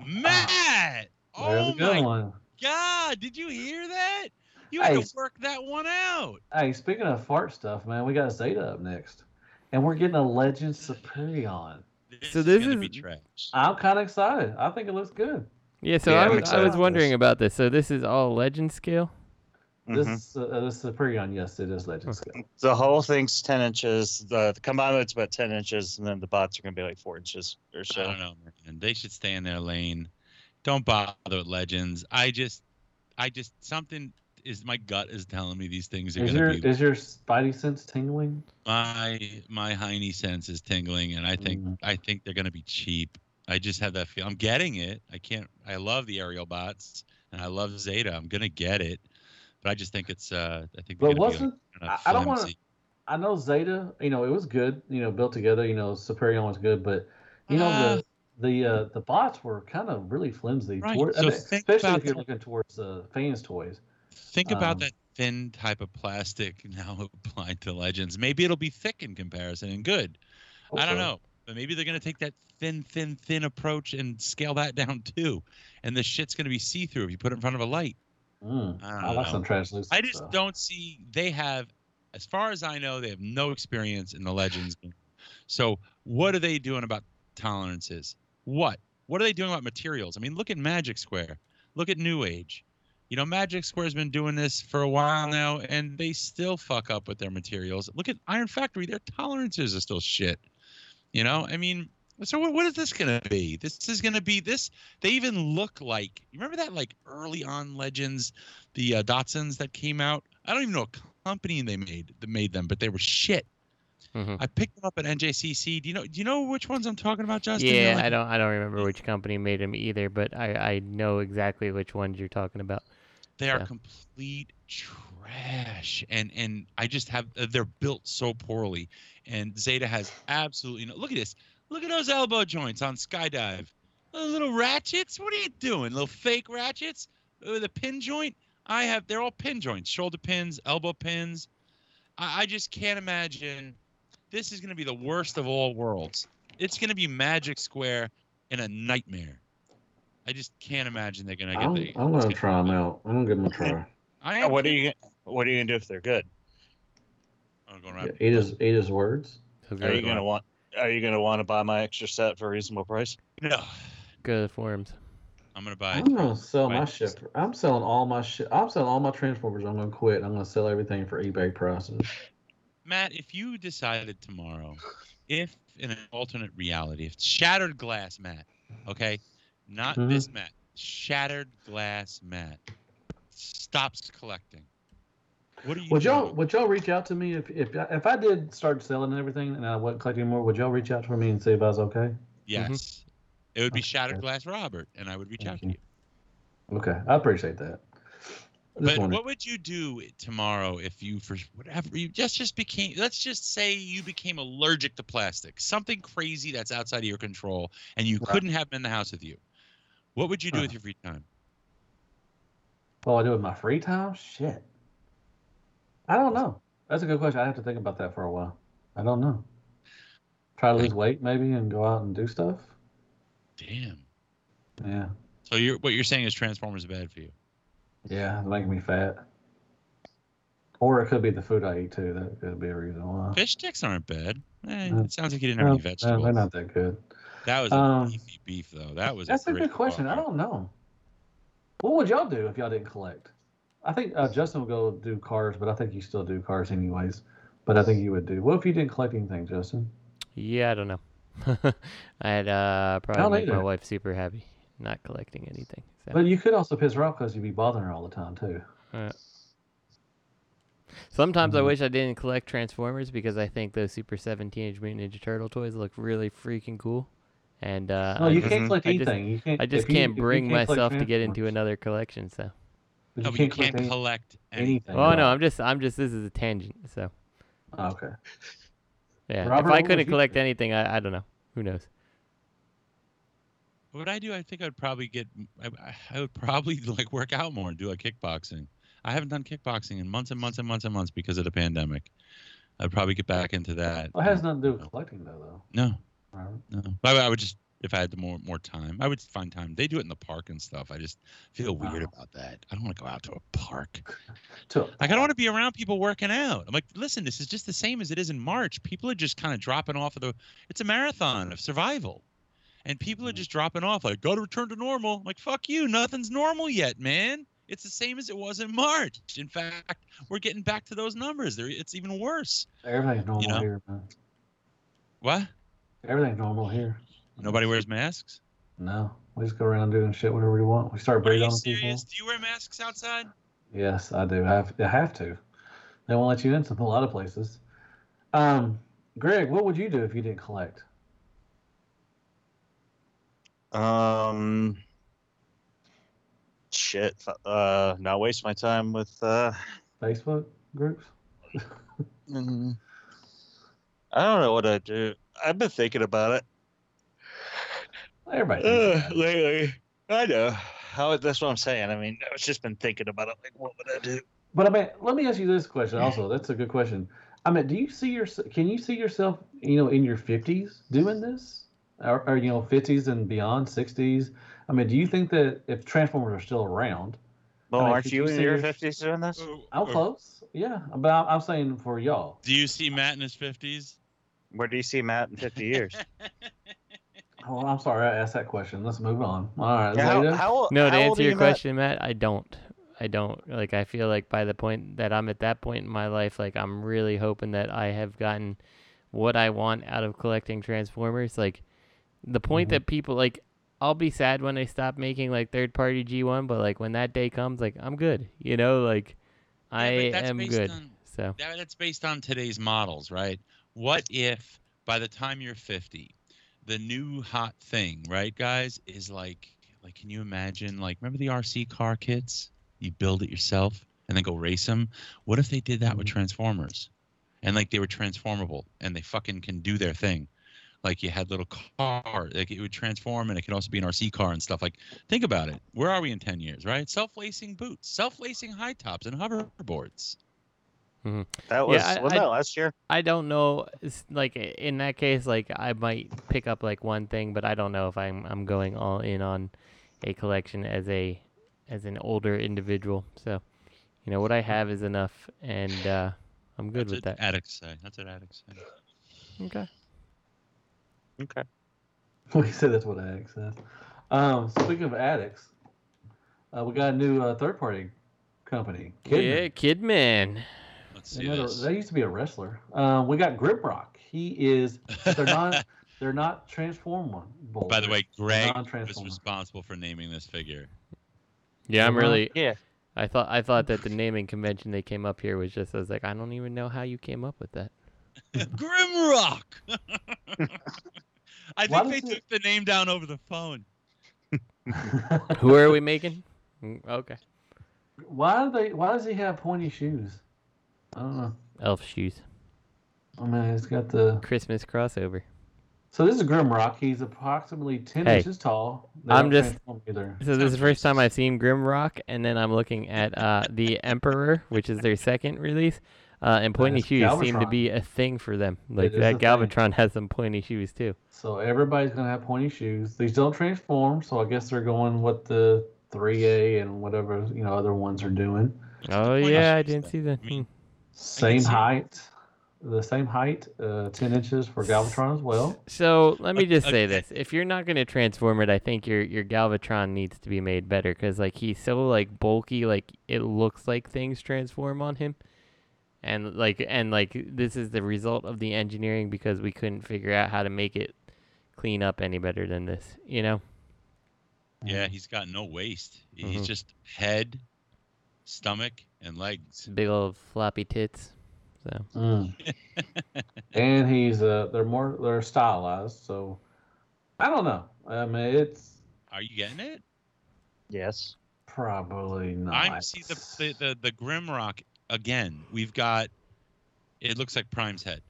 Matt! There's Oh a good my one. God! Did you hear that? You had Hey. to work that one out. Hey, speaking of fart stuff, man, we got Zeta up next, and we're getting a Legend Superion. So this gonna is- be trash. I'm kind of excited. I think it looks good. Yeah, so Yeah, I, I'm was, I excited was for wondering this. about this. So this is all legend scale. Mm-hmm. Mhm. This uh, this Superion, yes, it is Legend scale. The whole thing's ten inches. The, the combined width's about ten inches, and then the bots are gonna be like four inches or I so. don't know, man. They should stay in their lane. Don't bother with legends. I just, I just something is my gut is telling me these things are Is gonna your be is your Spidey sense tingling? my my hiney sense is tingling, and I think Mm. I think they're gonna be cheap. I just have that feel. I'm getting it. I can't. I love the aerial bots, and I love Zeta. I'm gonna get it, but I just think it's. uh I think. they're But gonna be, like, wasn't kinda I- I don't wanna- flimsy. I know Zeta? You know, it was good. You know, built together. You know, Superion was good, but you know Ah. the the uh, the bots were kind of really flimsy. Right, Toward, I so mean, think especially about if you're that. looking towards uh, fans' toys. Think about Um, that thin type of plastic now applied to legends. Maybe it'll be thick in comparison and good. I don't Hopefully. know. But maybe they're going to take that thin, thin, thin approach and scale that down too. And the shit's going to be see through if you put it in front of a light. Mm, I don't I, like know. some translucent. I just stuff. don't see they have, as far as I know, they have no experience in the Legends game. So what are they doing about tolerances? What? What are they doing about materials? I mean, look at Magic Square. Look at New Age. You know, Magic Square's been doing this for a while now, and they still fuck up with their materials. Look at Iron Factory; their tolerances are still shit. You know, I mean, so what, what is this gonna be? This is gonna be this. They even look like you remember that like early on Legends, the uh, Datsuns that came out. I don't even know what company they made that made them, but they were shit. Mhm. I picked them up at NJCC. Do you know? Do you know which ones I'm talking about, Justin? They're Yeah, like- I don't I don't remember which company made them either, but I I know exactly which ones you're talking about. They are Yeah. complete trash. trash, and and I just have uh, they're built so poorly, and Zeta has absolutely no. Look at this. Look at those elbow joints on Skydive. Those little ratchets. What are you doing? Little fake ratchets with a pin joint. I have. They're all pin joints, shoulder pins, elbow pins. I, I just can't imagine. This is going to be the worst of all worlds. It's going to be Magic Square in a nightmare. I just can't imagine they're going to get I'm, the. I'm gonna try them out. I'm gonna give them a try. I Now, Oh, Uh, What are you What are you gonna do if they're good? I'm going right. Eat his eat his words. So go, Are you to- gonna want Are you gonna want to buy my extra set for a reasonable price? No, go to the forums. I'm going to buy. I'm gonna sell my Right. shit. For, I'm selling all my shit. I'm selling all my transformers. I'm gonna quit. I'm gonna sell everything for eBay prices. Matt, if you decided tomorrow, if in an alternate reality, if shattered glass, Matt, okay, not Mhm. this Matt, shattered glass, Matt, stops collecting. What are you? Would y'all doing? would y'all reach out to me if if if I did start selling and everything and I wasn't collecting more? Would y'all reach out for me and see if I was okay? Yes, it would be Okay. shattered glass, Robert, and I would reach out to Oh, you. Okay, I appreciate that. I just But wanted- what would you do tomorrow if you, for whatever you just just became? Let's just say you became allergic to plastic, something crazy that's outside of your control, and you Right. couldn't have them in the house with you. What would you do Huh. with your free time? What do I do with my free time? Shit. I don't know. That's a good question. I have to think about that for a while. I don't know. Try to lose weight maybe and go out and do stuff. Damn. Yeah. So you're what you're saying is Transformers are bad for you. Yeah, it's making me fat. Or it could be the food I eat too. That could be a reason why. Fish sticks aren't bad. Eh, No. it sounds like you didn't have No, any vegetables. no, they're not that good. That was a Um, beefy beef though. That was. That's a great good question. I burger. don't know. What would y'all do if y'all didn't collect? I think uh, Justin would go do cars, but I think you still do cars anyways. But I think you would do. What if you didn't collect anything, Justin? Yeah, I don't know. I'd uh, probably Don't make my either. wife super happy, not collecting anything. So. But you could also piss her off because you'd be bothering her all the time too. Uh, Sometimes I Mm. wish I didn't collect Transformers because I think those Super Seven Teenage Mutant Ninja Turtle toys look really freaking cool, and uh, No, I you just, can't collect I just- anything. you can't, I just if you- can't if you bring can't collect myself to get into Transformers, another collection. So, but No, but you can't any- collect anything. anything. oh right? no, I'm just, I'm just. This is a tangent. So, Oh, okay. yeah, if Robert, I what would couldn't you collect do? anything, I, I don't know. Who knows? What would I do? I think I'd probably get. I, I- I would probably like work out more and do like kickboxing. I haven't done kickboxing in months and months and months and months because of the pandemic. I'd probably get back into that. Well, it has nothing to do with collecting though, though. no, Robert. no. I, I would just if I had the more more time, I would find time. They do it in the park and stuff. I just feel weird Wow. about that. I don't want to go out to a park. To- Like I don't want to be around people working out. I'm like, listen, this is just the same as it is in March. People are just kind of dropping off of the. It's a marathon of survival, and people are just dropping off. Like, got to return to normal. I'm like, fuck you, nothing's normal yet, man. It's the same as it was in March. In fact, we're getting back to those numbers. There, it's even worse. Everything's normal know? here, man. What? Everything's normal here. Nobody wears masks. No, we just go around doing shit whatever we want. We start Are breathing you on people. serious? Do you wear masks outside? Yes, I do. I have, I have to. They won't let you in some a lot of places. Um, Greg, what would you do if you didn't collect? Um, shit. Uh, not waste my time with. Uh, Facebook groups? mm, I don't know what I do. I've been thinking about it Everybody. thinks uh, about it. lately. I know. How, that's what I'm saying. I mean, I've just been thinking about it. Like, what would I do? But I mean, let me ask you this question also. That's a good question. I mean, do you see your can you see yourself, you know, in your 50s doing this? Or, or you know, 50s and beyond, 60s? I mean, do you think that if Transformers are still around, Well, mean, aren't could you you in say your you're- fifties doing this? I'm close. Yeah, but I'm, I'm saying for y'all. Oh, Do you see Matt in his fifties? Where do you see Matt in fifty years? Oh, I'm sorry, I asked that question. Let's move on. All right, Yeah, Zeta. how- No, to how old answer are your you, Matt? question, Matt, I don't. I don't. Like, I feel like by the point that I'm at that point in my life, like, I'm really hoping that I have gotten what I want out of collecting Transformers. Like, the point Mm-hmm. that people, like, I'll be sad when they stop making, like, third party G1, but, like, when that day comes, like, I'm good. You know, like, I but that's am based good. on- So, that, that's based on today's models, right? What if by the time you're 50, the new hot thing, right, guys, is like, like, can you imagine? Like, remember the RC car kits? You build it yourself. and then go race them. What if they did that with Transformers, and like they were transformable and they fucking can do their thing? Like you had little car, like it would transform, and it could also be an RC car and stuff. Like, think about it. Where are we in ten years, right? Self-lacing boots, self-lacing high tops, and hoverboards. That Yeah, was I- well, I- no, last year. I don't know. it's Like in that case, like I might pick up like one thing, but I don't know if I'm I'm going all in on a collection as a as an older individual. So, you know, what I have is enough, and uh, I'm good That's with what that. Addicts say. That's what addicts say. Okay. Okay. We said that's what addicts says. Um, speaking of addicts, uh, we got a new uh, third party company. Yeah, Kidman. Kidman. Let's see Another- this. That used to be a wrestler. Um, we got Grimrock. He is. They're not. they're not transformable. By the way, Greg was non-transformer. responsible for naming this figure. Yeah, I'm Kidman? really. Yeah. I thought I thought that the naming convention they came up here was just. I was like, I don't even know how you came up with that. Grimrock. I Why think they does it- took the name down over the phone. Who are we making? Mm, Okay. why do they? Why does he have pointy shoes? I don't know. Elf shoes. I mean, it's got the. Christmas crossover. So this is Grimrock. He's approximately ten Hey. inches tall. I'm don't just- transform either. So this is the first time I've seen Grimrock, and then I'm looking at uh, the Emperor, which is their second release. Uh, and pointy is shoes seem to Galvatron. be a thing for them. Like is that a thing. Galvatron has some pointy shoes too. So everybody's gonna have pointy shoes. These don't transform, so I guess they're going with the three A and whatever you know other ones are doing. What's the Oh point of yeah, I this didn't thing? see that. I mean, Same see it. height, the same height, uh, ten inches for Galvatron as well. So let me Okay, just say okay. this: if you're not gonna transform it, I think your your Galvatron needs to be made better because like he's so like bulky, like it looks like things transform on him, and like and like this is the result of the engineering because we couldn't figure out how to make it clean up any better than this, you know. Hmm. Yeah, he's got no waist. He's Mhm. just head, stomach, and legs. big old floppy tits. So Mm. and he's uh, they're more they're stylized, so I don't know. I mean, it's Are you getting it? Yes. probably not. I'm see the the the, the Grimrock again. We've got. It looks like Prime's head.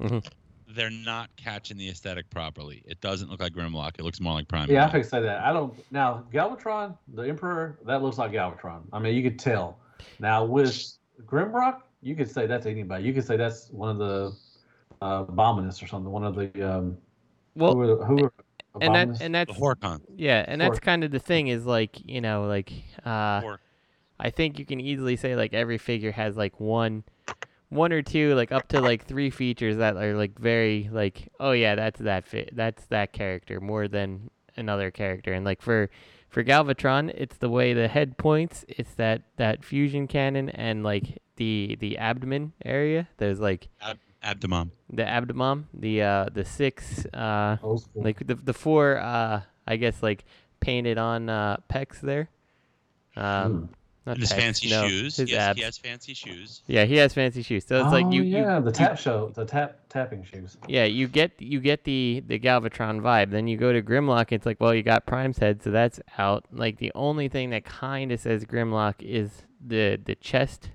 Mhm. They're not catching the aesthetic properly. It doesn't look like Grimlock. It looks more like Prime. Yeah, I Head. could say that. I don't now Galvatron, the Emperor, that looks like Galvatron. I mean, you could tell. Now with Grimrock, you could say that's anybody. You could say that's one of the uh, Abominus or something. One of the um, well, who are the, who are and Abominus? that and the that's Horcon. yeah, and that's Sure. kind of the thing is like you know like uh, Or I think you can easily say like every figure has like one, one or two like up to like three features that are like very like oh yeah that's that fit that's that character more than another character and like for for Galvatron it's the way the head points it's that that fusion cannon and like the the abdomen area there's like ab- abdomen. the abdomen, the uh, the six, uh, old school. like the the four, uh, I guess like painted on uh, pecs there. Hmm. Um, not And his pecs, fancy no, shoes. His yes, abs. he has fancy shoes. Yeah, he has fancy shoes. So it's like you, Oh, yeah, you the tap show, the tap tapping shoes. yeah, you get you get the the Galvatron vibe. Then you go to Grimlock. It's like, well, you got Prime's head, so that's out. Like the only thing that kind of says Grimlock is the the chest.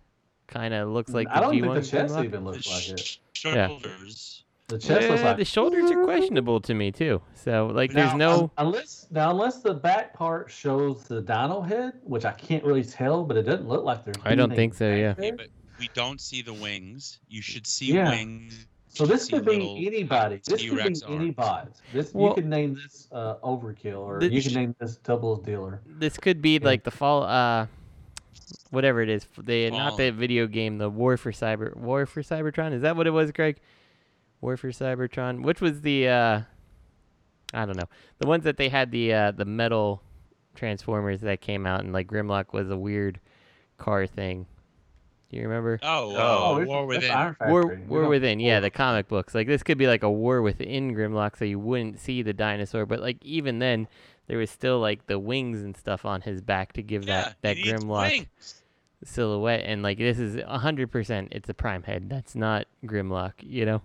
Kind of looks like the I don't G1 think the chest Grimlock. even looks The like it. sh- shoulders. The chest looks Yeah, like the shoulders are questionable to me too. So like, there's Now, no. un- unless now unless the back part shows the dino head, which I can't really tell, but it doesn't look like there's. I don't anything think so, back yeah. there. but we don't see the wings. You should see Yeah. wings. So You this see could be little- anybody. This could T-Rex be arms. anybody. This Well- you could name this uh, overkill, or Th- you could name this doubles dealer. Uh, this could be Yeah. like the fall uh whatever it is the not the Fallen. video game the war for cyber war for cybertron is that what it was greg war for cybertron which was the uh i don't know the ones that they had the uh the metal transformers that came out and like grimlock was a weird car thing do you remember Oh, Oh, uh, it's- War it's Within. Iron War, Factory. You're War not- Within, yeah, War- the comic books. Like this could be like a war within Grimlock, so you wouldn't see the dinosaur. But like even then, there was still like the wings and stuff on his back to give Yeah, that that he needs Grimlock wings. silhouette. And like this is hundred percent, it's a prime head. That's not Grimlock, you know.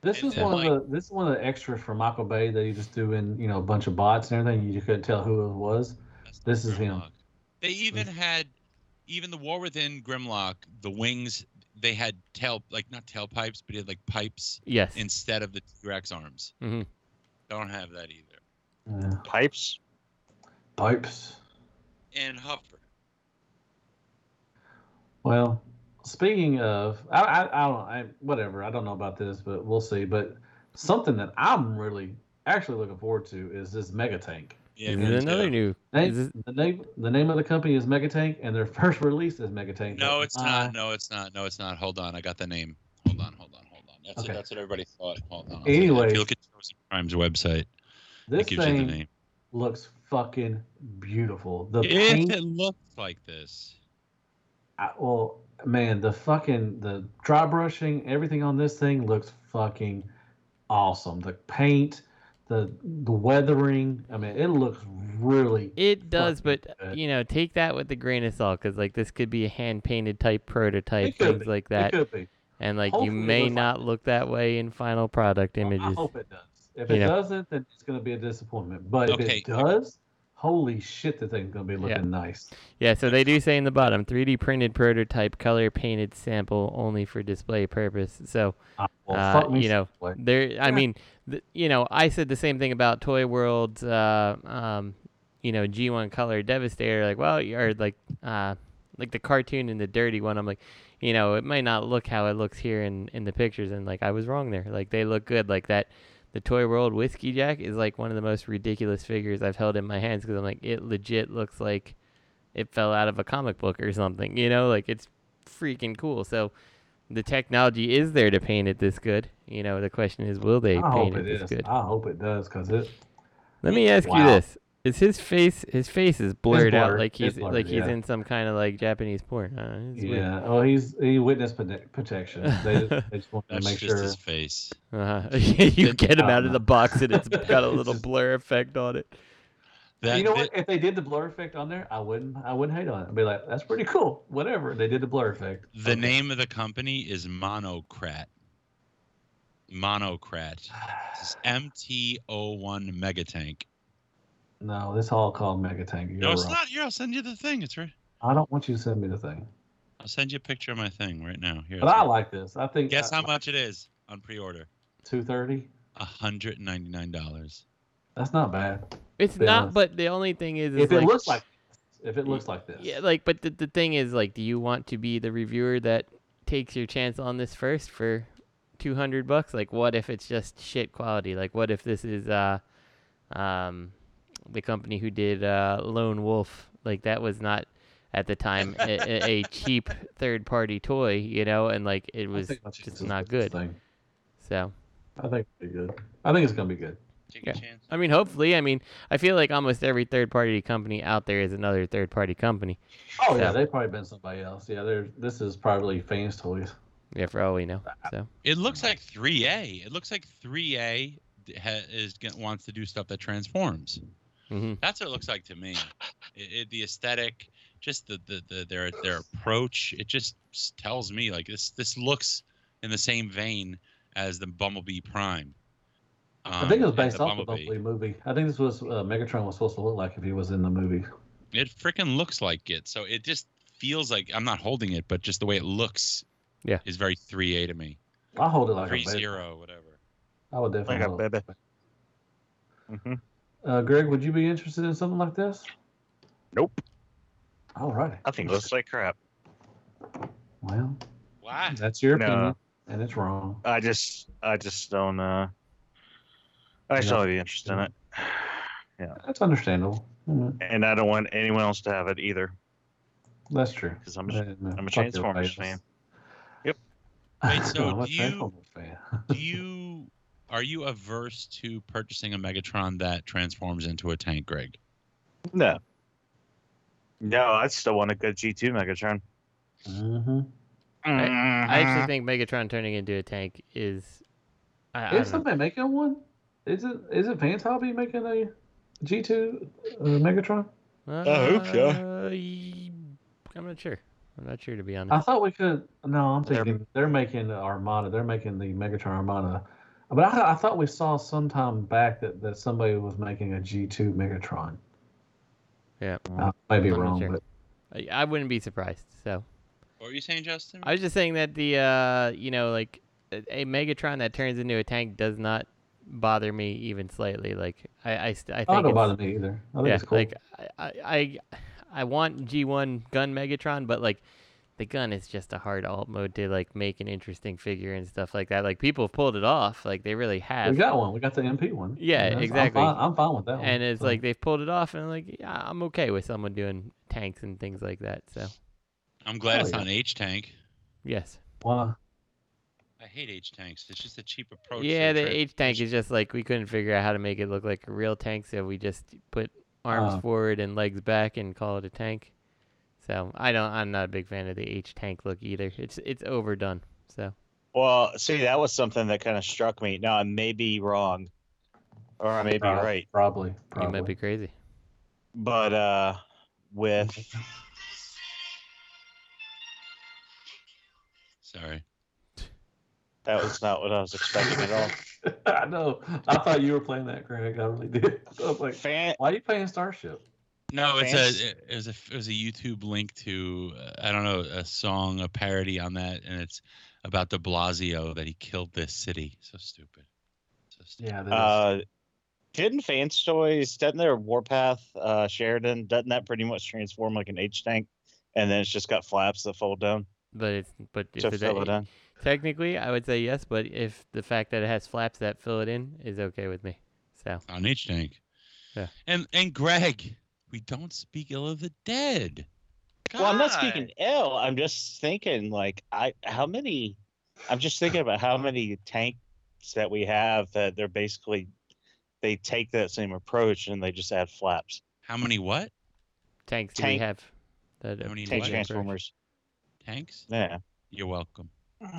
This And is then, one of the this is one of the extras from Michael Bay that you just do in you know a bunch of bots and everything. You couldn't tell who it was. That's This not is him. Grimlock. They even had even the War Within Grimlock, the wings they had tail like not tailpipes, but it had like pipes. Yes. Instead of the T-Rex arms. Mm-hmm. Don't have that either. Pipes. Uh, Pipes. And Huffer. Well, speaking of, I, I, I don't, I, whatever, I don't know about this, but we'll see. But something that I'm really actually looking forward to is this Mega Tank. Yeah. is me it another too. new? They- Is it, the name, the name of the company is Mega Tank, and their first release is Mega Tank. No, it's Uh, not. No, it's not. No, it's not. Hold on. I got the name. Hold on. Hold on. Hold on. That's Okay. it. That's what everybody thought. Hold on. Anyways. if you look at Chosen Crime's website, This it gives you the thing name. looks fucking beautiful. The paint, It looks like this. I, well, man, the fucking the dry brushing, everything on this thing looks fucking awesome. The paint, the the weathering. I mean, it looks really. it does, fucking but good. you know, take that with a grain of salt, because like this could be a hand painted type prototype, It could things be. like that, It could be. and like you Hopefully it may looks like not that. look that way in final product images. I hope it does. If You it know. doesn't, then it's gonna be a disappointment. But if Okay. it does, holy shit, the thing's gonna be looking nice. Yeah, so they do say in the bottom 3D printed prototype color painted sample only for display purpose. So, Ah, well, uh, fuck me you know, some way. there I mean, th- you know, I said the same thing about Toy World's uh um you know, G1 color devastator like, well, you- or like uh like the cartoon and the dirty one. I'm like, you know, it might not look how it looks here in in the pictures and like I was wrong there. Like they look good like that the Toy World Whiskey Jack is like one of the most ridiculous figures I've held in my hands because I'm like, it legit looks like it fell out of a comic book or something. You know, like it's freaking cool. So the technology is there to paint it this good. You know, the question is, will they I paint hope it it this is. good? I hope it does, cause it. Let me ask you Wow. this: Is his face? His face is blurred, out, blurred. like It's he's blurred, like he's yeah. in some kind of like Japanese porn. Uh, it's weird. Yeah. Oh, he's he witness prote- protection. They just, they just want to That's make just sure. his face. Uh-huh. you Good get him job, out of man. the box, and it's got a It's little just- blur effect on it. That, you know that- what? If they did the blur effect on there, I wouldn't. I wouldn't hate on it. I'd be like, that's pretty cool. Whatever they did the blur effect. The name of the company is Monocrat. Monocrat. It's MT01 Megatank. No, this all called Mega Tank. You're No, it's wrong. not. Here, I'll send you the thing. It's right. I don't want you to send me the thing. I'll send you a picture of my thing right now. Here. But I like this. I think. Guess how much it is on pre-order? Two thirty. hundred ninety nine dollars. That's not bad. It's Yeah. not, but the only thing is, is If it like, looks like. this, If it looks like this. Yeah, like, but the, the thing is, like, do you want to be the reviewer that takes your chance on this first for two hundred bucks? Like, what if it's just shit quality? Like, what if this is uh, um, the company who did uh, Lone Wolf? Like, that was not at the time a, a- a cheap third party toy, you know, and like it I was think my chances just not with this good. thing. So. I think it'll be good. I think it's gonna be good. Take Yeah. a chance. I mean, hopefully. I mean, I feel like almost every third-party company out there is another third-party company. Oh yeah, So- they've probably been somebody else. Yeah, they're, this is probably fans' toys. Yeah, for all we know. So It looks like 3A. It looks like 3A d- ha- is g- wants to do stuff that transforms. Mhm. That's what it looks like to me. It, it, the aesthetic, just the, the, the their their approach, it just s- tells me like this this looks in the same vein as the Bumblebee Prime. I think it Um, was and based off the Bumblebee movie. I think this was uh, Megatron was supposed to look like if he was in the movie. It freaking looks like it. So it just feels like I'm not holding it, but just the way it looks, Yeah. is very 3A to me. I hold it like Three a baby. zero, whatever. I would Like definitely. a hold it. baby. hmm Uh, Greg, would you be interested in something like this? Nope. All right. I think it looks like crap. Well, Why? that's your No. opinion, and it's wrong. I just, I just don't. Uh, I just Yeah. don't have any interest in it, That's understandable. Mhm. and I don't want anyone else to have it either. That's true. 'Cause I'm a- And, uh, I'm a fuck Transformers everybody else. Yep. Wait, so I'm a do you- Transformers fan. do you are you averse to purchasing a Megatron that transforms into a tank, Greg? No. No, I still want a good G2 Megatron. Mhm. I actually think Megatron turning into a tank is. I, I Is don't know. somebody making one? Is it is it Fans Hobby making a G two uh, Megatron? I hope so. Uh, I'm not sure. I'm not sure to be honest. I thought we could. No, I'm They're- thinking they're, making the Armada. They're making the Megatron Armada. But I, I thought we saw sometime back that, that somebody was making a G2 Megatron. Yeah. I may be I'm not wrong, sure. but I, I wouldn't be surprised. So What were you saying, Justin? I was just saying that the uh, you know, like a a Megatron that turns into a tank does not bother me even slightly. Like I, I, st- I think Oh, it don't it's- bother me either. I think yeah, it's cool. like I, I, I, I want G1 gun Megatron, but like the gun is just a hard alt mode to like make an interesting figure and stuff like that. Like people have pulled it off, like they really have. we got one. We got the MP one. Yeah, that's- exactly. I'm fine, I'm fine with that one. and it's So, like they've pulled it off, and like yeah, I'm okay with someone doing tanks and things like that. So I'm glad Oh, it's yeah. not an H tank. yes, why- I hate H tanks. It's just a cheap Oh, approach. to yeah, the trans- H tank is just like we couldn't figure out how to make it look like a real tank, so we just put arms Oh. forward and legs back and call it a tank. So I don't, I'm not a big fan of the H tank look either. It's it's overdone. So Well, see, that was something that kind of struck me. Now I may be wrong, or I may be uh, right, Probably. you probably. might be crazy. but uh, with Sorry. that was not what I was expecting at all. I know. I thought you were playing that, Greg. I really did. I was like, Fan, why are you playing Starship? No, it's Fans- a it was a it was a YouTube link to uh, I don't know a song a parody on that, and it's about De Blasio that he killed this city. So stupid. So stupid. Yeah. that is- uh, didn't Fans Toys, doesn't their Warpath uh, Sheridan, doesn't that pretty much transform like an H tank? And then it's just got flaps that fold down But it's but if to it- fill it in. technically, I would say yes. But if the fact that it has flaps that fill it in is okay with me. So Not an H tank. Yeah. And and Greg, we don't speak ill of the dead. Well, I'm not God. speaking ill. I'm just thinking like I how many I'm just thinking about how many tanks that we have that they're basically they take that same approach and they just add flaps. How many what tanks Tank- do we have? That How are many Tank What? fully encroached? transformers. tanks? Yeah. You're welcome.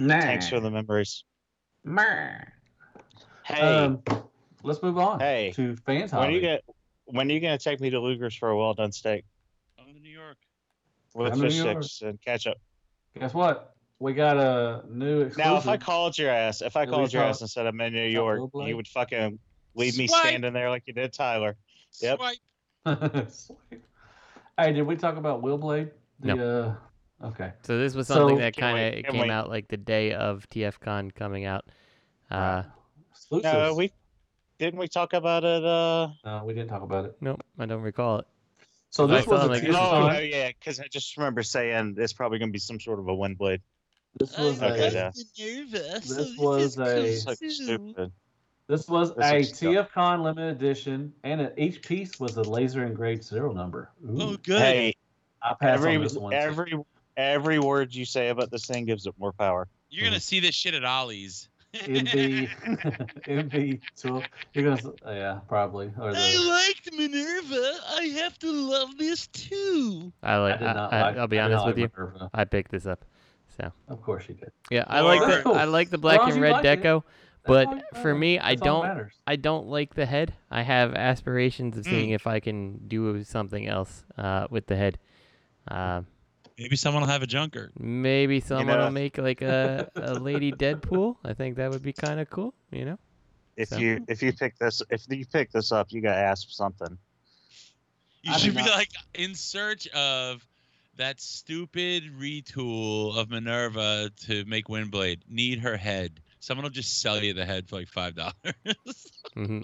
Tanks for the memories. Hey, Um, let's move on Hey. to fans. when are you Hobby. gonna when are you gonna take me to Luger's for a well done steak I'm in New York. with Come to fish New York. sticks and ketchup? Guess what? We got a new exclusive. Now, if I called your ass, if I Did we called your talk- ass and said I'm in New talk York, Robley? you would fucking leave me Swipe. standing there like you did Tyler. Yep. Swipe. hey, did we talk about Willblade? The, Uh, okay. So this was So- something that Can't wait, kind of can't came wait. out like the day of TFCon coming out. Uh, Exclusives. No, we didn't we talk about it uh No, we didn't talk about it. nope, I don't recall it. So I this saw was him a like, two "Oh, Oh, time. yeah, because I just remember saying it's probably going to be some sort of a wind blade. This was Okay, a yeah. this was a It's like stupid. this was This a is dumb. TFCon limited edition, and it, each piece was a laser engraved serial number. Ooh, Oh, good. Hey, I pass every on this one. too. every every word you say about this thing gives it more power. You're gonna see this shit at Ollie's. MB MB twelve. You're gonna s- yeah probably or the, I liked Minerva. I have to love this too. I I like. did I not I, like. will be I did honest not with you. like Minerva. I picked this up. So Of course you did. yeah, I like Alright. the I like the As black long as and you red like it. deco, That's all but you- for me, I that's all that don't matters. I don't like the head. I have aspirations of seeing Mm. if I can do something else uh, with the head. Uh, Maybe someone will have a junker. maybe someone will know- make like a, a Lady Deadpool. I think that would be kind of cool. You know. If So- you if you pick this if you pick this up, you got to ask something. You I do should be not- like in search of that stupid retool of Minerva to make Windblade. Need her head. Someone will just sell you the head for like five dollars. hmm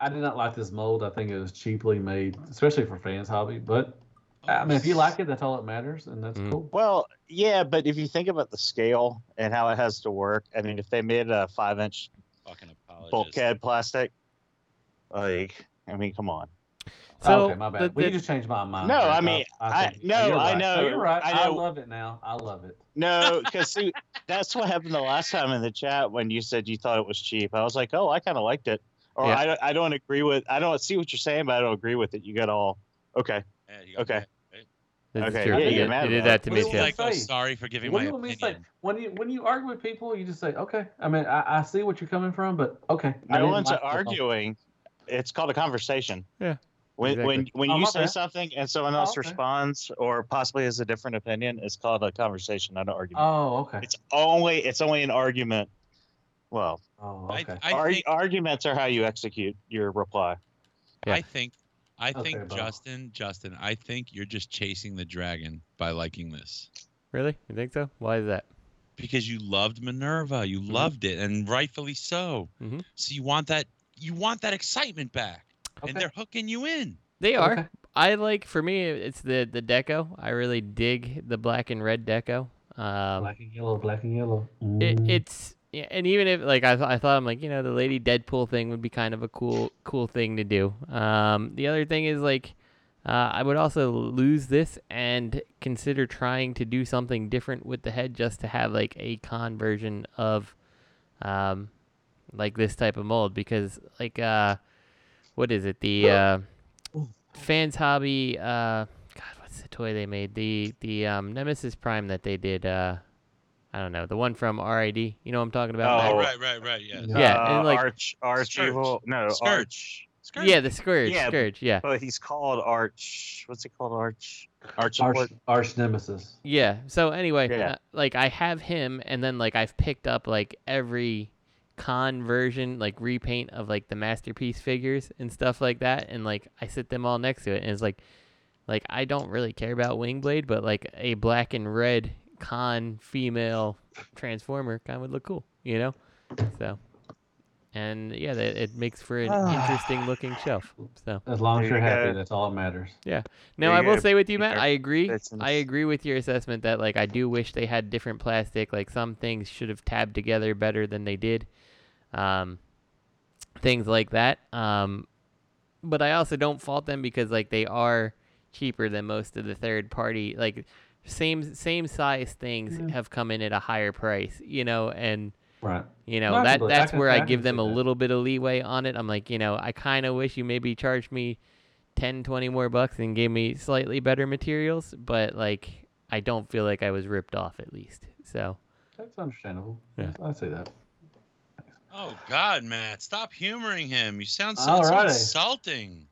I did not like this mold. I think it was cheaply made, especially for fans' hobby. But I mean, if you like it, that's all that matters, and that's Mm. cool. Well, yeah, but if you think about the scale and how it has to work, I mean, if they made a five inch fucking apologies. bulkhead plastic, like, I mean, come on. So okay, my bad. the- well, you the- just changed my mind. No, Greg. I mean, I- think- no, you're I right. know- you're right. I I, know. love it now. I love it. No, because see, that's what happened the last time in the chat when you said you thought it was cheap. I was like, oh, I kind of liked it, or Yeah. I don't, I don't agree with, I don't see what you're saying, but I don't agree with it. You got all okay. Yeah, you got Okay. that. That's Okay, true. yeah, They you're did- mad they did about that it. to What me do you too. want Like, oh, sorry for giving What my do you want me to say? opinion. When you when you argue with people, you just say, okay. I mean, I, I see what you're coming from, but okay. No didn't one's like the- arguing. It's called a conversation. Yeah, When when exactly. when Oh, you my say bad. something and someone Oh, else okay. responds or possibly has a different opinion, it's called a conversation, not an argument. Oh, okay. it's only it's only an argument. Well, Oh, I, okay. I arg- think, arguments are how you execute your reply. Yeah. I think I Okay, think Bo. Justin, Justin, I think you're just chasing the dragon by liking this Really? You think so? Why is that? because you loved Minerva, you Mm-hmm. loved it, and rightfully so. Mhm. So you want that, you want that excitement back, Okay. and they're hooking you in. They are. Okay. I like for me it's the the deco. I really dig the black and red deco. Um Uh, black and yellow, black and yellow. it, Mm. it's yeah, and even if like I, I thought I'm like you know the Lady Deadpool thing would be kind of a cool cool thing to do. Um, the other thing is like uh, I would also lose this and consider trying to do something different with the head just to have like a con version of um, like this type of mold because like uh, what is it the uh, fans hobby uh, God what's the toy they made the the um, Nemesis Prime that they did. Uh, I don't know the one from RID. You know what I'm talking about? Matt? Oh. Right, right, right. Yeah. Yeah. Yeah, Uh, and like Arch, Arch Scourge. Evil. No, Scourge. Arch. Skirt. yeah, the scourge, Yeah, scourge, yeah, But he's called Arch. What's it called? Arch. Arch. arch, arch nemesis. yeah. So anyway, Yeah. uh, like I have him, and then like I've picked up like every con version, like repaint of like the masterpiece figures and stuff like that, and like I sit them all next to it, and it's like, like I don't really care about Wingblade, but like a black and red con female transformer kind of would look cool, you know? So, and yeah, that, it makes for an interesting looking shelf. So. As long as There you're you happy, go. that's all that matters. Now There I you will go. say with you, You Matt, got I agree. bits and I s- agree with your assessment that like I do wish they had different plastic. Like some things should have tabbed together better than they did. Um, things like that. Um, but I also don't fault them because like they are cheaper than most of the third party. Like same same size things Yeah. have come in at a higher price, you know, and Right. you know I can that believe- I that's can- where I I can give them see a that. little bit of leeway on it. I'm like, you know, I kind of wish you maybe charged me 10, 20 more bucks and gave me slightly better materials, but like I don't feel like I was ripped off at least. So That's understandable. Yeah. I say that. Oh God, Matt, stop humoring him. You sound so, All so righty. insulting.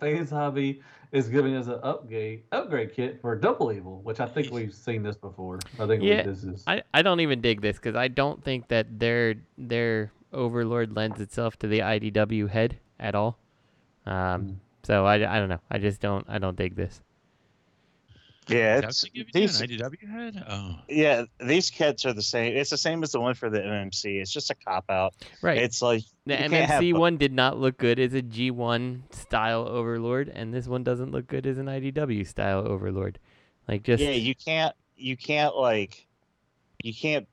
Fans Hobby is giving us an upgrade upgrade kit for Double Evil, which I think we've seen this before. I think we- Yeah, this is I, I don't even dig this because I don't think that their their Overlord lends itself to the IDW head at all. Um, Mm. So I, I don't know. I just don't I don't dig this. Yeah, Is that what it's, they give you? these, An IDW head? Oh. yeah, these kits are the same. It's the same as the one for the MMC. It's just a cop out. Right. It's like The you can't have MMC both. one did not look good as a G1 style overlord, and this one doesn't look good as an IDW style overlord. Like just Yeah, you can't. You can't like. You can't.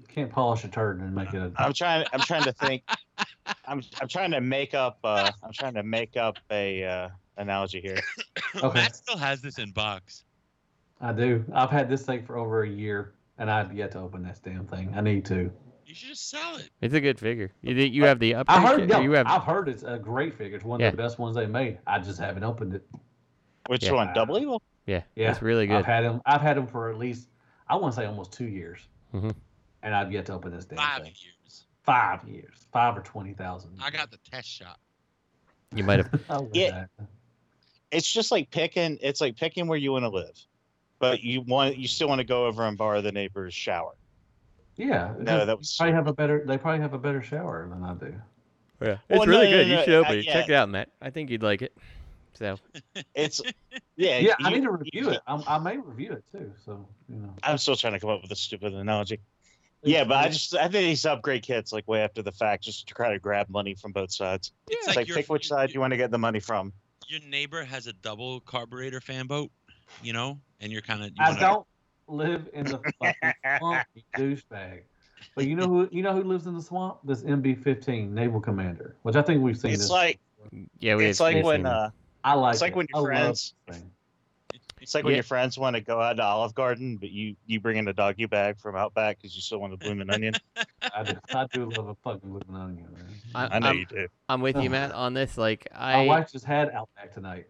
you can't polish a turd and make it a I'm trying. I'm trying to think. I'm. I'm trying to make up. Uh, I'm trying to make up a uh, analogy here. Okay. Matt still has this in box. I do. I've had this thing for over a year and I've yet to open this damn thing. I need to. You should just sell it. it's a good figure. You did- you have the upgrade. I heard kit, or yeah, you have I've heard it's a great figure. It's one Yeah. of the best ones they made. I just haven't opened it. Which Yeah. one? Double evil? yeah, Yeah, it's really I've good. had them I've had them for at least I want to say almost two years. Mhm. And I've yet to open this damn Five thing. years. Five years. Five or twenty thousand. I got the test shot. You might have. I want Yeah. that. It's just like picking. It's like picking where you want to live, but you want. You still want to go over and borrow the neighbor's shower. Yeah. No, just- that was- probably have a better they probably have a better shower than I do. Yeah. It's Well, no, really no, good. no, you no, should open uh, it. yeah. Check it out, Matt. I think you'd like it. So It's. Yeah. Yeah, I you- need you to review can't- it. I'm, I may review it too. So you know. I'm still trying to come up with a stupid analogy. Yeah, but I just I think these upgrade kits like way after the fact, just to try to grab money from both sides. It's It's like, your- pick which your- side you want to get the money from. Your neighbor has a double carburetor fan boat, you know, and you're kind of. You I wanna- don't live in the fucking swamp, you douchebag. But you know who you know who lives in the swamp? This MB15 naval commander, which I think we've seen. It's this. like yeah, we. it's have- like we've seen when that. uh, I like. it's like it. when I your love friends this thing. it's like when Yeah. your friends want to go out to Olive Garden, but you you bring in a doggy bag from out back because you still want a blooming onion. I do, I do love a fucking living onion. Man. I, I know you am do. I'm with you, uh, Ugh. Matt, on this. Like My I, wife just had Outback tonight.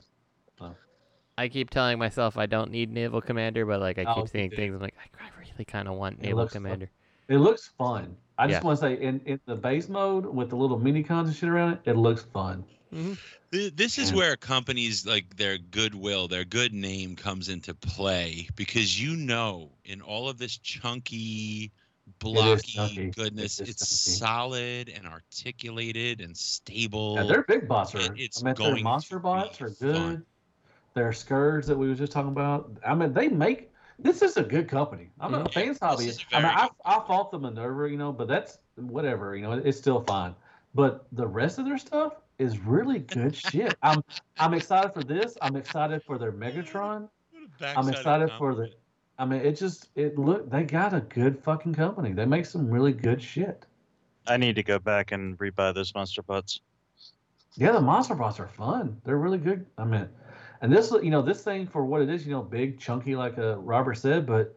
I keep telling myself I don't need naval commander, but like I No, keep you seeing do. things. I'm like, I I really kind of want It naval looks like- commander. It looks fun. I just Yeah. want to say, in, in the base mode with the little mini cons and shit around it, it looks fun. Th- This is Yeah. where companies like their goodwill, their good name comes into play because you know, in all of this chunky blocky chunky. goodness. It's It's, just chunky. solid and articulated and stable. Yeah, their big bots are. It- it's I mean, going their monster to bots be are good. fun. Their scourge that we were just talking about. I mean, they make this is a good company. I'm not a Mhm. fan's This hobby. is a I mean, very I, good I fought the Minerva, you know, but that's whatever. You know, it's still fine. But the rest of their stuff is really good shit. I'm I'm excited for this. I'm excited for their Megatron. What a backside of excited for the- compliment. I mean, it just it look they got a good fucking company. They make some really good shit. I need to go back and rebuy those monster butts. Yeah, the monster bots are fun. They're really good. I mean, and this, you know, this thing for what it is, you know, big, chunky, like uh, Robert said, but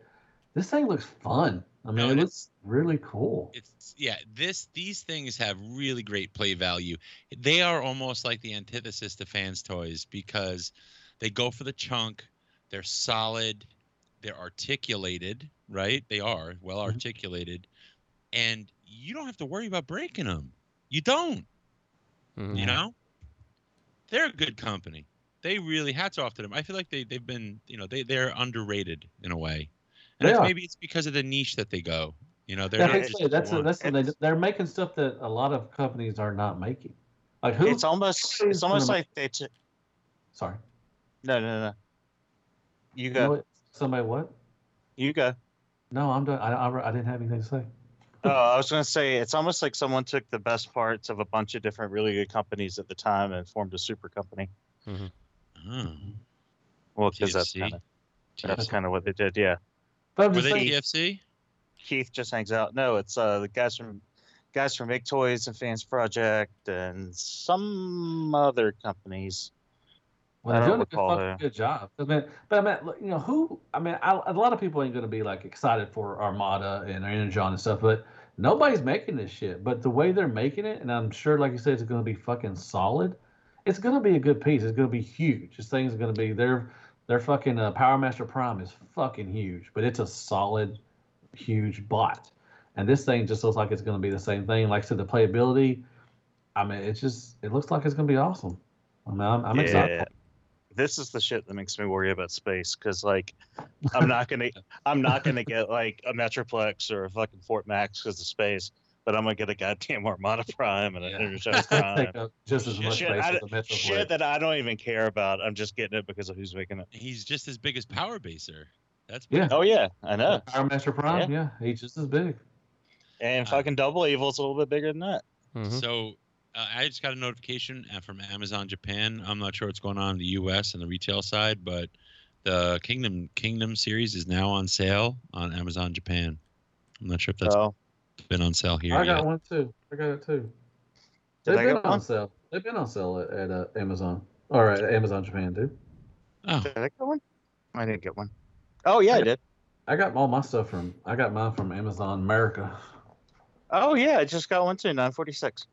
this thing looks fun. I mean, No, it it looks really cool. It's yeah, this these things have really great play value. They are almost like the antithesis to fans toys because they go for the chunk, they're solid, they're articulated, right? They are well Mm-hmm. articulated and you don't have to worry about breaking them. You don't, Mhm. you know? They're a good company. They really hats off to them. I feel like they they've been, you know, they they're underrated in a way. And They it's, are. maybe it's because of the niche that they go. You know, they're Yeah, not like I just said, that's a, one. that's what they, It's- they're making stuff that a lot of companies are not making. Like who? It's almost it's almost like they took sorry. no no no. You You know go what? somebody what? you go. No, I'm done. I, I, I didn't have anything to say. Oh, I was gonna say it's almost like someone took the best parts of a bunch of different really good companies at the time and formed a super company. Oh. Well, because that's TFC? kind of that's TFC. kind of what they did. Yeah, But I'm Were just they saying, TFC? Keith just hangs out. No, it's uh the guys from guys from Make Toys and Fans Project and some other companies. Well, I they're don't doing a good, recall fucking who. good job. I mean, but I mean, look, you know, who? I mean, I, a lot of people ain't gonna be like excited for Armada and Energon and stuff, but nobody's making this shit. But the way they're making it, and I'm sure, like you said, it's gonna be fucking solid. It's gonna be a good piece. It's gonna be huge. This thing's gonna be their their fucking uh, Power Master Prime is fucking huge, but it's a solid, huge bot. And this thing just looks like it's gonna be the same thing. Like I said, the playability. I mean, it's just it looks like it's gonna be awesome. I mean, I'm, I'm excited. Yeah. This is the shit that makes me worry about space because, like, I'm not gonna, I'm not gonna get like a Metroplex or a fucking Fort Max because of space, but I'm gonna get a goddamn Armada Prime and an Yeah. Energize That'd Prime. take up uh, just as Shit, much Uh, shit, space I as the Metro Shit Blade. that I don't even care about. I'm just getting it because of who's making it. He's just as big as Power Baser. That's Yeah. Oh yeah, I know. Power Master Prime, yeah. he's just as big. Uh, And fucking Double Evil's a little bit bigger than that. Mhm. so. Uh, I just got a notification uh, from Amazon Japan. I'm not sure what's going on in the U.S. and the retail side, but the Kingdom Kingdom series is now on sale on Amazon Japan. I'm not sure if that's So been on sale here Oh. I yet. got one too. I got it too. Did They've I been get on one? sale. They've been on sale at, at uh, Amazon or at Amazon Japan, dude. Oh, did I get one? I didn't get one. Oh yeah, I did. I got all my stuff from. I got mine from Amazon America. Oh yeah, I just got one too. 946.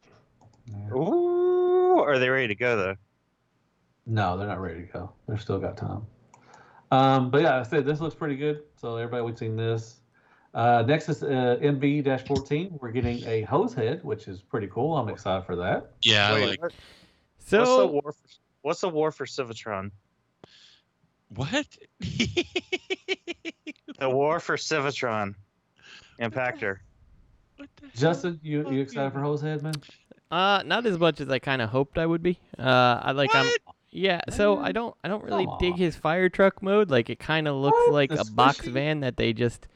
Yeah. Ooh, are they ready to go though? No, they're not ready to go. They've still got time. Um, but yeah, I said this looks pretty good. So everybody, we've seen this. Uh, next is uh, MB-14. We're getting a hose head, which is pretty cool. I'm excited for that. yeah. Wait, like what- what's the So war? For, what's the war for Civatron? what? The war for Civatron. Impactor. What the hell? Justin, you you excited for hose head, man? uh not as much as I kinda hoped I would be. Uh I like I'm What? yeah, so I don't I don't really dig Aw. his fire truck mode. Like it kinda looks What? like The a box squishy- van that they just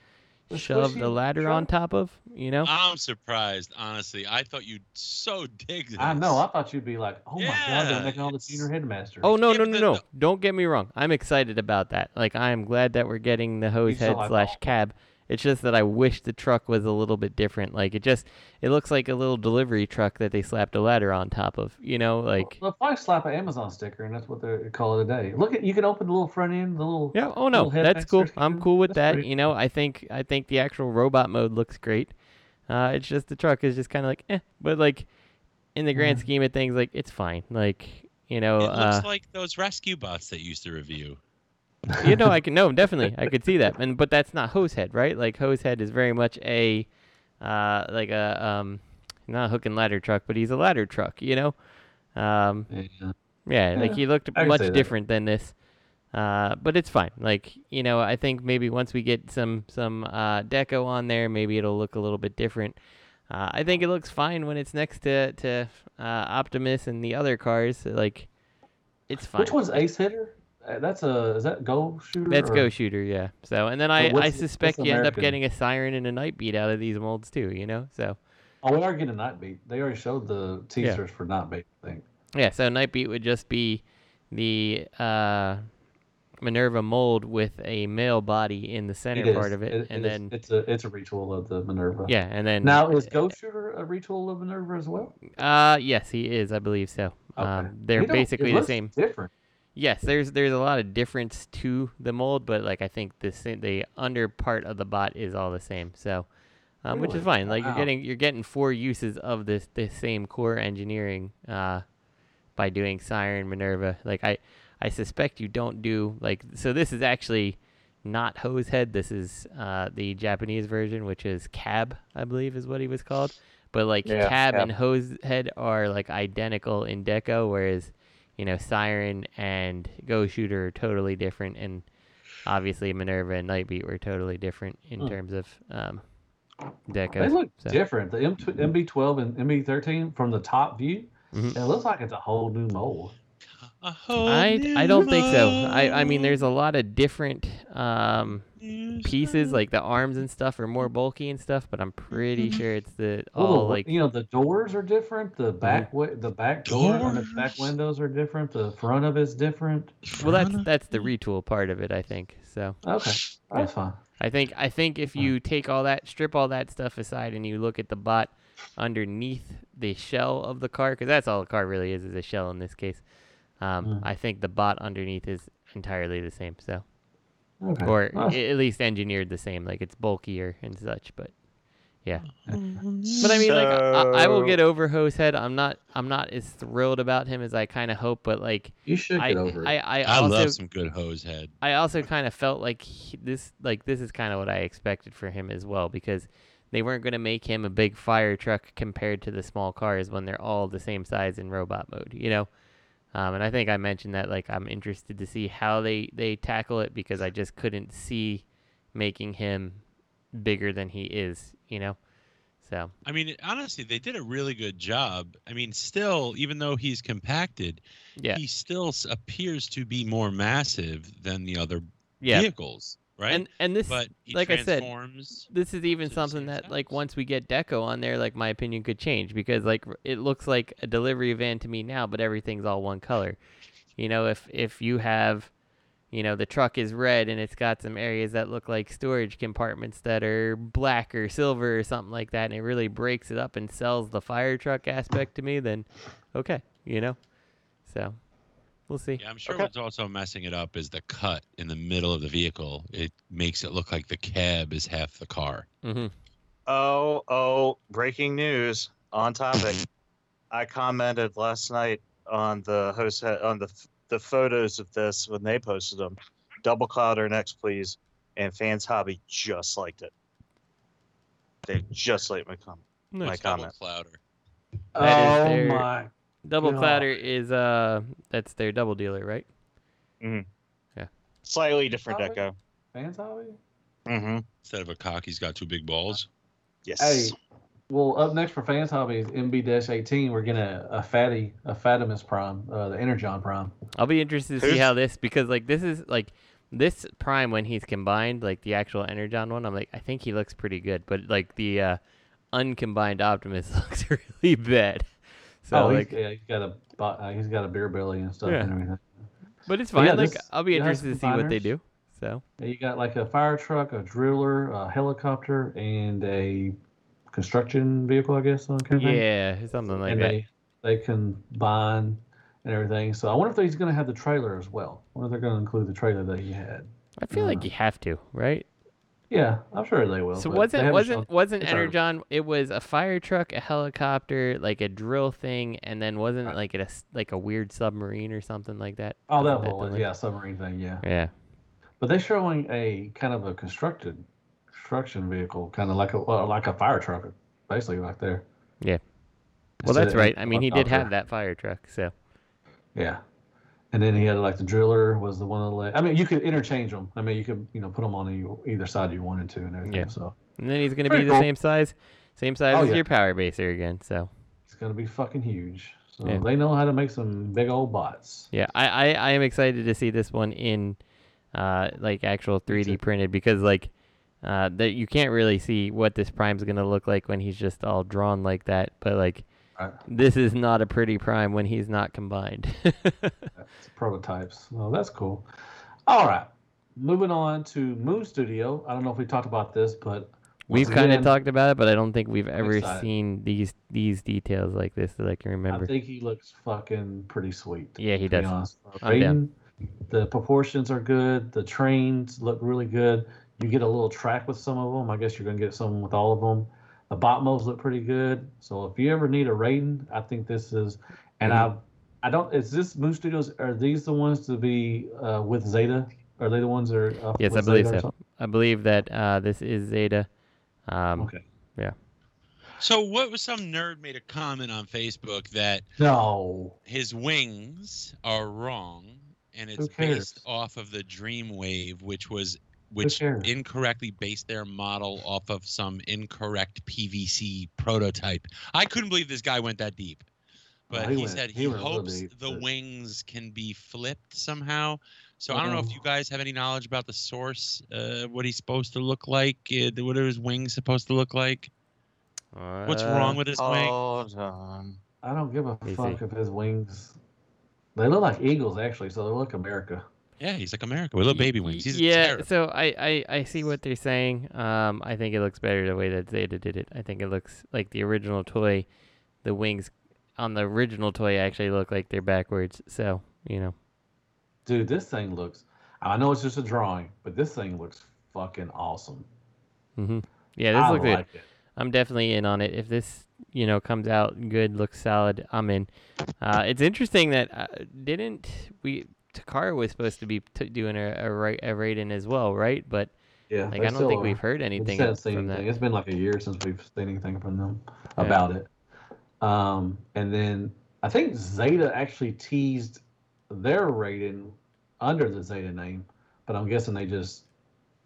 the shoved a squishy ladder on top of, you know? I'm surprised, honestly. I thought you'd so dig this. I know. I thought you'd be like, oh my god, Yeah, they're making all the it's- junior headmasters. Oh no Yeah, no but no the- no! the- Don't get me wrong. I'm excited about that. Like I am glad that we're getting the hose These are head like slash all- cab. It's just that I wish the truck was a little bit different. Like it just it looks like a little delivery truck that they slapped a ladder on top of. You know, like Well, probably slap an Amazon sticker, and that's what they call it a day. Look at you can open the little front end, the little yeah. Oh no, little that's cool. headmasters I'm can- cool with that's that. pretty You know, I think I think the actual robot mode looks great. Uh, it's just the truck is just kind of like eh, but like in Mm-hmm. the grand scheme of things, like it's fine. Like you know, It uh, looks like those rescue bots that used to review. you know, I can no, definitely, I could see that. And but that's not Hosehead, right? Like Hosehead is very much a, uh, like a um, not a hook and ladder truck, but he's a ladder truck, you know. Um, cool. Yeah. yeah, like he looked I can much see that. different than this. Uh, but it's fine. Like you know, I think maybe once we get some some uh, deco on there, maybe it'll look a little bit different. Uh, I think it looks fine when it's next to to uh, Optimus and the other cars. Like it's fine. Which one's Ace Hitter? Uh, That's a is that Go Shooter? That's or- Go Shooter, yeah. So and then I, what's- I what's suspect you end up American? getting a Siren and a Nightbeat out of these molds too. You know, so Oh, we are getting Nightbeat. They already showed the teasers for Nightbeat. I think. yeah. So Nightbeat would just be the uh, Minerva mold with a male body in the center It part is. of it, It- and it is- then it's a it's a retool of the Minerva. yeah, and then Now is Go Shooter a retool of Minerva as well? Uh, yes, he is. I believe so. Um, they're You don't- it basically the looks same. Different. Yes, there's there's a lot of difference to the mold, but like I think the same, the under part of the bot is all the same. So, um, which is Really? fine. Like you're Wow. getting you're getting four uses of this this same core engineering uh, by doing Siren Minerva. Like I I suspect you don't do like so. This is actually not Hosehead. This is uh, the Japanese version, which is Cab, I believe, is what he was called. But like Yeah, Cab Cab. and Hosehead are like identical in deco, whereas you know, Siren and Go Shooter are totally different, and obviously Minerva and Nightbeat were totally different in terms of um, deco. Hmm. They look so- Mm-hmm. different. The M- MB12 and MB13 from the top view, it looks like it's a whole new mold. A whole I, I don't think so. I, I mean, new there's a lot of different um, world. pieces, like the arms and stuff are more bulky and stuff, but I'm pretty sure it's the All all Oh, like Mm-hmm. you know, the doors are different. The back wi- the back door and the back Doors? windows are different. The front of it's different. well, that's that's the retool part of it, I think. So Okay, that's fine. I think I think if you take all that, strip all that stuff aside, and you look at the bot underneath the shell of the car, because that's all the car really is is a shell in this case. Um, I think the bot underneath is entirely the same, so Okay. or Well, a- at least engineered the same. Like it's bulkier and such, but yeah. But I mean, like I, I will get over Hosehead. I'm not I'm not as thrilled about him as I kind of hope, but like you should I get over it. I, I, I also love some good hose head. I also kind of felt like he, this like this is kind of what I expected for him as well because they weren't going to make him a big fire truck compared to the small cars when they're all the same size in robot mode, you know. Um, and I think I mentioned that like I'm interested to see how they they tackle it because I just couldn't see making him bigger than he is, you know. So I mean, honestly, they did a really good job. I mean, still, even though he's compacted, yeah, he still s- appears to be more massive than the other yeah, vehicles, right? and and this but he like I said, transforms. this is even to the something same that like size. once we get deco on there like my opinion could change because like r- it looks like a delivery van to me now but everything's all one color you know if if you have you know the truck is red and it's got some areas that look like storage compartments that are black or silver or something like that and it really breaks it up and sells the fire truck aspect to me then okay you know so we'll see Yeah, I'm sure Okay. what's also messing it up is the cut in the middle of the vehicle. It makes it look like the cab is half the car. mm-hmm. Oh, oh, breaking news on topic. I commented last night on the host on the the photos of this when they posted them. Double cloud or next, please. And fans hobby just liked it. They just liked my comment. My It's double comment. clouder. That is oh their- my! double God. platter is uh that's their double dealer right Slightly different Hobby? deco. Fans hobby. Mm-hmm. Instead of a cock, he's got two big balls. Yes. Hey, well, up next for fans hobby is MB-18. We're getting a, a fatty, a Fatimus Prime, uh, the Energon Prime. I'll be interested to see Who's- how this because like this is like this prime when he's combined like the actual energon one. I'm like I think he looks pretty good, but like the uh, uncombined Optimus looks really bad. So oh, like, he's, yeah, he's got a bo- uh, he's got a beer belly and stuff Yeah. and everything. but it's but fine. yeah, like this- I'll be it has interested to see what they combiners. do. So And You got like a fire truck, a driller, a helicopter, and a construction vehicle, I guess. Some kind of thing. yeah, something like and that. they they combine and everything. So I wonder if he's going to have the trailer as well. I wonder if they're going to include the trailer that he had. I feel like you have to, right? Yeah, I'm sure they will. So but they wasn't haven't wasn't shown- wasn't it's all right. energon? It was a fire truck, a helicopter, like a drill thing, and then wasn't it like it a s- like a weird submarine or something like that? Oh, Uh. that Wasn't the whole link? yeah submarine thing, yeah. Yeah. But they're showing a kind of a constructed construction vehicle, kind of like a well, like a fire truck, basically right there. Yeah. Well, Instead that's of right. a I mean, he did have helicopter. that fire truck, so Yeah, And then he had like the driller was the one on the left. I mean, you could interchange them. I mean, you could you know put them on any, either side you wanted to and everything. Yeah. So And then he's gonna Pretty be the cool. same size, same size Oh, as yeah. your power baser again. So it's gonna be fucking huge. So Yeah. they know how to make some big old bots. yeah, I, I, I am excited to see this one in, uh, like actual 3D printed because like, uh, that you can't really see what this prime's gonna look like when he's just all drawn like that. But like, Right. this is not a pretty prime when he's not combined. It's prototypes. Well, that's cool. All right. Moving on to Moon Studio. I don't know if we talked about this, but We've once kind of again, talked about it, but I don't think we've ever excited. seen these these details like this that I can remember. I think he looks fucking pretty sweet. Yeah, he to be does. honest. I'm down. Raiden, The proportions are good. The trains look really good. You get a little track with some of them. I guess you're gonna get some with all of them. The Botmos look pretty good. So if you ever need a Raiden, I think this is. And Mm-hmm. I, I don't. Is this Moon Studios? Are these the ones to be uh, with Zeta? Are they the ones that are? Uh, yes, I with believe Zeta or so. something? I believe that uh, this is Zeta. Um, Okay. Yeah. So what was some nerd made a comment on Facebook that No. his wings are wrong and it's cares? based off of the Dreamwave, which was which cares? incorrectly based their model off of some incorrect PVC prototype. I couldn't believe this guy went that deep. But Oh, he he, went- said he he, went real hopes deep, the but- wings can be flipped somehow. So I don't know if you guys have any knowledge about the source, uh, what he's supposed to look like, uh, what are his wings supposed to look like? What's Uh, wrong with his wing? Hold on. I don't give a Easy. fuck if his wings. They look like eagles, actually. So they look America. Yeah, he's like America with little baby wings. He's yeah, terrible. so I, I, I see what they're saying. Um, I think it looks better the way that Zeta did it. I think it looks like the original toy. The wings on the original toy actually look like they're backwards. So you know, Dude, this thing looks. I know it's just a drawing, but this thing looks fucking awesome. hmm yeah, this I looks good. like it. I'm definitely in on it. If this, you know, comes out good, looks solid, I'm in. Uh, it's interesting that uh, didn't we? Takara was supposed to be t- doing a, a, ra- a Raiden as well, right? But Yeah, like, they I don't still think are. we've heard We anything just haven't seen from that. anything. It's been like a year since we've seen anything from them Yeah. about it. Um, and then I think Zeta actually teased their rating under the Zeta name, but I'm guessing they just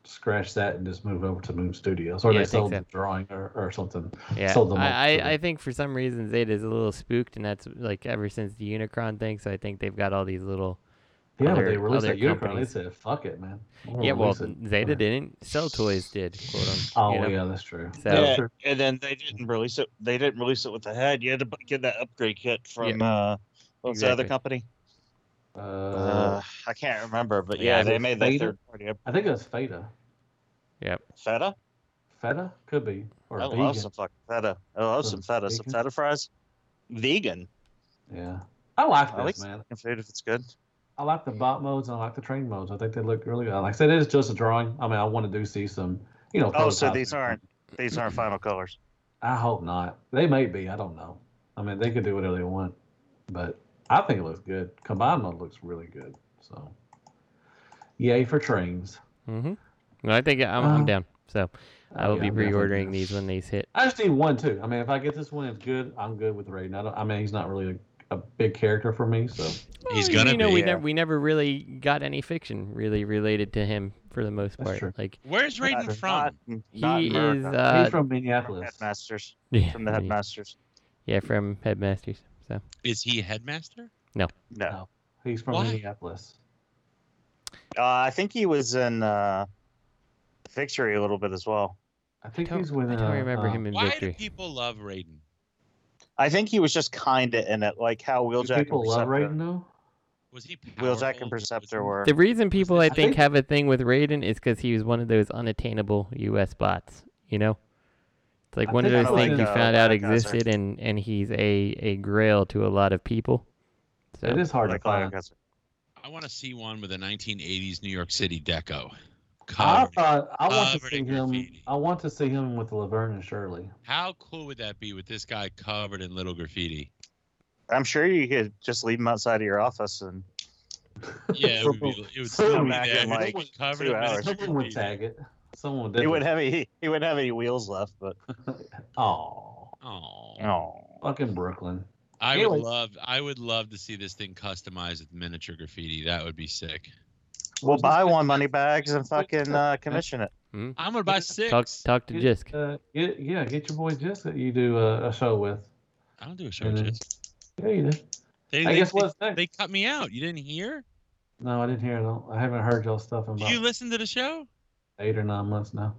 scratched that and just moved over to Moon Studios, or Yeah, I they think sold so. the drawing or, or something. Yeah, Sold them off I, to I, I think for some reason Zeta's a little spooked, and that's like ever since the Unicron thing. So I think they've got all these little. Yeah, other, but they released other that Unicron. They companies. said, "Fuck it, man." We'll Yeah, well, release it." Zeta didn't. Cell Toys did, quote unquote. Oh you know? yeah, that's true. So Yeah. yeah, and then they didn't release it. They didn't release it with the head. You had to bu- get that upgrade kit from uh, what was the other Exactly. company? Uh, Uh, I can't remember, but yeah, yeah, is they it made that Theta? third party up. I think it was Feta. Feta. Feta could be or I vegan. love some fucking feta. I love Or some feta. Some bacon? feta fries. Vegan. Yeah, I like I like this man. some food if it's good. I like the bot modes and I like the train modes. I think they look really good. Like I said, it is just a drawing. I mean, I want to do see some, you know. Oh, so prototypes. these aren't these aren't final colors. I hope not. They may be. I don't know. I mean, they could do whatever they want, but I think it looks good. Combined mode looks really good. So, yay for trains. hmm No, I think I'm, I'm Uh, oh, down. So I will yeah, be I'm definitely pre-ordering down. these when these hit. I just need one too. I mean, if I get this one, it's good. I'm good with Raiden. I don't. I mean, he's not really a, a big character for me, so He's Well, gonna you know, be. We never, we never really got any fiction really related to him for the most That's part. true. Like Where's Raiden Not- from? not- not he is, America. uh, he's from From Minneapolis. headmasters. yeah, From the I mean, headmasters. yeah, from Headmasters. So Is he headmaster? Oh. No, He's from Why? Minneapolis. uh, I think he was in uh, Victory a little bit as well. I I think don't, he's with. I uh, don't remember uh, him in Why do Victory. people love Raiden? I think he was just kind of in it, like how Do Wheeljack people and love Perceptor- Raiden though? Was he powerful? Wheeljack and Was he- Perceptor were. The reason people I I think think- have a thing with Raiden is because he was one of those unattainable U.S. bots. You know, it's like I one of think those I like things you the found out Black Hazard. existed, and and he's a a grail to a lot of people. So It is hard like to find. Black Hazard. I want to see one with a 1980s New York City deco. I Covered. thought I want to Covered see in him. graffiti. I want to see him with Laverne and Shirley. How cool would that be with this guy covered in little graffiti? I'm sure you could just leave him outside of your office and Yeah, it would be. It would Someone still be back there. in, like, Someone covered two in hours. little Someone would Oh, graffiti. tag it. Someone he did. wouldn't have any he wouldn't have any wheels left. But Oh, Aw. oh, fucking Brooklyn. I Anyway. would love, I would love to see this thing customized with miniature graffiti. That would be sick. We'll buy one money bags and fucking uh, commission it. Hmm? I'm gonna buy six. Talk talk to Get, Jisk. Uh, get, yeah, get your boy Jisk that you do uh, a, a show with. I don't do a show. And then- Jess. Yeah, you do. They, I they- guess what's they next? cut me out. You didn't hear? No, I didn't hear it. all. I haven't heard y'all stuff in Did about you listen to the show? eight or nine months now.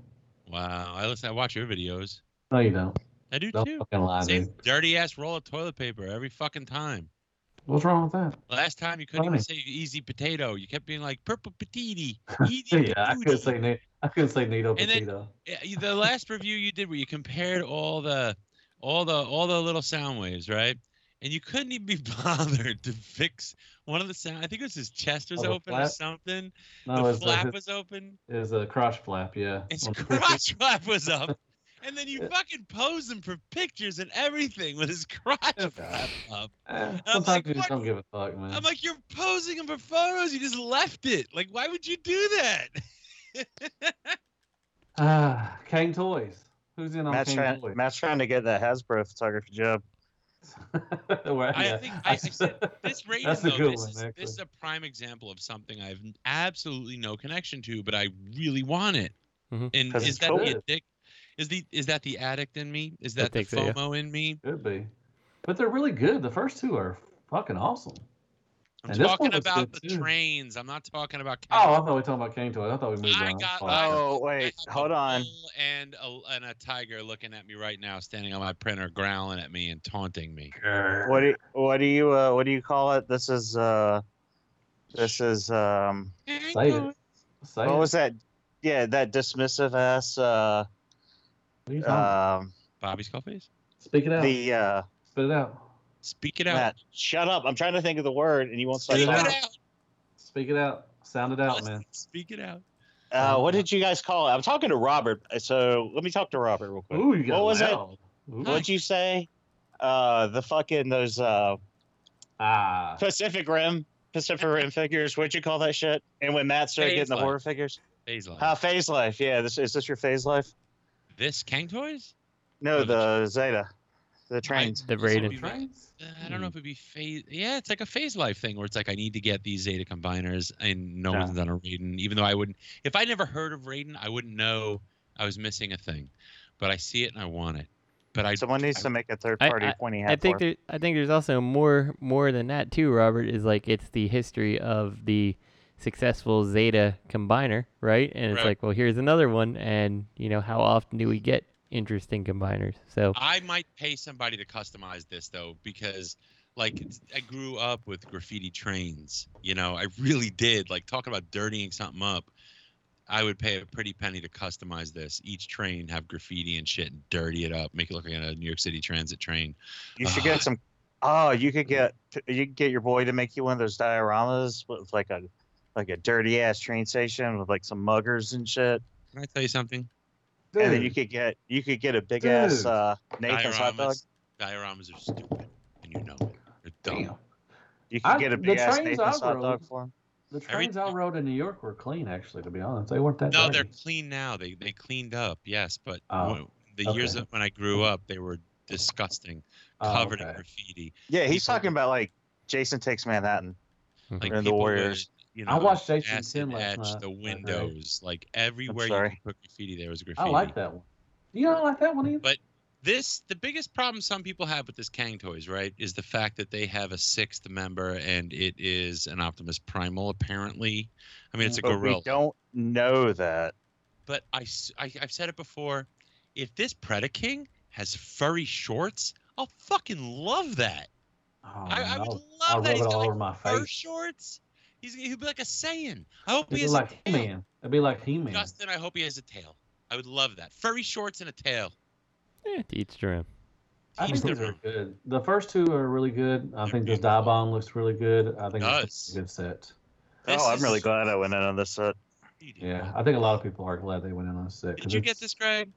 Wow, I listen. I watch your videos. No, you don't. I do Don't too. fucking lie, Same dude. dirty ass roll of toilet paper every fucking time. What's wrong with that? Last time you couldn't even Funny. say easy potato. You kept being like purple patiti. yeah, I couldn't say ne- I couldn't say needle And then- potato. the last review you did where you compared all the all the all the little sound waves, right? And you couldn't even be bothered to fix one of the sound. I think it was his chest was Oh, the open or flap? something. No, the it's flap a, was open. it's a crotch flap. Yeah. His On the picture. crotch flap was up. And then you fucking posed him for pictures and everything with his crotch Yeah. flap up. Eh, I'm Sometimes like, you just what? don't give a fuck, man. I'm like, you're posing him for photos. You just left it. Like, why would you do that? Ah, Kang Toys. Who's in on Matt's Kang trying, Toys? Matt's trying to get that Hasbro photography job. Well, I yeah. think I- I said This rating, That's a though, good this, one, is, actually. this is a prime example of something I have absolutely no connection to, but I really want it. Mm-hmm. Mhm. And 'Cause is it's that cool. the addict? Is the is that the addict in me? Is I that the think so, yeah. FOMO in me? Could be. But they're really good. The first two are fucking awesome. I'm And this one talking was about the good, too. trains. I'm not talking about. Oh, I thought we were talking about Kang Toys. I thought we moved I on. got- Oh, okay. Oh I wait, have a hold on. bull And a, and a tiger looking at me right now, standing on my printer, growling at me and taunting me. What do you, what do you uh, what do you call it? This is uh, this is um, Say it. Say what it. was that? Yeah, that dismissive ass. Uh, What are you talking about? um, Bobby Skullface, Speak it out. the uh, Spit it out. speak it out. Matt, shut up! I'm trying to think of the word, and you won't start Speak it Speak it talking. out. Speak it out. Sound it out, man. Speak it out. Uh, what did you guys call it? I'm talking to Robert, so let me talk to Robert real quick. Ooh, you got what was it? loud. Ooh. What'd you say? Uh, the fucking those uh Ah, Pacific Rim, Pacific Rim figures. What'd you call that shit? And when Matt started Phase getting the life. horror figures, Phase life. how phase life? Yeah, this is this your phase life? This Kang toys? No, the Zeta, the trains. The This would Raiden. be my- trains? Uh, I don't Hmm. know if it'd be phase. Yeah, it's like a phase life thing where it's like I need to get these Zeta combiners, and no Yeah. one's done a Raiden. Even though I wouldn't, if I never heard of Raiden, I wouldn't know I was missing a thing. But I see it and I want it. But I Someone needs I- to make a third I- party pointy hat. I think for. there, I think there's also more more than that too. Robert is like it's the history of the successful Zeta combiner, right? And it's Right. like, well, here's another one, and you know how often do we get interesting combiners? So I might pay somebody to customize this though, because like it's, I grew up with graffiti trains. You know, I really did. Like talking about dirtying something up, I would pay a pretty penny to customize this. Each train have graffiti and shit, and dirty it up, make it look like a New York City transit train. You should get some. Oh, you could get you could get your boy to make you one of those dioramas with like a like a dirty ass train station with like some muggers and shit. Can I tell you something? And then you Dude, could get you could get a big ass Dude. uh, Nathan's hot dog. dioramas, dioramas are stupid, and you know it. They're dumb. damn. You I- could get a the big ass trains Nathan's I hot dog rode- for him. The trains I rode in New York were clean, actually. To be honest, they weren't that. No, dirty. they're clean now. They they cleaned up, yes, but Oh, when- the years okay. of- when I grew up, they were disgusting, Oh, covered in okay. graffiti. Yeah, he's People- talking about like Jason takes Manhattan. Like Or the people would, Warriors. you know, I watched Jason acid 10 last etch night, the that night. windows, like everywhere you sorry. could put graffiti, there was graffiti. I like that one. You don't like that one either? But this, the biggest problem some people have with this Kang Toys, right, is the fact that they have a sixth member and it is an Optimus Primal, apparently. I mean, it's a But gorilla. we don't know that. but I, s- I have said it before. If this Predaking has furry shorts, I'll fucking love that. Oh, I, I would no. love I'll that. rub He's it got all like over my fur face. shorts. He's he'll be like a Saiyan. I hope It'd he be has like a He tail. Man. It'd be like He Man. Justin, I hope he has a tail. I would love that. Furry shorts and a tail. eh, to each their own. I think He's these are different. good. The first two are really good. I They're think this beautiful. Diabon looks really good. I think it's Does. a good set. This oh, I'm is- really glad I went in on this uh, set. Yeah, I think a lot of people are glad they went in on set. 'cause Did you it's- get this, Greg?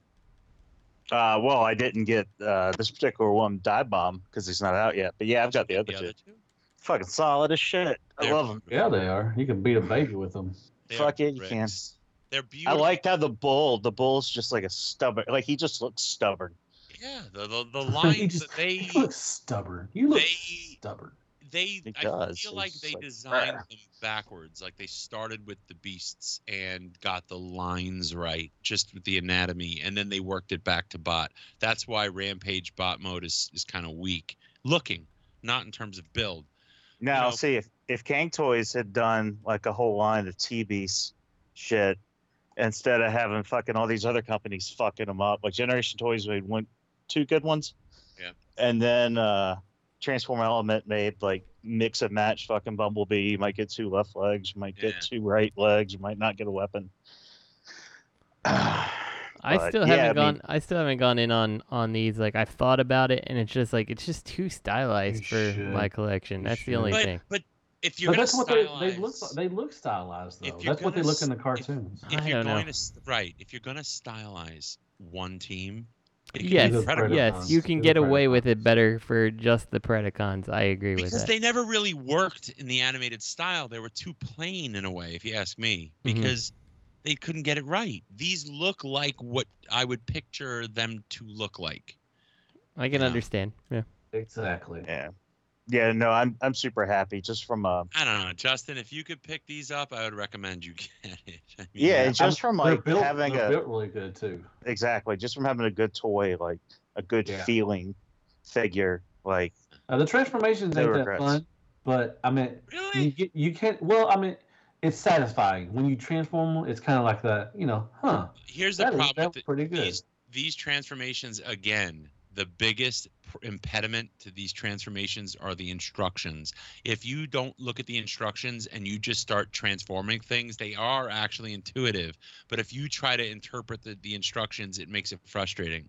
Uh, well, I didn't get uh, this particular one dive bomb because he's not out yet. But yeah, I've got the other The two. other two. Fucking solid as shit. I They're love them. Yeah, they are. You can beat a baby with them. They are Fuck it, you bricks. can. They're I beautiful. liked how the bull, the bull's just like a stubborn, like he just looks stubborn. Yeah, the the, the lines just- that they You look stubborn. You look They- stubborn. they It I does. feel It's like just they like, designed "Ugh." them backwards. Like they started with the beasts and got the lines right, just with the anatomy, and then they worked it back to bot. That's why Rampage bot mode is is kind of weak looking, not in terms of build. Now, know- see if if Kang Toys had done like a whole line of T Beast shit instead of having fucking all these other companies fucking them up. Like Generation Toys made one, two good ones. Yeah. And then uh Transform Element made like mix and match fucking Bumblebee. You might get two left legs. You might Yeah. get two right legs. You might not get a weapon. I But, still yeah, haven't I mean- gone. I still haven't gone in on on these. Like I've thought about it, and it's just like it's just too stylized You for should. my collection. You That's the should. only But thing. but if you're But gonna that's what they, they look. stylize- like- They look stylized If though. you're That's what they gonna look in the s- if- cartoons. if I you're don't know. going to s- right, if you're gonna stylize one team, it can be Yes, the Predator. yes, Predacons. you can Do the get away with Predacons. it better for just the Predacons. I agree with because that. they never really worked in the animated style. They were too plain in a way, if you ask me, Mhm. because they couldn't get it right. These look like what I would picture them to look like. I can Yeah. understand. Yeah. Exactly. Yeah. Yeah, no, I'm I'm super happy just from uh I don't know, Justin. If you could pick these up, I would recommend you get it. I mean, yeah, and just from They're like built, having they're a built really good too. exactly just from having a good toy like a good Yeah. feeling figure like Uh, the transformations No ain't that regrets. fun, but I mean, you, really, get- you can't. Well, I mean, it's satisfying when you transform. them, It's kind of like that, you know, huh? here's the That, is, problem. that with was the- pretty good. These, these transformations again. The biggest pr- impediment to these transformations are the instructions. If you don't look at the instructions and you just start transforming things, they are actually intuitive. But if you try to interpret the, the instructions, it makes it frustrating.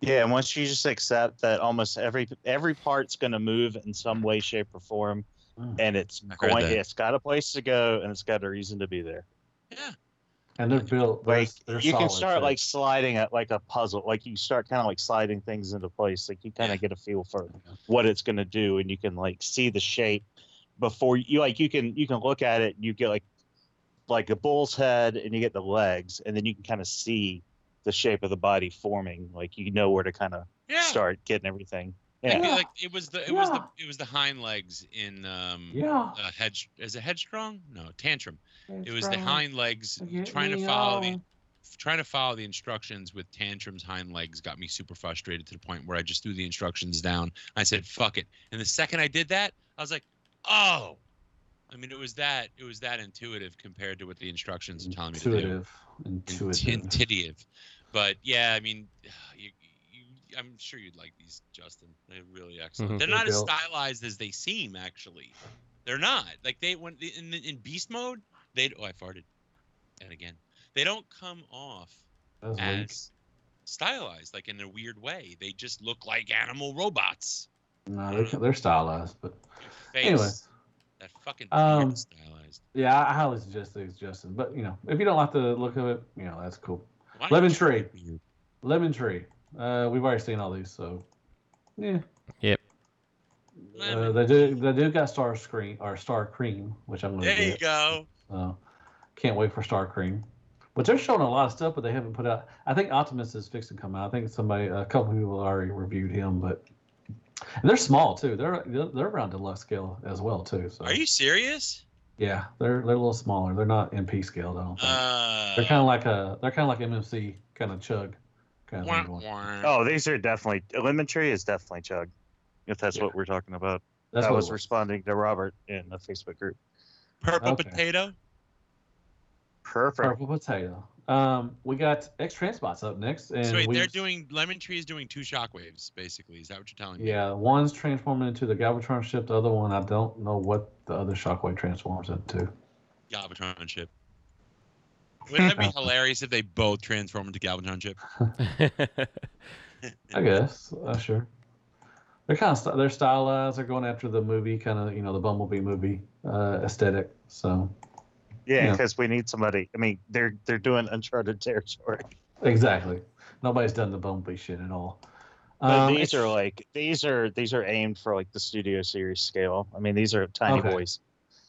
yeah and once you just accept that almost every every part's going to move in some way shape or form Mm. and it's I heard going that. it's got a place to go and it's got a reason to be there Yeah. And they're built. They're, like they're you can solid, start too. like sliding it like a puzzle like you start kind of like sliding things into place like you kind Yeah. of get a feel for what it's going to do and you can like see the shape before you like you can you can look at it and you get like like a bull's head and you get the legs and then you can kind of see the shape of the body forming like you know where to kind of Yeah. start getting everything It'd be yeah Yeah. like it was the it was the Yeah. it was the hind legs in um yeah. uh, hedge is it headstrong? No, tantrum. It was the Strong. hind legs Look at trying to me, follow the oh. trying to follow the instructions with tantrums hind legs got me super frustrated to the point where I just threw the instructions down. I said, "Fuck it." And the second I did that, I was like, "Oh." I mean, it was that it was that intuitive compared to what the instructions are telling me to do. Intuitive. Intuitive. Intuitive. But yeah, I mean, you, you, I'm sure you'd like these, Justin. They're really excellent. Mm-hmm. Mhm. They're not as Built. stylized as they seem, actually. They're not. Like they when in in beast mode, they oh I farted, and again, they don't come off That was weak. as stylized, like in a weird way. They just look like animal robots. No, they're, they're stylized, but Your face, anyway. that fucking Um, beard is stylized. Yeah, I highly suggest these, Justin. But you know, if you don't like the look of it, you know, that's cool. Why Lemon don't you- Lemon tree. Uh, we've already seen all these, so yeah. Yep. Uh, they do. They do got star screen or star cream, which I'm gonna There you get. go. Uh, can't wait for star cream. But they're showing a lot of stuff, but they haven't put out. I think Optimus is fixed to come out. I think somebody, a couple people already reviewed him, but and they're small too. They're they're they're around deluxe scale as well too. So Are you serious? yeah, they're they're a little smaller. They're not MP scaled. I don't think. Uh, They're kind of like a they're kind of like MMC kind of chug kind of wah, going. wah. oh these are definitely elementary is definitely chug if that's Yeah. what we're talking about That's i what was it was. responding to robert in the facebook group purple okay. potato. perfect Purple potato. Um, we got X Transpots up next, and So wait, we- they're doing lemon tree is doing two shockwaves basically. Is that what you're telling me? yeah. One's transforming into the Galvatron ship. The other one, I don't know what the other Shockwave transforms into. Galvatron ship. Wouldn't that be hilarious if they both transform into Galvatron ship? I guess. Uh, sure. They're kind of st- they're stylized. They're going after the movie kind of you know the Bumblebee movie uh, aesthetic. So Yeah, Yeah. because we need somebody. I mean, they're they're doing uncharted territory. exactly. Nobody's done the Bumblebee shit at all. But Um, these X- are like these are these are aimed for like the studio series scale. I mean, these are tiny Okay. boys.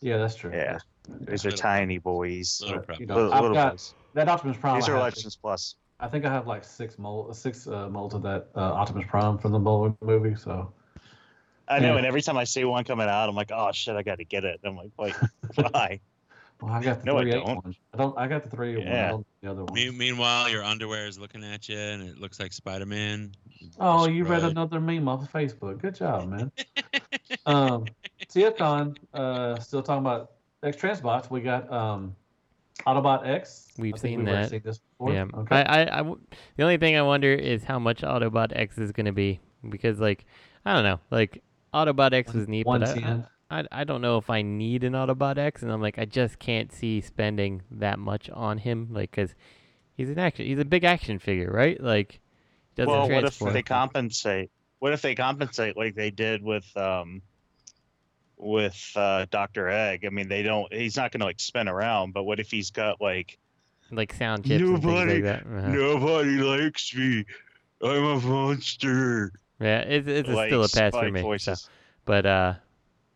yeah, that's true. Yeah, these are Little- tiny boys. Little prep. You know, Little, I've little got boys. that Optimus Prime. These I are have. Legends Plus. I think I have like six mold, six uh, molds of that uh, Optimus Prime from the Marvel movie. So I know, Yeah. and every time I see one coming out, I'm like, oh shit, I got to get it. And I'm like, wait, why? well, I got the No, I three eight don't. one. I don't. I got the three eight one. I Yeah. don't have the other one. Me- meanwhile, your underwear is looking at you, and it looks like Spider Man. Oh, you read another meme off of Facebook. Good job, man. um, TFCon, uh, still talking about X Transbots. We got um, Autobot X. We've I think seen we've already that. seen this before. Yeah. Okay. I, I, I w- the only thing I wonder is how much Autobot X is gonna be because like I don't know like Autobot X was neat, but I, 110. I I don't know if I need an Autobot X, and I'm like I just can't see spending that much on him like because he's an action he's a big action figure right like he doesn't well, what if transform. they compensate? What if they compensate like they did with um with uh Doctor Egg? I mean, they don't. He's not going to like spin around. But what if he's got like like sound chips and things Nobody- like that. Uh-huh. nobody likes me? I'm a monster. Yeah, it's it's a- like, still a pass for spike me. so- Voices. but uh,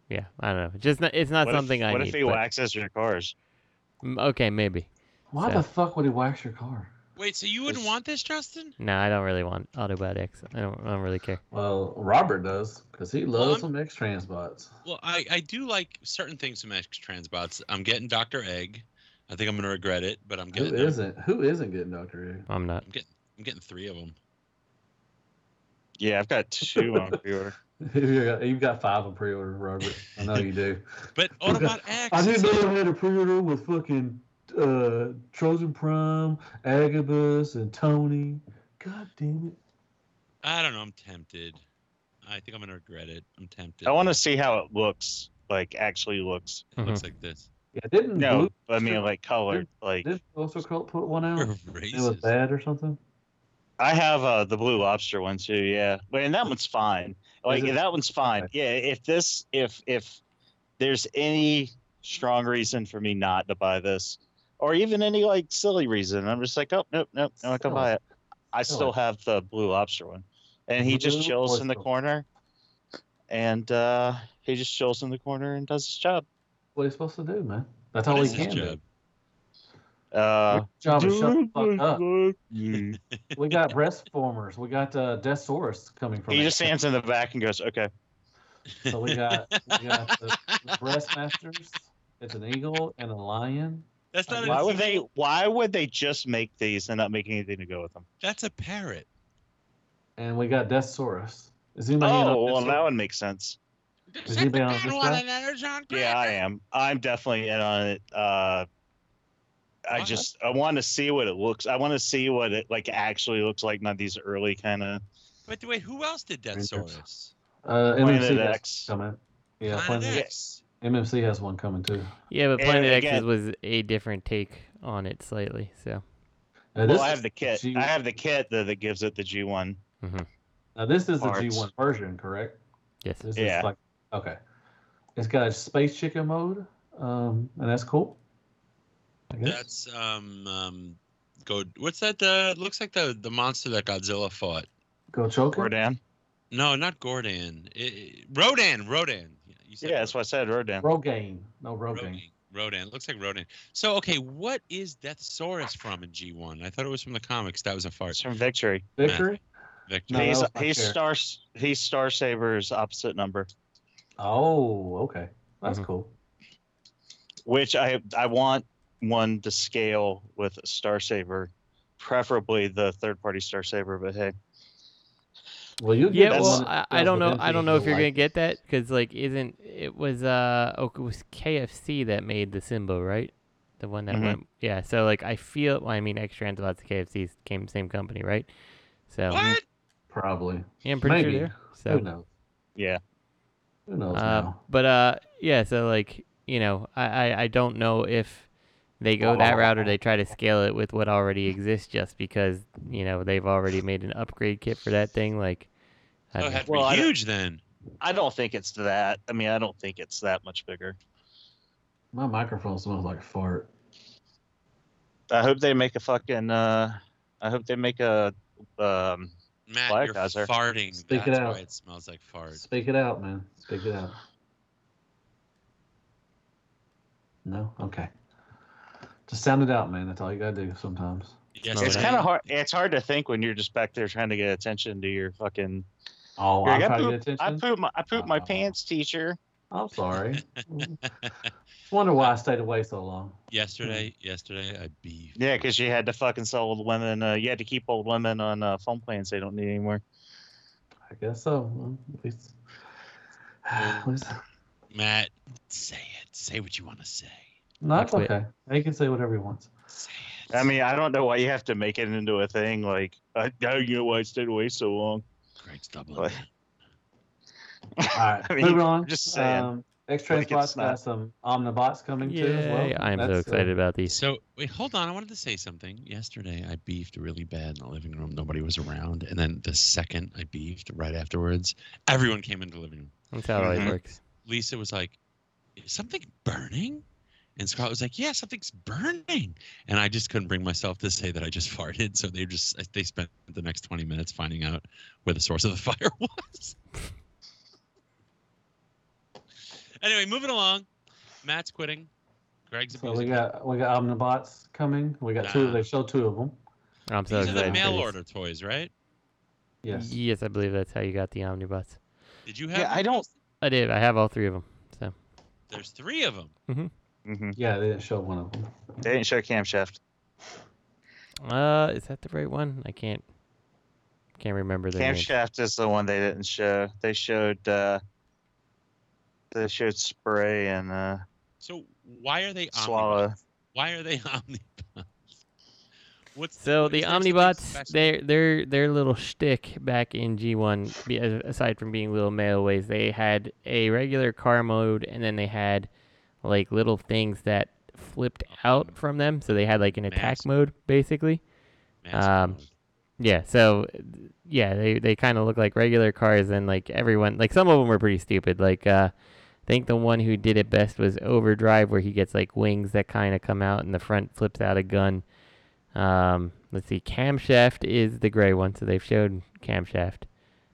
yeah, I don't know. Just not, it's not What if- something I What need. if he but- waxes your cars? Mm, Okay, maybe. Why So- the fuck would he wax your car? Wait, so you wouldn't want this, Justin? No, I don't really want Autobot X. I don't, I don't really care. Well, Robert does because he loves Well, some X Transbots. Well, I, I do like certain things from X Transbots. I'm getting Doctor Egg. I think I'm gonna regret it, but I'm Who getting. them. isn't? Who isn't getting Doctor I'm not. I'm getting. I'm getting three of them. Yeah, I've got two on pre-order. Egg? You've got- You've got five on pre-order, Robert. I know you do. But Autobot X. I is- didn't know I had a pre-order with fucking uh, Trojan Prime, Agabus, and Tony. God damn it! I don't know. I'm tempted. I think I'm gonna regret it. I'm tempted. I want to see how it looks. Like actually looks. It looks like this. Yeah, didn't No, Blue, I mean like colored. Like didn't Buster Cult put one out? You're and It was racist. bad or something. I have uh, the Blue Lobster one too. Yeah, but and that one's fine. Like it? that one's fine. Yeah, if this, if if there's any strong reason for me not to buy this, or even any like silly reason, I'm just like, oh nope, nope, I'm not gonna buy it. I Silly. still have the Blue Lobster one, and he just Blue chills in the Lobster. corner, and uh he just chills in the corner and does his job. What are you supposed to do, man? That's What all is he his can do. job? Uh, Your job is shut the fuck up. he We got breast formers. We got uh, Deathsaurus coming from. that. just stands in the back and goes, okay. So we got we got the, the breast masters. It's an eagle and a lion. That's not. Why an would they? eagle. Why would they just make these and not make anything to go with them? That's a parrot. and we got Deathsaurus. Is anybody in Oh, on well, Deathsaurus? that would make sense. Is anybody on this guy? Yeah, I am. I'm definitely in on it. Uh, I Alright. just I want to see what it looks. I want to see what it like actually looks like. Not these early kind of But wait, who else did Deathsaurus? Uh, Planet MMC has X. coming. Yeah, Planet Planet X. MMC has one coming too. Yeah, but And Planet X again- was a different take on it slightly. So Now, Well, this I have is the kit. G- I have the kit that, that gives it the G1. now this is the parts. G1 version, correct? yes, This Yeah. is like okay. It's got a space chicken mode, um, and that's cool. I guess. That's um um. Go. What's that? Uh, looks like the the monster that Godzilla fought. Go choke it. Rodan. No, not Gordon. It, Rodan. Rodan. Yeah, you said Yeah, that's what I said. Rodan. Rogaine. No Rogaine. Rodan. Rodan. Looks like Rodan. So okay, what is Deathsaurus from in G1? I thought it was from the comics. That was a fart. It's from Victory. Victory? Victor. No, that he's was my he's chair. Star he's Star Saber's opposite number, Oh, okay. That's Mm-hmm. Mhm. cool. which I I want one to scale with Star Saber, preferably the third party Star Saber. But hey. Well, you yeah. get that's- Well, one I, that I goes don't with know. I don't know if you're gonna MTV get that because like isn't it was uh oh, it was KFC that made the Simbo right? The one that Mhm. went yeah. So like I feel well, I mean X Transbots and KFC came same company right? So What? Probably. yeah, I'm pretty Maybe. sure. they're- So Who knows? Yeah. Who knows Uh, now? but uh, yeah. So like, you know, I, I I don't know if they go that route or they try to scale it with what already exists, just because you know they've already made an upgrade kit for that thing. Like, I Oh, don't it know. had to Well, I be don't- huge then. I don't think it's that. I mean, I don't think it's that much bigger. My microphone smells like fart. I hope they make a fucking. Uh, I hope they make a. Um, Matt, Black you're Eyes are- farting. Speak it That's out. why it smells like fart. Speak it out, man. Speak it out. No? Okay. Just sound it out, man. That's all you gotta do sometimes. Yes, it's it kind is. of hard. It's hard to think when you're just back there trying to get attention to your fucking. Oh, You're I'm like, I, trying to poop, get attention. I poop my I poop my Oh. pants, teacher. I'm sorry. Wonder why I stayed away so long. Yesterday, yesterday I beefed. Yeah, because you had to fucking sell old women. Uh, you had to keep old women on uh, phone plans they don't need anymore. I guess so. Well, At least, at least Matt, say it. Say what you want to say. no, it's quit. okay. He can say whatever he wants. Say it. I mean, I don't know why you have to make it into a thing. Like, I, I don't know why I stayed away so long. Greg's doubling. What? down. All right, I mean, moving on. just saying. Um, X-Train Like, it's Spot's got not- some Omnibots coming too as well. Yay, I am so That's, uh, excited about these. So wait, hold on. I wanted to say something. Yesterday, I beefed really bad in the living room. Nobody was around, and then the second I beefed, right afterwards, everyone came into the living room. That's how it always Mm-hmm. Mhm. works. Lisa was like, "Is something burning?" And Scott was like, "Yeah, something's burning." And I just couldn't bring myself to say that I just farted. So they just they spent the next twenty minutes finding out where the source of the fire was. anyway, moving along. Matt's quitting. Greg's So we abusing. got we got Omnibots coming. We got two. Nah. They show two of them. I'm so These are excited. the for mail these. order toys, right? Yes. Yes, I believe that's how you got the omnibus. Did you have? Yeah, I them? don't. I did. I have all three of them. So There's three of them. Mhm. Yeah, they didn't show one of them. They didn't show camshaft. Uh, is that the right one? I can't can't remember the name. Camshaft is the one they didn't show. They showed. uh They showed spray and uh So why are they swallow. omnibots? Why are they omnibots? What's So what the is there something Omnibots, special? their their their little shtick back in G1, be- a- aside from being little mailways, they had a regular car mode, and then they had like little things that flipped out from them. So they had like an attack Oh. Mask. mode, basically. Mask um, mode. Yeah. So yeah, they they kind of look like regular cars, and like everyone, like some of them were pretty stupid. Like uh, I think the one who did it best was Overdrive, where he gets like wings that kind of come out, and the front flips out a gun. Um, let's see, Camshaft is the gray one, so they've showed Camshaft.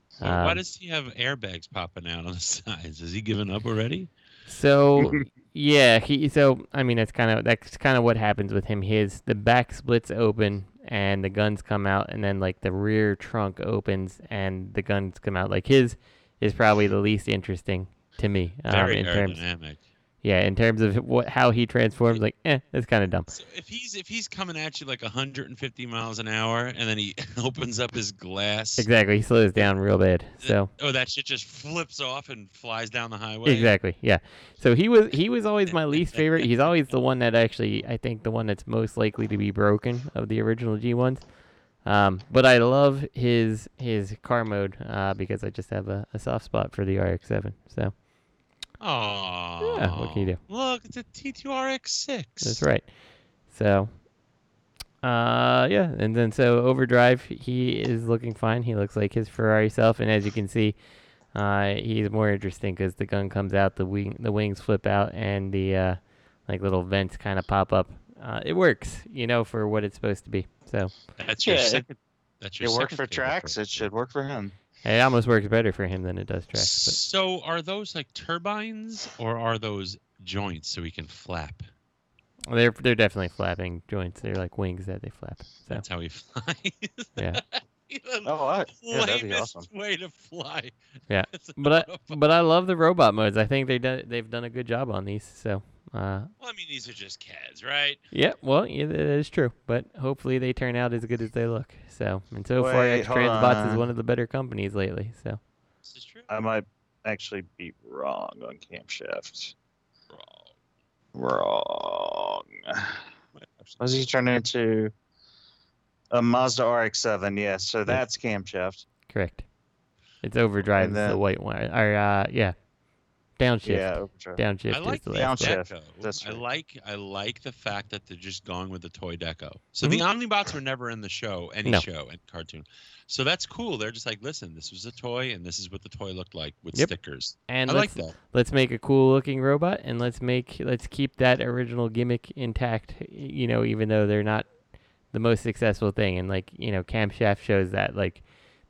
So why um, does he have airbags popping out on the sides? Is he giving up already? So yeah, he so I mean that's kind of that's kind of what happens with him. His the back splits open and the guns come out, and then like the rear trunk opens and the guns come out. Like his is probably the least interesting to me um, Very in terms. aerodynamic. Yeah, in terms of what how he transforms, like eh, that's kind of dumb. So if he's if he's coming at you like 150 miles an hour and then he opens up his glass, Exactly, he slows down real bad. So oh that shit just flips off and flies down the highway. Exactly. Yeah. So he was he was always my least favorite. He's always the one that actually I think the one that's most likely to be broken of the original G ones. Um, but I love his his car mode uh, because I just have a, a soft spot for the RX-7. So Oh. what can you do? Look, it's a T2RX6. that's right. So uh, yeah, and then so Overdrive he is looking fine. He looks like his Ferrari self, and as you can see, uh, he's more interesting because the gun comes out, the wing, the wings flip out, and the uh, like little vents kind of pop up. Uh, it works, you know, for what it's supposed to be. So That's your Yeah, it- second. That's your It worked second for favorite tracks. program. It should work for him. it almost works better for him than it does tracks. So are those like turbines or are those joints so we can flap? But they're they're definitely flapping joints. They're like wings that they flap. So That's how he flies. Yeah. the Oh, I, yeah, that'd be lamest awesome. way to fly. Yeah, That's but I horrible. but I love the robot modes. I think they done they've done a good job on these. So uh, well, I mean, these are just CADs, right? yeah, well yeah, that is true. But hopefully they turn out as good as they look. So and so far, Wait, hold Transbots is on. one of the better companies lately. So. This is true. I might actually be wrong on camshaft. Wrong. Was he turned into a Mazda RX-7? Yes. So that's camshaft. Correct. It's overdrive. And is the then- white one. Or uh, yeah, downshift. Yeah. Overdrive. Downshift I like is the the last one. downshift. deco. That's I right. like I like the fact that they're just going with the toy deco. So the Omnibots were never in the show, Mm-hmm. any No. show and cartoon. So that's cool. They're just like, listen, this was a toy, and this is what the toy looked like with Yep. stickers. And I like let's that. let's make a cool looking robot, and let's make let's keep that original gimmick intact. y- You know, even though they're not the most successful thing, and like you know, camshaft shows that like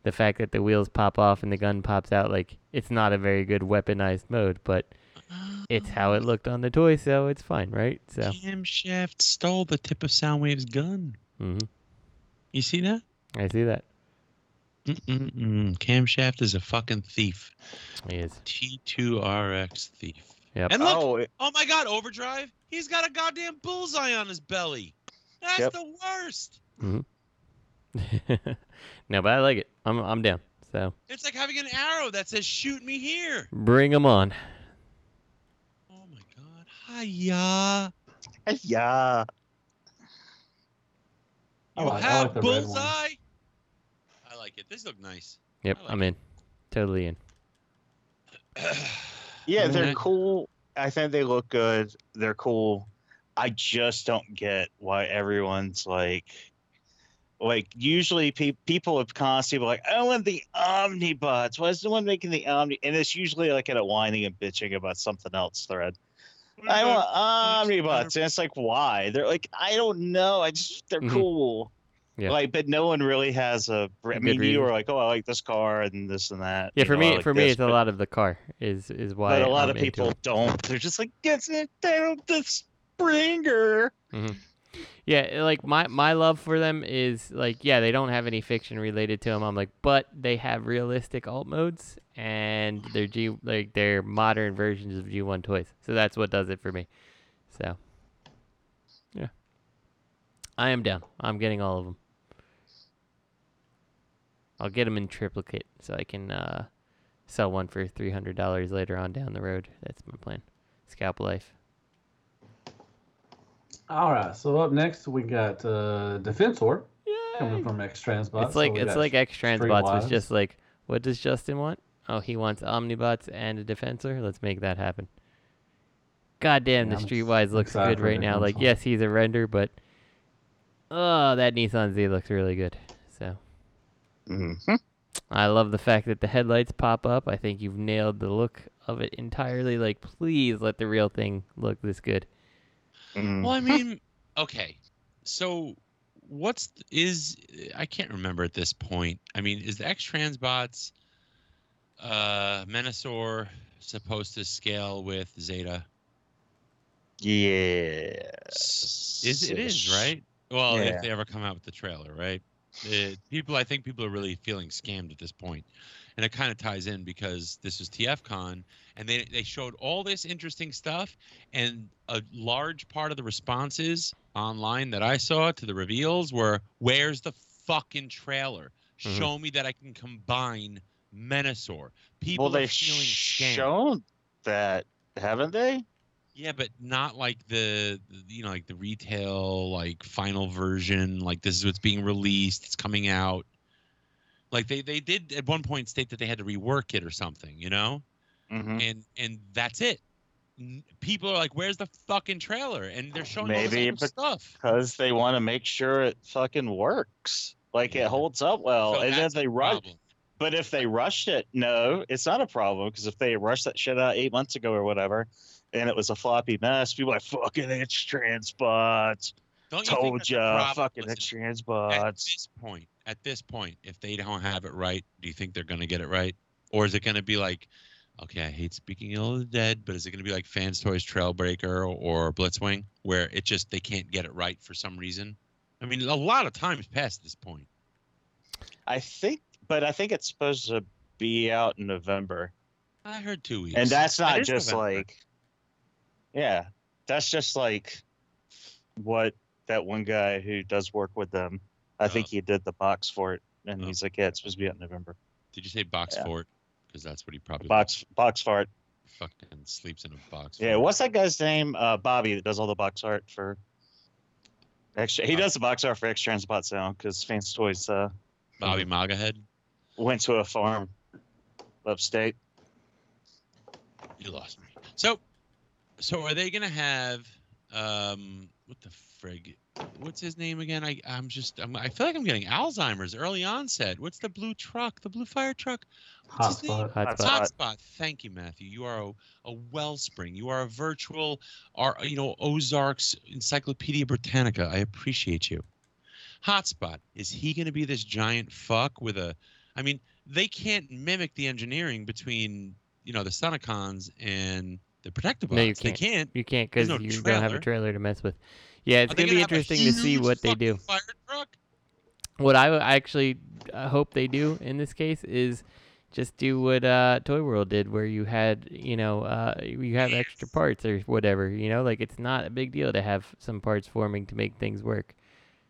the fact that the wheels pop off and the gun pops out, like it's not a very good weaponized mode, but it's how it looked on the toy, so it's fine, right? So Camshaft stole the tip of Soundwave's gun. mhm. You see that? I see that. Mm-mm-mm. Camshaft is a fucking thief. He is. T2RX thief. Yep. And look, Oh, oh, it- my God, Overdrive. He's got a goddamn bullseye on his belly. That's Yep. the worst. no, but I like it. I'm I'm down. So It's like having an arrow that says "Shoot me here." bring them on. Oh my God. Hiya. Oh, Yeah. I You like- I have like the red one. bullseye. I like it. This look nice. Yep, I like I'm in. Totally in. Yeah, Yeah. they're cool. I think they look good. They're cool. I just don't get why everyone's like, like usually pe- people have constantly been like, I want the Omnibots. Why is the one making the Omni? And it's usually like at a whining and bitching about something else thread. I Mm-hmm. want Omnibots. And it's like, why? They're like, I don't know. I just, they're Mhm. cool. Yeah. Like, but no one really has a. br- I Good mean, you reason. were like, oh, I like this car and this and that. Yeah, you for know, I me, like for me, this, it's a but- lot of the car is is why. but a lot I'm of into people it. don't. They're just like, it's entitled the Springer. Yeah, eh, like my my love for them is like yeah, they don't have any fiction related to them. I'm like, but they have realistic alt modes and they're G like they're modern versions of G1 toys. So that's what does it for me. So yeah, I am down. I'm getting all of them. I'll get them in triplicate so I can uh, sell one for three hundred dollars later on down the road. That's my plan. Scalp life. All right. So up next we got uh, Defensor coming from X Transbot. It's like so we it's got like X Transbots was Streetwise. just like, what does Justin want? Oh, he wants Omnibots and a Defensor. Let's make that happen. God damn, Yeah, the I'm Streetwise looks excited good for right now. Like, Defensor. yes, he's a render, but oh, that Nissan Z looks really good. So Mm-hmm. I love the fact that the headlights pop up. I think you've nailed the look of it entirely. Like, please let the real thing look this good. Well, I mean, okay. So, what's th- is I can't remember at this point. I mean, is the X Transbots uh Menasor supposed to scale with Zeta? Yeah. Is it is right? Well, Yeah. if they ever come out with the trailer, right? Uh people, I think people are really feeling scammed at this point, and it kind of ties in because this is TFCon, and they they showed all this interesting stuff, and a large part of the responses online that I saw to the reveals were, "Where's the fucking trailer? Mhm. Show me that I can combine Menasor." Mm-hmm. People well, are they've feeling scammed. shown that, haven't they? Yeah, but not like the the- you know like the retail like final version. Like this is what's being released. It's coming out. Like they they did at one point state that they had to rework it or something. You know, Mm-hmm. and and that's it. N- People are like, "Where's the fucking trailer?" And they're showing Oh, Maybe, all this but- other stuff. Because they want to make sure it fucking works. Like Yeah. it holds up well. So and then that's they the rush. problem. But if they rushed it, no, it's not a problem. Because if they rushed that shit out eight months ago or whatever, and it was a floppy mess, people are like, fucking it's transpods. Don't you think Told that's the ya, problem? fucking Listen, it's at transpods. this point, at this point, if they don't have it right, do you think they're going to get it right, or is it going to be like, okay, I hate speaking ill of the dead, but is it going to be like Fans Toys Trailbreaker or Blitzwing, where it just they can't get it right for some reason? I mean, a lot of times past this point. I think, but I think it's supposed to be out in November, I heard two weeks, and that's That not is just November. like, yeah, that's just like what that one guy who does work with them. I Oh. think he did the box for it, and Oh. he's like, yeah, it's supposed to be out in November. Did you say box Yeah. fort? Because that's what he probably Box box fart. fucking sleeps in a box. Yeah, fort. what's that guy's name? Uh, Bobby that does all the box art for. Extra, he does the box art for X Transbot now because Fans Toys uh, Bobby Magahead? went to a farm upstate. You lost me. So, so are they gonna have um what the frig? What's his name again? I I'm just I'm, I feel like I'm getting Alzheimer's early onset. What's the blue truck? The blue fire truck? What's his name? Hotspot. Hotspot. Hotspot. Hotspot. Thank you, Matthew. You are a, a wellspring. You are a virtual, are you know Ozark's Encyclopedia Britannica. I appreciate you. Hotspot. Is he going to be this giant fuck with a? I mean, they can't mimic the engineering between you know the Sonicons and the Protectabots. No, you can't. They can't. You can't because There's no you don't have a trailer to mess with. Yeah, it's Are they gonna be gonna have a interesting to see huge what they fucking do. Fire truck. What I would actually uh, hope they do in this case is just do what uh, Toy World did, where you had, you know, uh, you have extra parts or whatever. You know, like it's not a big deal to have some parts forming to make things work.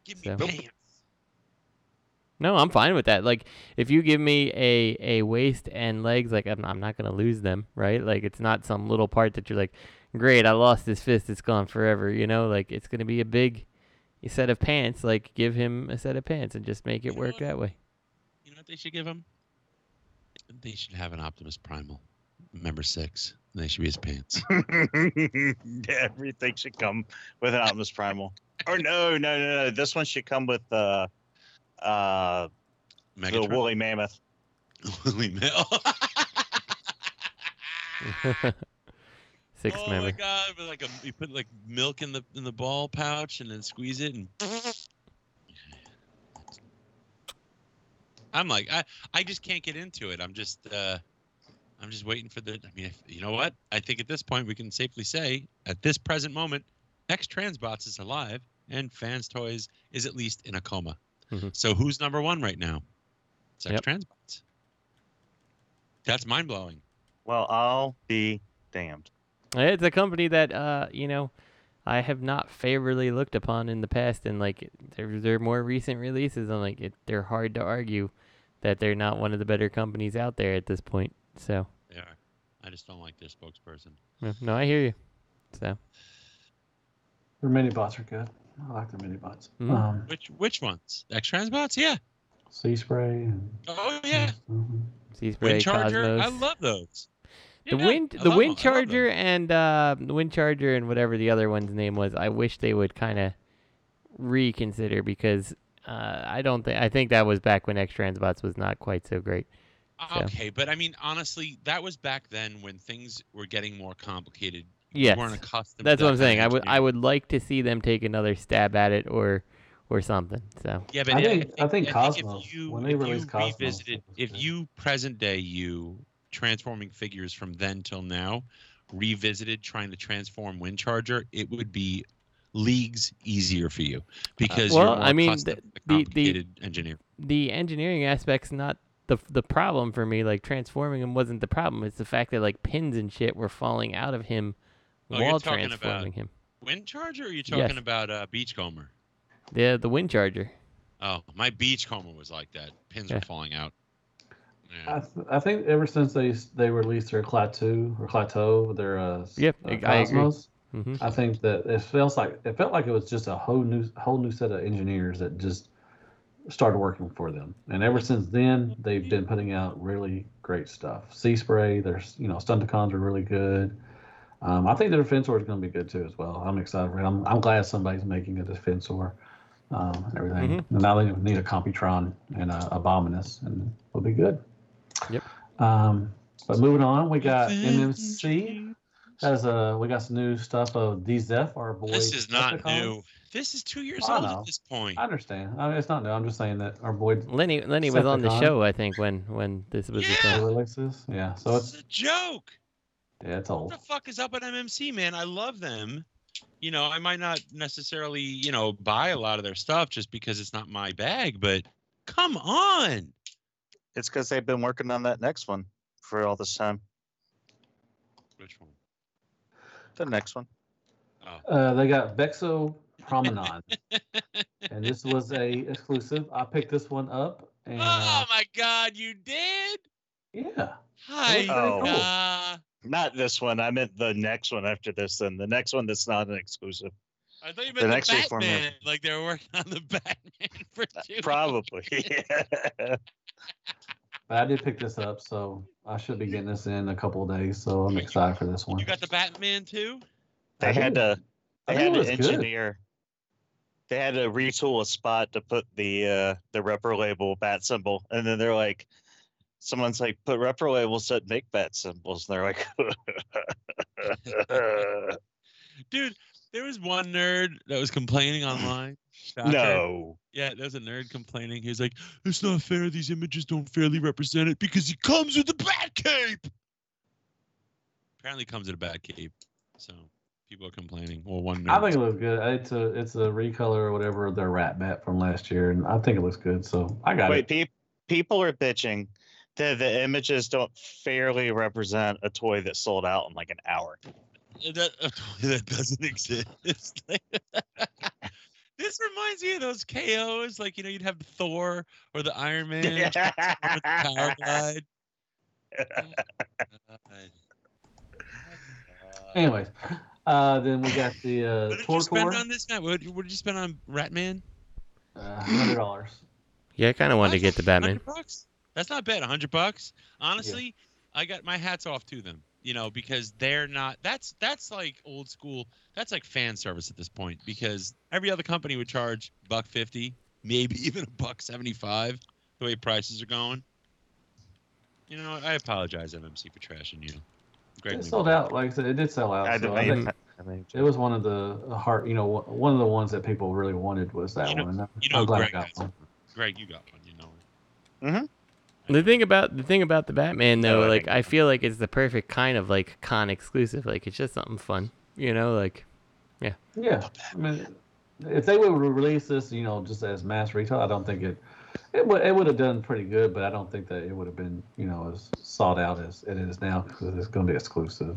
Give So- me pants. No, I'm fine with that. Like, if you give me a, a waist and legs, like I'm, I'm not gonna lose them, right? Like, it's not some little part that you're like, great, I lost his fist, it's gone forever. You know, like it's gonna be a big set of pants. Like, give him a set of pants and just make it know work what? that way. You know what they should give him? They should have an Optimus Primal, member six. And they should be his pants. Everything should come with an Optimus Primal. Or no, no, no, no. This one should come with uh, uh, the Megatron. woolly mammoth. Holy Mel. Six oh my member. god! But like a, you put like milk in the in the ball pouch and then squeeze it and. I'm like I I just can't get into it. I'm just uh, I'm just waiting for the. I mean, if, you know what? I think at this point we can safely say at this present moment, X Transbots is alive and Fans Toys is at least in a coma. Mhm. So who's number one right now? It's X Yep. Transbots. That's mind blowing. Well, I'll be damned. It's a company that uh, you know, I have not favorably looked upon in the past, and like their their more recent releases, I'm like, it, they're hard to argue that they're not one of the better companies out there at this point. So. They are. I just don't like their spokesperson. Yeah, No, I hear you. So Their mini bots are good. I like their mini bots. Mhm. Um, Which which ones? X Transbots? Yeah. sea spray and Oh yeah. mhm. sea spray, Wind Charger. Hmm. Cosmos. I love those. the Yeah, wind, I the love wind 'em. I love 'em. charger, and uh, the wind charger, and whatever the other one's name was. I wish they would kind of reconsider because uh, I don't think I think that was back when X Transbots was not quite so great. so. Okay, but I mean honestly, that was back then when things were getting more complicated. Yeah. Yes. We weren't accustomed. That's to what that I'm saying. kind of I would I engineering. would like to see them take another stab at it or or something. So Yeah, but I it- think- I think if Cosmos, you, when they if released you Cosmos, revisited, it was if good. you present day you transforming figures from then till now, revisited trying to transform Wind Charger, it would be leagues easier for you because well, you're more I mean, accustomed the- to the- the- complicated engineering. the engineering aspect's not the the problem for me. Like transforming him wasn't the problem. It's the fact that like pins and shit were falling out of him Oh, you're while talking about- transforming him. Wind Charger? Or are you Yes. talking about uh, Beachcomber? The the wind charger. Oh, my Beachcomber was like that. Pins Yeah. were falling out. Yeah. I, th- I think ever since they s- they released their Plateau or Plateau, their uh, s- Yep, uh, I- I agree. Cosmos, hmm I think that it feels like it felt like it was just a whole new whole new set of engineers that just started working for them. And ever since then, they've been putting out really great stuff. Sea spray, there's you know Stunticons are really good. Um, I think the Defensor is going to be good too as well. I'm excited. for it. I'm I'm glad somebody's making a Defensor. Um, and everything. And Now they need a Computron and a Abominus, and we'll be good. Yep. Um, but moving on, we got MMC has uh we got some new stuff Uh, of DZF, our boy. This is not Decepticon. new. This is two years I old know. at this point. I understand. I mean, it's not new. I'm just saying that our boy Lenny Lenny was on the Decepticon. show I think when when this was a Yeah. thing. releases. Yeah. So This it's is a joke. yeah, it's What old. the fuck is up at MMC, man? I love them. You know, I might not necessarily, you know, buy a lot of their stuff just because it's not my bag, but come on. It's because they've been working on that next one for all this time. Which one? The next one. Oh. Uh, they got Vexo Promenade, and this was a exclusive. I picked this one up, and Oh my god, you did? yeah, Hi. Oh. nah. Not this one. I meant the next one after this. Then the next one that's not an exclusive. I thought you meant The the, next Batman. reformer. Like they were working on the Batman for two. Probably. but I did pick this up, so I should be getting this in a couple of days. So I'm excited for this one. You got the Batman too? they had to. I They think had it to was good. engineer. They had to retool a spot to put the uh, the repro label bat symbol, and then they're like, someone's like, put repro labels that make bat symbols, and they're like, Dude, there was one nerd that was complaining online. Shocker. no. Yeah, there was a nerd complaining. He was like, "It's not fair. These images don't fairly represent it because he comes with a bat cape." Apparently, comes with a bat cape. So People are complaining. Well, one I nerd. think it looks good. It's a it's a recolor or whatever of their rat bat from last year, and I think it looks good. So I got Wait, it. pe- people are bitching that the images don't fairly represent a toy that sold out in like an hour. that, uh, that doesn't exist. this reminds me of those KOs, like you know, you'd have Thor or the Iron Man with the power glide. Anyways, uh, then we got the What uh, did you Tortor. spend on this guy? What, what did you spend on Ratman? Uh, hundred dollars. Yeah, I kind of wanted to get the Batman. 100 bucks? That's not bad. 100 bucks. Honestly, I got my hats off to them. You know, because they're not. That's that's like old school. That's like fan service at this point. Because every other company would charge buck fifty, maybe even a buck seventy five. The way prices are going. You know, I apologize, MMC, for trashing you. Greg It Lee- sold out. Like I said, it did sell out. I so I demand- think I mean, it was one of the heart. You know, one of the ones that people really wanted was that You know- one. and you I'm know, glad I Greg got has- one. Greg, you got one. You know. The thing about the thing about the Batman No, though, I like think- I feel like it's the perfect kind of like con exclusive. Like it's just something fun, you know. Like Yeah, I mean, if they would release this, you know, just as mass retail, I don't think it it would it would have done pretty good, but I don't think that it would have been you know as sought out as it is now because it's going to be exclusive.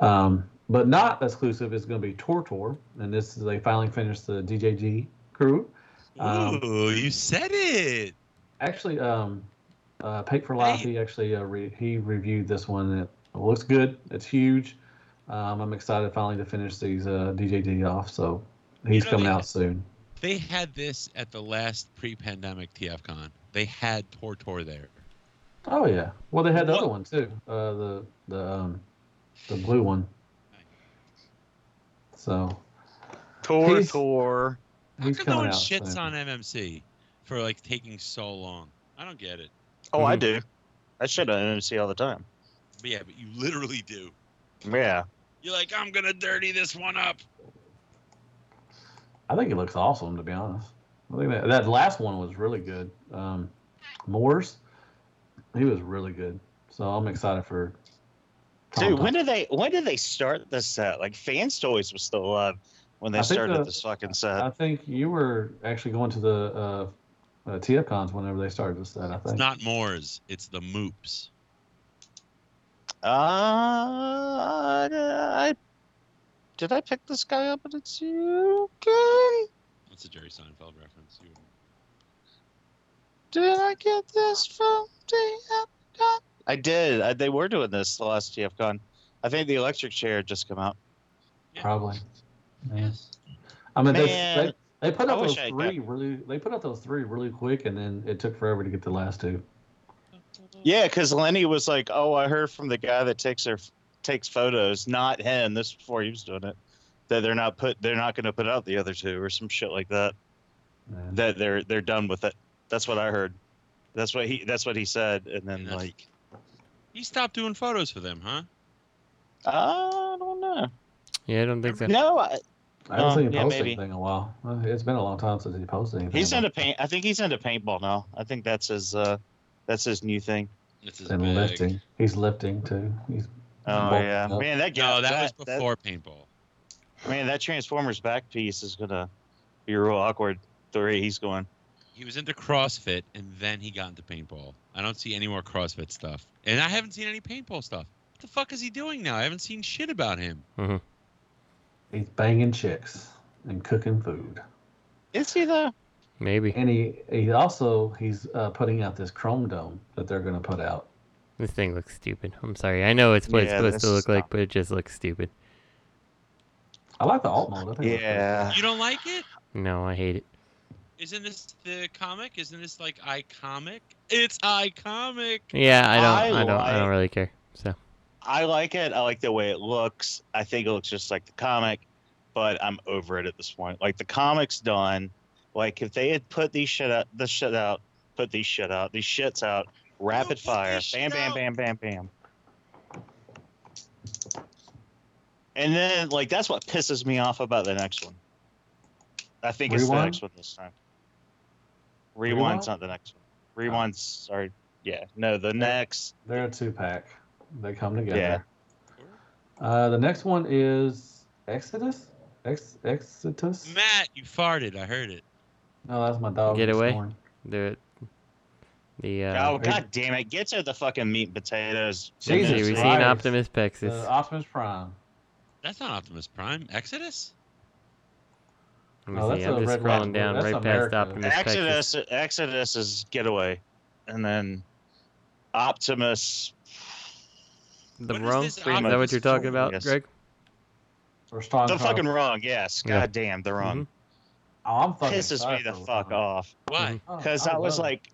Um, but not exclusive is going to be Tortor, and this is they finally finished the DJG crew. Um, Ooh, you said it. Actually, um, uh, Pake for Life. He actually uh, re- he reviewed this one. and It looks good. It's huge. Um, I'm excited finally to finish these uh, DJD off. So he's know, coming they- out soon. They had this at the last pre-pandemic TFCon. They had Tortor there. Oh yeah. Well, they had the What- other one too. Uh, the the um, the blue one. So Tor He's- Tor. How he's come no coming one out. shits soon. on MMC for like taking so long? I don't get it. Oh, Mm-hmm. I do. I should have MMC all the time. But yeah, but you literally do. Yeah. You're like, I'm gonna dirty this one up. I think it looks awesome to be honest. I think that, that last one was really good. Um, Moore's, he was really good. So I'm excited for. Tom Dude, when Tom. did they when did they start this set? Like Fans Toys was still alive when I they think uh, started the- this fucking set. I think you were actually going to the uh, uh, TFCons whenever they started this set. I It's think. not Moore's. It's the Moops. Uh, I, did I pick this guy up at a toucan? That's a Jerry Seinfeld reference. You wouldn't- Did I get this from TFCon? I did. I, they were doing this the last TFCon. I think the electric chair had just come out. Probably. Yeah. I mean, they, they Man, they put I up wish those I had three really. They put up those three really quick, and then it took forever to get the last two. Yeah, because Lenny was like, "Oh, I heard from the guy that takes her takes photos, not him. This was before he was doing it. That they're not put they're not going to put out the other two or some shit like that. Man. That they're they're done with it. That's what I heard. That's what he that's what he said. And then Yeah. like, He stopped doing photos for them, huh? I don't know. yeah, I don't think so. No, I, I haven't Oh, seen him yeah, post maybe. anything in a while. Uh, It's been a long time since he posted anything. he's about into paint. I think he's into paintball now. I think that's his uh that's his new thing. It's that. his And big- lifting. He's lifting too. He's Oh bulking yeah, up. man, that guy. No, that, was that- before paintball. man, that Transformers back piece is gonna be real awkward. The way he's going. He was into CrossFit and then he got into paintball. I don't see any more CrossFit stuff, and I haven't seen any paintball stuff. What the fuck is he doing now? I haven't seen shit about him. He's banging chicks and cooking food. Is he though? Maybe And he, he also he's uh, putting out this chrome dome that they're going to put out. this thing looks stupid. I'm sorry. I know it's what it's Yeah, supposed to this look is like, not- but it just looks stupid. I like the alt mode. I think it's pretty Yeah. You don't like it? No, I hate it. Isn't this the comic? Isn't this like icomic? It's icomic. Yeah, I don't. I I, don't. I don't like- really care. So I like it. I like the way it looks. I think it looks just like the comic, but I'm over it at this point. Like the comic's done. Like if they had put these shit out, this shit out, put these shit out, these shits out, rapid put fire, this bam, shit bam, out. bam, bam, bam. And then like that's what pisses me off about the next one. I think it's the Rewind? next one this time. Rewind? Rewind's not the next one. Rewind's sorry. Yeah, no, the next. They're a two pack. They come Yeah. together. Uh, the next one is Exodus? Ex- Exodus? Matt, you farted. I heard it. No, that's my dog. Get He's away. snoring. The the uh, Oh god damn it! Get to the fucking meat and potatoes. Jesus see, we've seen Christ. Uh, Optimus Pexis. The Optimus Prime. That's not Optimus Prime. Exodus? Let me Oh, see. that's a I'm just Red Rocket scrolling down right movie. That's past America. Optimus Pexis. Exodus. Exodus is getaway, and then Optimus. The What is wrong? this Is that what Optimus you're talking Prime? about, Yes. Greg? Or Strong The Cow. fucking wrong. Yes. Yeah. God damn, the wrong. Oh, I'm fucking Pisses me excited the for fuck Ron. off. Why? Oh, Because I, was love it. like,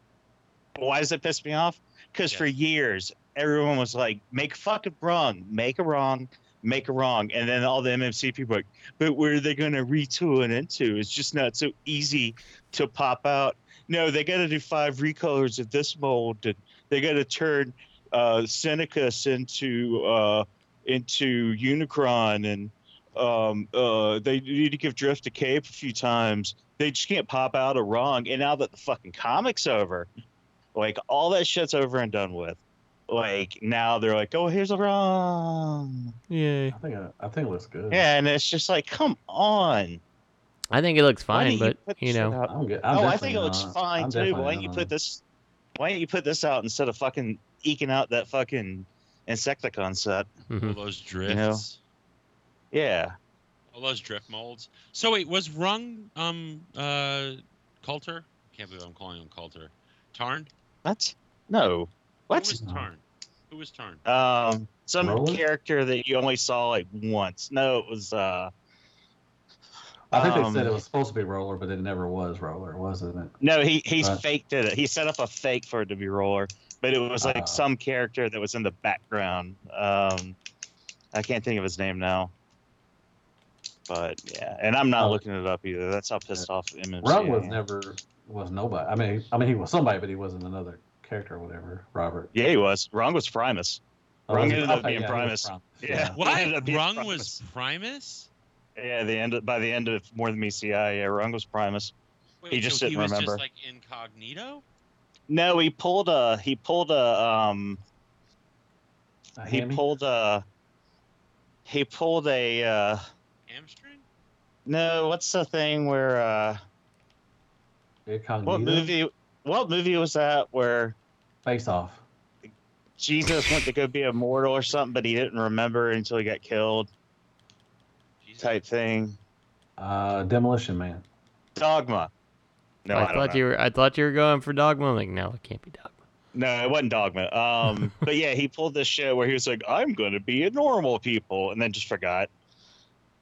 why does it piss me off? Because for years, everyone was like, make fucking wrong, make a wrong, make a wrong. And then all the MMC people were like, but where are they going to retool it into? It's just not so easy to pop out. No, they got to do five recolors of this mold. And they got to turn uh, Senecus into uh, into Unicron. And um, uh, they need to give Drift a cape a few times they just can't pop out of wrong. And now that the fucking comic's over, like all that shit's over and done with. Like now they're like, oh, here's a wrong. Yay. I think, I, I think it looks good. Yeah, and it's just like, come on. I think it looks Why fine, didn't you but put you shit know, out? I'm good. I'm Oh, I definitely think it looks not- fine I'm too. definitely Why don't you not. put this? Why don't you put this out instead of fucking eking out that fucking Insecticon set? All mhm. those drifts. know. Yeah, All those drift molds. So wait, was Rung um uh Coulter? Can't believe I'm calling him Coulter. Tarn? what? No, Who what? was Tarn? Who was Tarn? Um, some Roland? character that you only saw like once. No, it was uh. I think um, they said it was supposed to be Roller, but it never was Roller, wasn't it? No, he he's Right. faked it. He set up a fake for it to be roller, but it was like Ah. some character that was in the background. Um, I can't think of his name now. But yeah, and I'm not Oh. looking it up either. That's how pissed off MMC. Rum was I am. never was nobody. I mean, I mean he was somebody, but he wasn't another character or whatever. Robert. Yeah, he was. Wrong was Primus. Oh, Rung was he? ended up Okay, being yeah, he was Primus. Primus. Yeah. Ended up What? being Rung Primus. was Primus? Yeah, the end by the end of More Than Meets the Eye. Yeah, Wrong was Primus. Wait, He just so he didn't was remember. just like incognito? No, he pulled a he pulled a um A he hammy? pulled a he pulled a uh Hamstring? no what's the thing where uh Incognito? What movie? What movie was that where Face Off. Jesus went to go be immortal or something, but he didn't remember until he got killed? Jesus. Type thing. Uh, Demolition Man. Dogma. No, I, I don't thought know. you were. I thought you were going for Dogma. I'm like, no, it can't be Dogma. No, it wasn't Dogma. Um, but yeah, he pulled this shit where he was like, "I'm going to be a normal people," and then just forgot.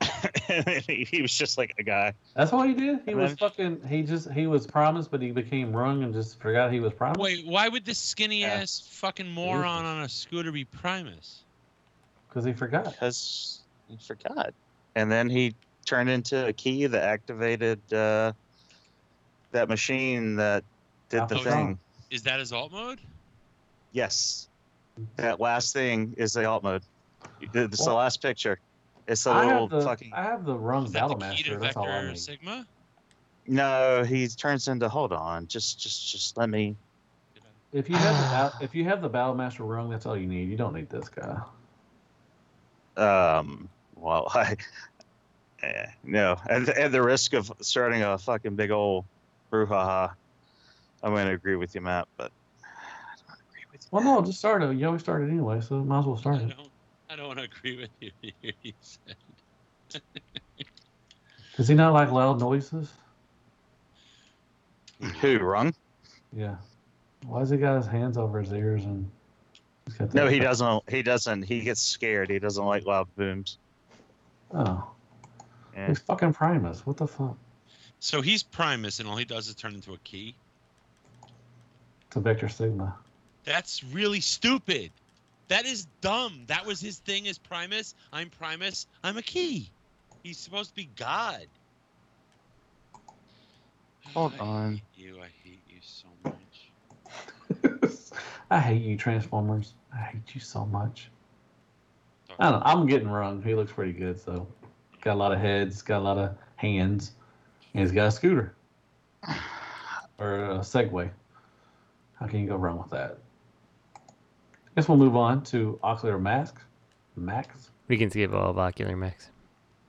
and then he, he was just like a guy. That's what he did. He was Revenge. fucking. He just he was Primus, but he became Rung and just forgot he was Primus. Wait, why would this skinny Yeah. ass fucking moron on a scooter be Primus? because he forgot. because he forgot. And then he turned into a key that activated uh, that machine that did Alpha the Strong. thing. Is that his alt mode? Yes, that last thing is the alt mode. It's the Well- last picture. It's the I little have the fucking. I have the Rung Is that Battle the key to Master. That's all I Vector need. Sigma? No, he turns into. Hold on, just, just, just let me. If you have the bat- if you have the Battle Master Rung, that's all you need. You don't need this guy. Um. Well, I. Eh, no, at, the- at the risk of starting a fucking big old brouhaha, I'm going to agree with you, Matt. But I don't agree with you. Well, no, just start it. You always start it anyway, so might as well I start it. don't, I don't want to agree with you. he said. Does he not like loud noises? Who wrong? Yeah. Why has he got his hands over his ears and? he's got No, that- he doesn't. He doesn't. He gets scared. He doesn't like loud booms. Oh, Yeah. he's fucking Primus. What the fuck? So he's Primus, and all he does is turn into a key. To Vector Sigma. That's really stupid. That is dumb. That was his thing as Primus. I'm Primus. I'm a key. He's supposed to be God. Hold I on. hate you. I hate you so much. I hate you, Transformers. I hate you so much. I don't know. I'm getting wrong. He looks pretty good, so got a lot of heads, got a lot of hands, and he's got a scooter or a Segway. How can you go wrong with that? guess we'll move on to ocular mask. Max. We can skip all of Ocular Max.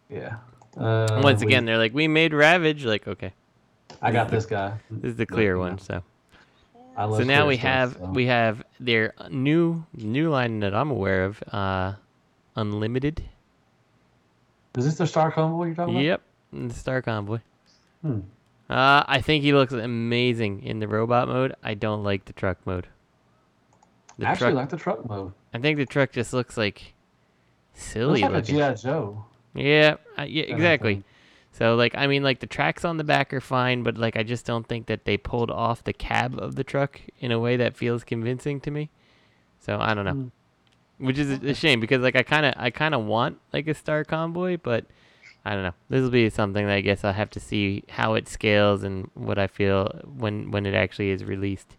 Yeah. Uh, Once we- again, they're like, we made Ravage. Like, okay, I got this guy. this is the clear one. So, I love so now we Square have Stuff, so. we have their new new line that I'm aware of, uh, Unlimited. Is this the Star Convoy you're talking about? Yep, in the Star Convoy. Oh, Hmm. Uh, I think he looks amazing in the robot mode. I don't like the truck mode. The I actually truck, like the truck mode. I think the truck just looks like silly Looks like a looking. GI Joe. Yeah, I, yeah, kinda exactly. thing. So like, I mean, like the tracks on the back are fine, but like, I just don't think that they pulled off the cab of the truck in a way that feels convincing to me. So I don't know, Hmm. which is a- a shame because like I kind of I kind of want like a star convoy, but I don't know. This will be something that I guess I'll have to see how it scales and what I feel when when it actually is released.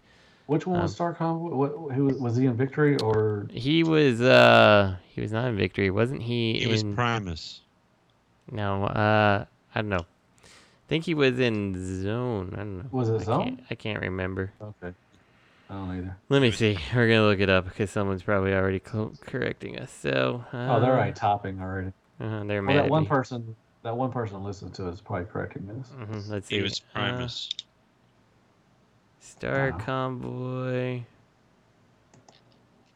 Which one was Um, Star Convoy? What, who was he in Victory or? He was uh he was not in victory, wasn't he? He was in- Primus. No, uh, I don't know. I think he was in zone. I don't know. Was it I Zone? Can't, I can't remember. Okay. I don't either. Let me see. We're gonna look it up because someone's probably already cl- correcting us. So. Uh, Oh, they're right topping already. Uh, they're Well, mad. that at one me. person, that one person listening to us is probably correcting this. Mhm, let's see. He was Uh, Primus. Star Wow. Convoy.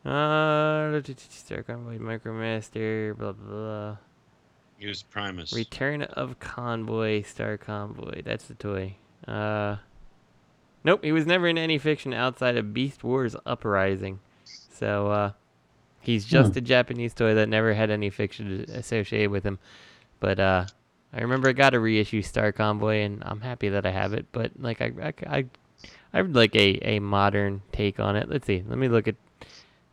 Uh, Star Convoy, Micromaster, blah blah blah. he was Primus. Return of Convoy, Star Convoy. That's the toy. Uh, nope, he was never in any fiction outside of Beast Wars Uprising. So uh, he's just a Japanese toy that never had any fiction associated with him. But uh, I remember I got a reissue Star Convoy, and I'm happy that I have it. But like I, I, I, I would like a, a modern take on it. Let's see. Let me look at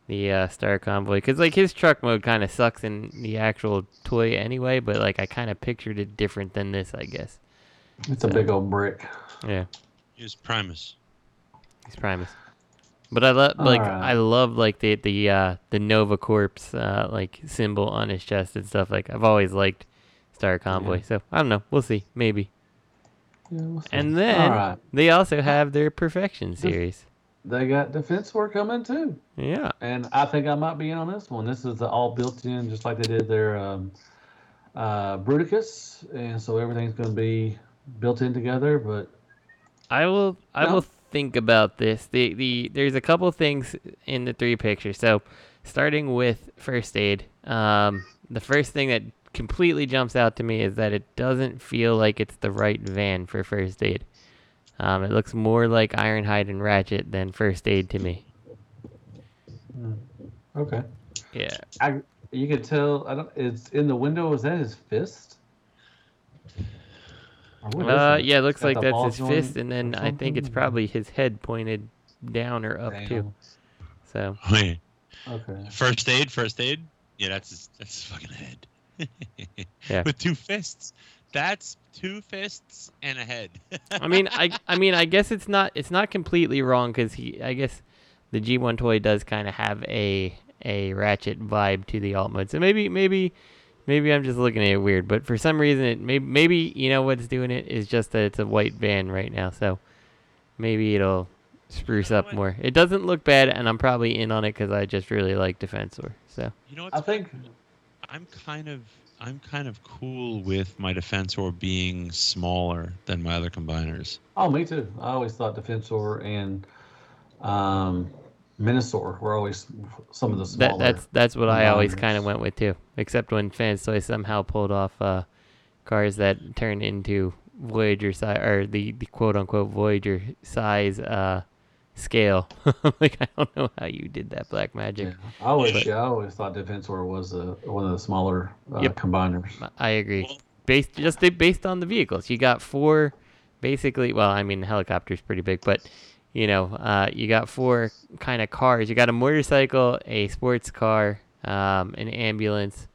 the uh, Star Convoy because like his truck mode kind of sucks in the actual toy anyway. But like I kind of pictured it different than this, I guess. It's a big old brick. Yeah, He was Primus. he's Primus. But I love like Alright. I love like the the uh, the Nova Corps uh, like symbol on his chest and stuff. Like I've always liked Star Convoy. So I don't know. We'll see. Maybe. Yeah, we'll see. And then Alright. they also have their Perfection series. they got defense work coming too. Yeah. And I think I might be in on this one. This is the all built in, just like they did their um, uh, Bruticus, and so everything's going to be built in together. But I will. I No. will think about this. The the there's a couple things in the three pictures. So, starting with first aid. Um, the first thing that completely jumps out to me is that it doesn't feel like it's the right van for first aid. Um, it looks more like Ironhide and Ratchet than first aid to me. okay, Yeah. I you could tell. I don't. It's in the window. Is that his fist? Or what is Uh, that? yeah. It looks Got like the that's ball his joint fist, and or then I think it's something? probably his head pointed down or up too. So Wait. Okay. First aid, first aid. Yeah, that's his, that's his fucking head. Yeah. With two fists. That's two fists and a head. I mean, I I mean, I guess it's not it's not completely wrong because he I guess the G1 toy does kind of have a a ratchet vibe to the alt mode. So maybe maybe maybe I'm just looking at it weird, but for some reason it maybe maybe you know what's doing it is just that it's a white van right now. So maybe it'll spruce up more. It doesn't look bad, and I'm probably in on it because I just really like Defensor. So you know what's I think I'm kind of I'm kind of cool with my defensor being smaller than my other combiners. Oh, me too. I always thought Defensor and um, Minosaur were always some of the smaller. that that's that's what I always environments. kind of went with too, except when Fans Toy somehow pulled off uh, cars that turn into Voyager size or the, the quote unquote Voyager size uh, scale. like I don't know how you did that black magic. Yeah. I always, yeah, I always thought Defensor was uh one of the smaller uh, Yep. combiners. I agree. Based just di- based on the vehicles, you got four, basically. Well, I mean, the helicopter's pretty big, but you know, uh, you got four kind of cars. You got a motorcycle, a sports car, um, an ambulance,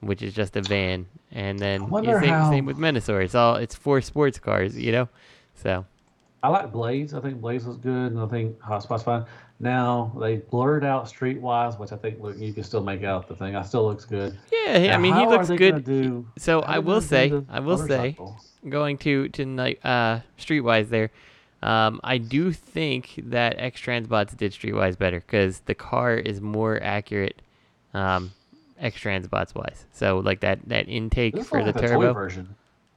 which is just a van, and then wonder same, how- same with Menosaur. It's all it's four sports cars, you know. So I like Blaze. I think Blaze was good, and I think Hotspot's fine. Now they blurred out Streetwise, which I think look, you can still make out the thing. I still looks good. yeah, Uh, I Now, mean, he how are looks they good. gonna Do, so how I are they will gonna do say- the I will say- motorcycle? going to to night uh streetwise there um i do think that x transbots did streetwise better because the car is more accurate um X transbots wise. So like that that intake This for one's the like the turbo. toy version.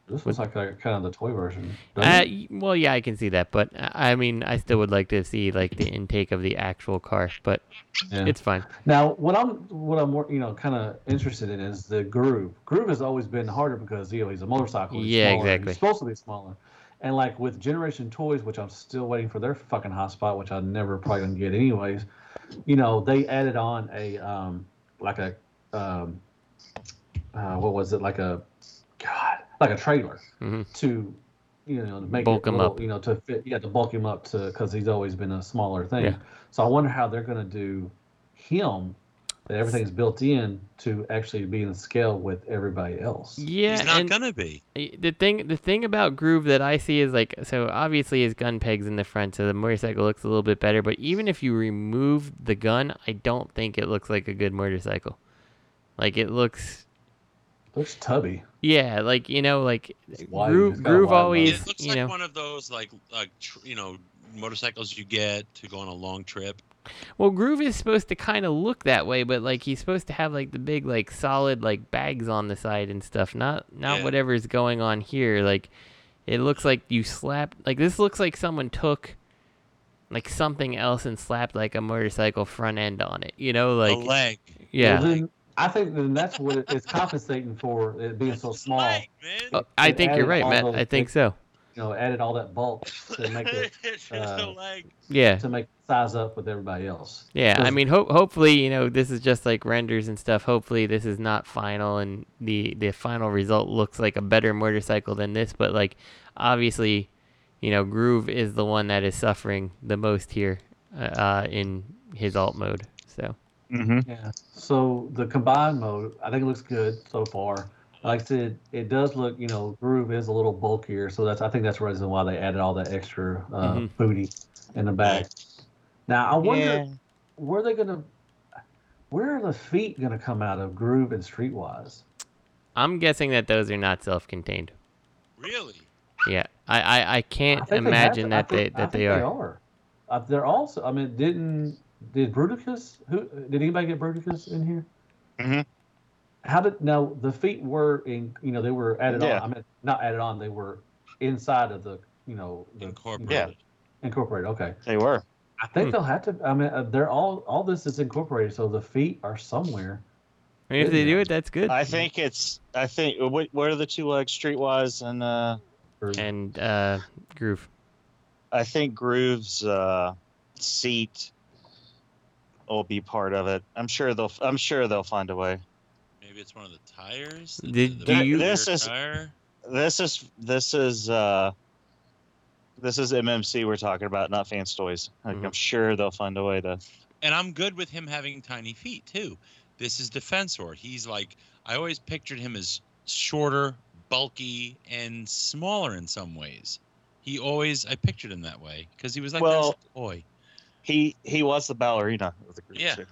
This was like a, kind of the toy version. doesn't Uh, it? y- well, yeah, I can see that, but uh, I mean, I still would like to see like the intake of the actual car, but Yeah. it's fine. Now, what I'm what I'm more you know kind of interested in is the groove. Groove has always been harder because you know he's a motorcycle. He's Yeah, smaller, exactly. He's supposed to be smaller, and like with Generation Toys, which I'm still waiting for their fucking hotspot, which I never probably gonna get anyways. You know, they added on a um like a um uh, what was it like a god like a trailer Mhm. to you know to make Bulk it a 'em little- up. you know to fit yeah to bulk him up to because he's always been a smaller thing. Yeah. So I wonder how they're gonna do him that everything's built in to actually be in scale with everybody else. Yeah, He's not and- gonna be. Y- the thing the thing about groove that i see is like so obviously his gun pegs in the front so the motorcycle looks a little bit better but even if you remove the gun i don't think it looks like a good motorcycle like it looks Looks tubby. yeah like you know like wide, it's groove got a groove wide always mouth. It looks you like know one of those like like tr- you know motorcycles you get to go on a long trip. well groove is supposed to kind of look that way but like he's supposed to have like the big like solid like bags on the side and stuff not not Yeah. whatever's going on here like it looks like you slapped like this looks like someone took like something else and slapped like a motorcycle front end on it. You know, like a leg. yeah. Well, then, I think then that's what it, it's compensating for it being so small. Leg, man. Oh, I it think you're right, added all Matt. those I think big- so. You know, added all that bulk to make it it's just uh, a leg. Yeah, to make it size up with everybody else. yeah. I Does- mean, ho- hopefully, you know, this is just like renders and stuff. Hopefully, this is not final, and the the final result looks like a better motorcycle than this. But like, obviously, you know, Groove is the one that is suffering the most here, uh, in his alt mode. So Mm-hmm. Yeah. So the combined mode, I think it looks good so far. Like I said, it does look, you know, groove is a little bulkier, so that's I think that's the reason why they added all that extra uh, Mhm. booty in the back. Now I wonder, where they gonna, where are the feet gonna come out of groove and streetwise? I'm guessing that those are not self-contained. Really? Yeah, I I, I can't they have imagine to- I that they think- I that they think are. Uh, they're also. I mean, didn't did Bruticus? Who did anybody get Bruticus in here? Mhm. How did now the feet were in? You know, they were added Yeah. on. I mean, not added on. They were inside of the. You know, the Incorporated. incorporated. Okay, They were. I think Hmm. they'll have to. I mean, uh, they're all all this is incorporated, so the feet are somewhere. I mean, if they do it, that's good. I think it's. I think. What, what are the two legs? Streetwise and. uh Or, and uh, Groove. I think Groove's uh, seat will be part of it. I'm sure they'll. I'm sure they'll find a way. Maybe it's one of the tires. Did- do you- rear This is- tire? This is. This is. uh This is MMC we're talking about, not fan toys. Like, I'm Mhm. sure they'll find a way to. and I'm good with him having tiny feet too. This is defensor. He's like I always pictured him as shorter, bulky, and smaller in some ways. He always I pictured him that way because he was like Well- this boy. He he was the ballerina of the group. Yeah. too.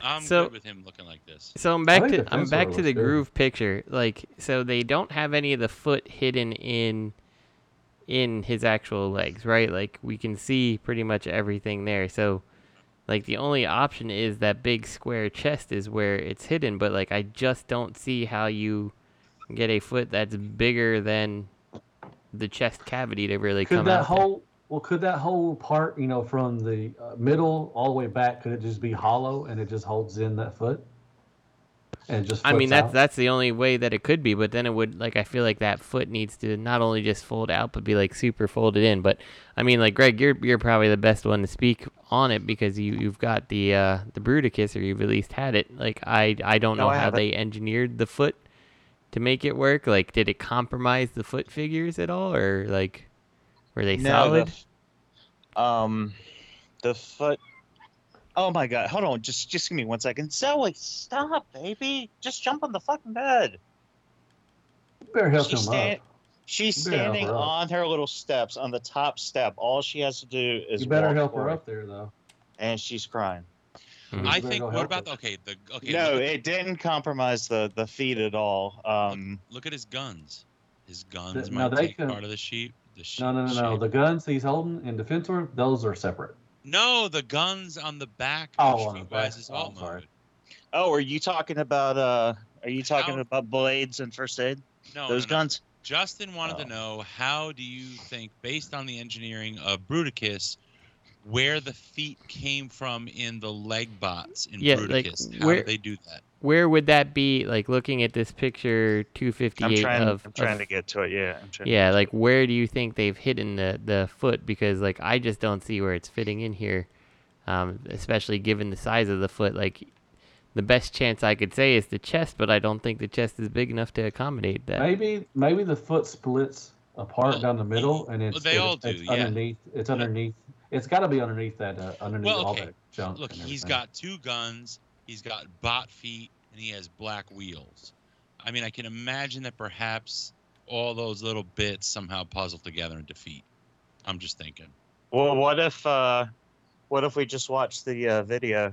I'm So- good with him looking like this. So I'm back think to the I'm fence back row to the looks good. Groove picture. Like, so they don't have any of the foot hidden in in his actual legs, right? Like we can see pretty much everything there. So like the only option is that big square chest is where it's hidden, but like I just don't see how you get a foot that's bigger than the chest cavity to really could come that out. there. whole well could that whole part you know from the uh, middle all the way back could it just be hollow and it just holds in that foot and it just I mean flips that's out? that's the only way that it could be, but then it would like I feel like that foot needs to not only just fold out but be like super folded in. But I mean like Greg, you're you're probably the best one to speak on it because you you've got the uh the Bruticus or you've at least had it. Like I I don't No, know I how haven't. they engineered the foot to make it work. Like did it compromise the foot figures at all or like were they solid? The, um, the foot. Oh my god! Hold on, just just give me one second. Zoe, stop, baby! Just jump on the fucking bed. better help him She's, stand, up she's You better help standing her up. on her little steps on the top step. All she has to do is you better walk help her forward, up there though and she's crying. Mhm. I better think go what help about her. okay the okay no, look, at- it didn't compromise the the feet at all. Um, look at his guns. His guns Th- no, might they take can- part of the sheep. The sheep no no no no shape. the guns he's holding and defensor those are separate No, the guns on the back. Oh, of on the Streetwise back. is Oh, all I'm sorry. mode. Oh, are you talking about uh are you talking about blades and first aid? No, Those no, no. guns? Justin wanted Oh. to know how do you think, based on the engineering of Bruticus, where the feet came from in the leg bots in Yeah, like, Bruticus? how where- did they do that? Where would that be? Like looking at this picture, two I'm fifty-eight trying of, I'm trying of to get to it, yeah. I'm trying Yeah, like where do you think they've hidden the the foot? Because like I just don't see where it's fitting in here, um, especially given the size of the foot. Like the best chance I could say is the chest, but I don't think the chest is big enough to accommodate that. Maybe maybe the foot splits apart down the middle, and it's, they it- all do, it's yeah. underneath. It's underneath. It's got to be underneath that. Uh, underneath Well, all okay. that Oh, junk. Look, and he's everything. got two guns, he's got bot feet, and he has black wheels. I mean, I can imagine that perhaps all those little bits somehow puzzle together into feet. I'm just thinking. Well, what if uh, what if we just watch the uh, video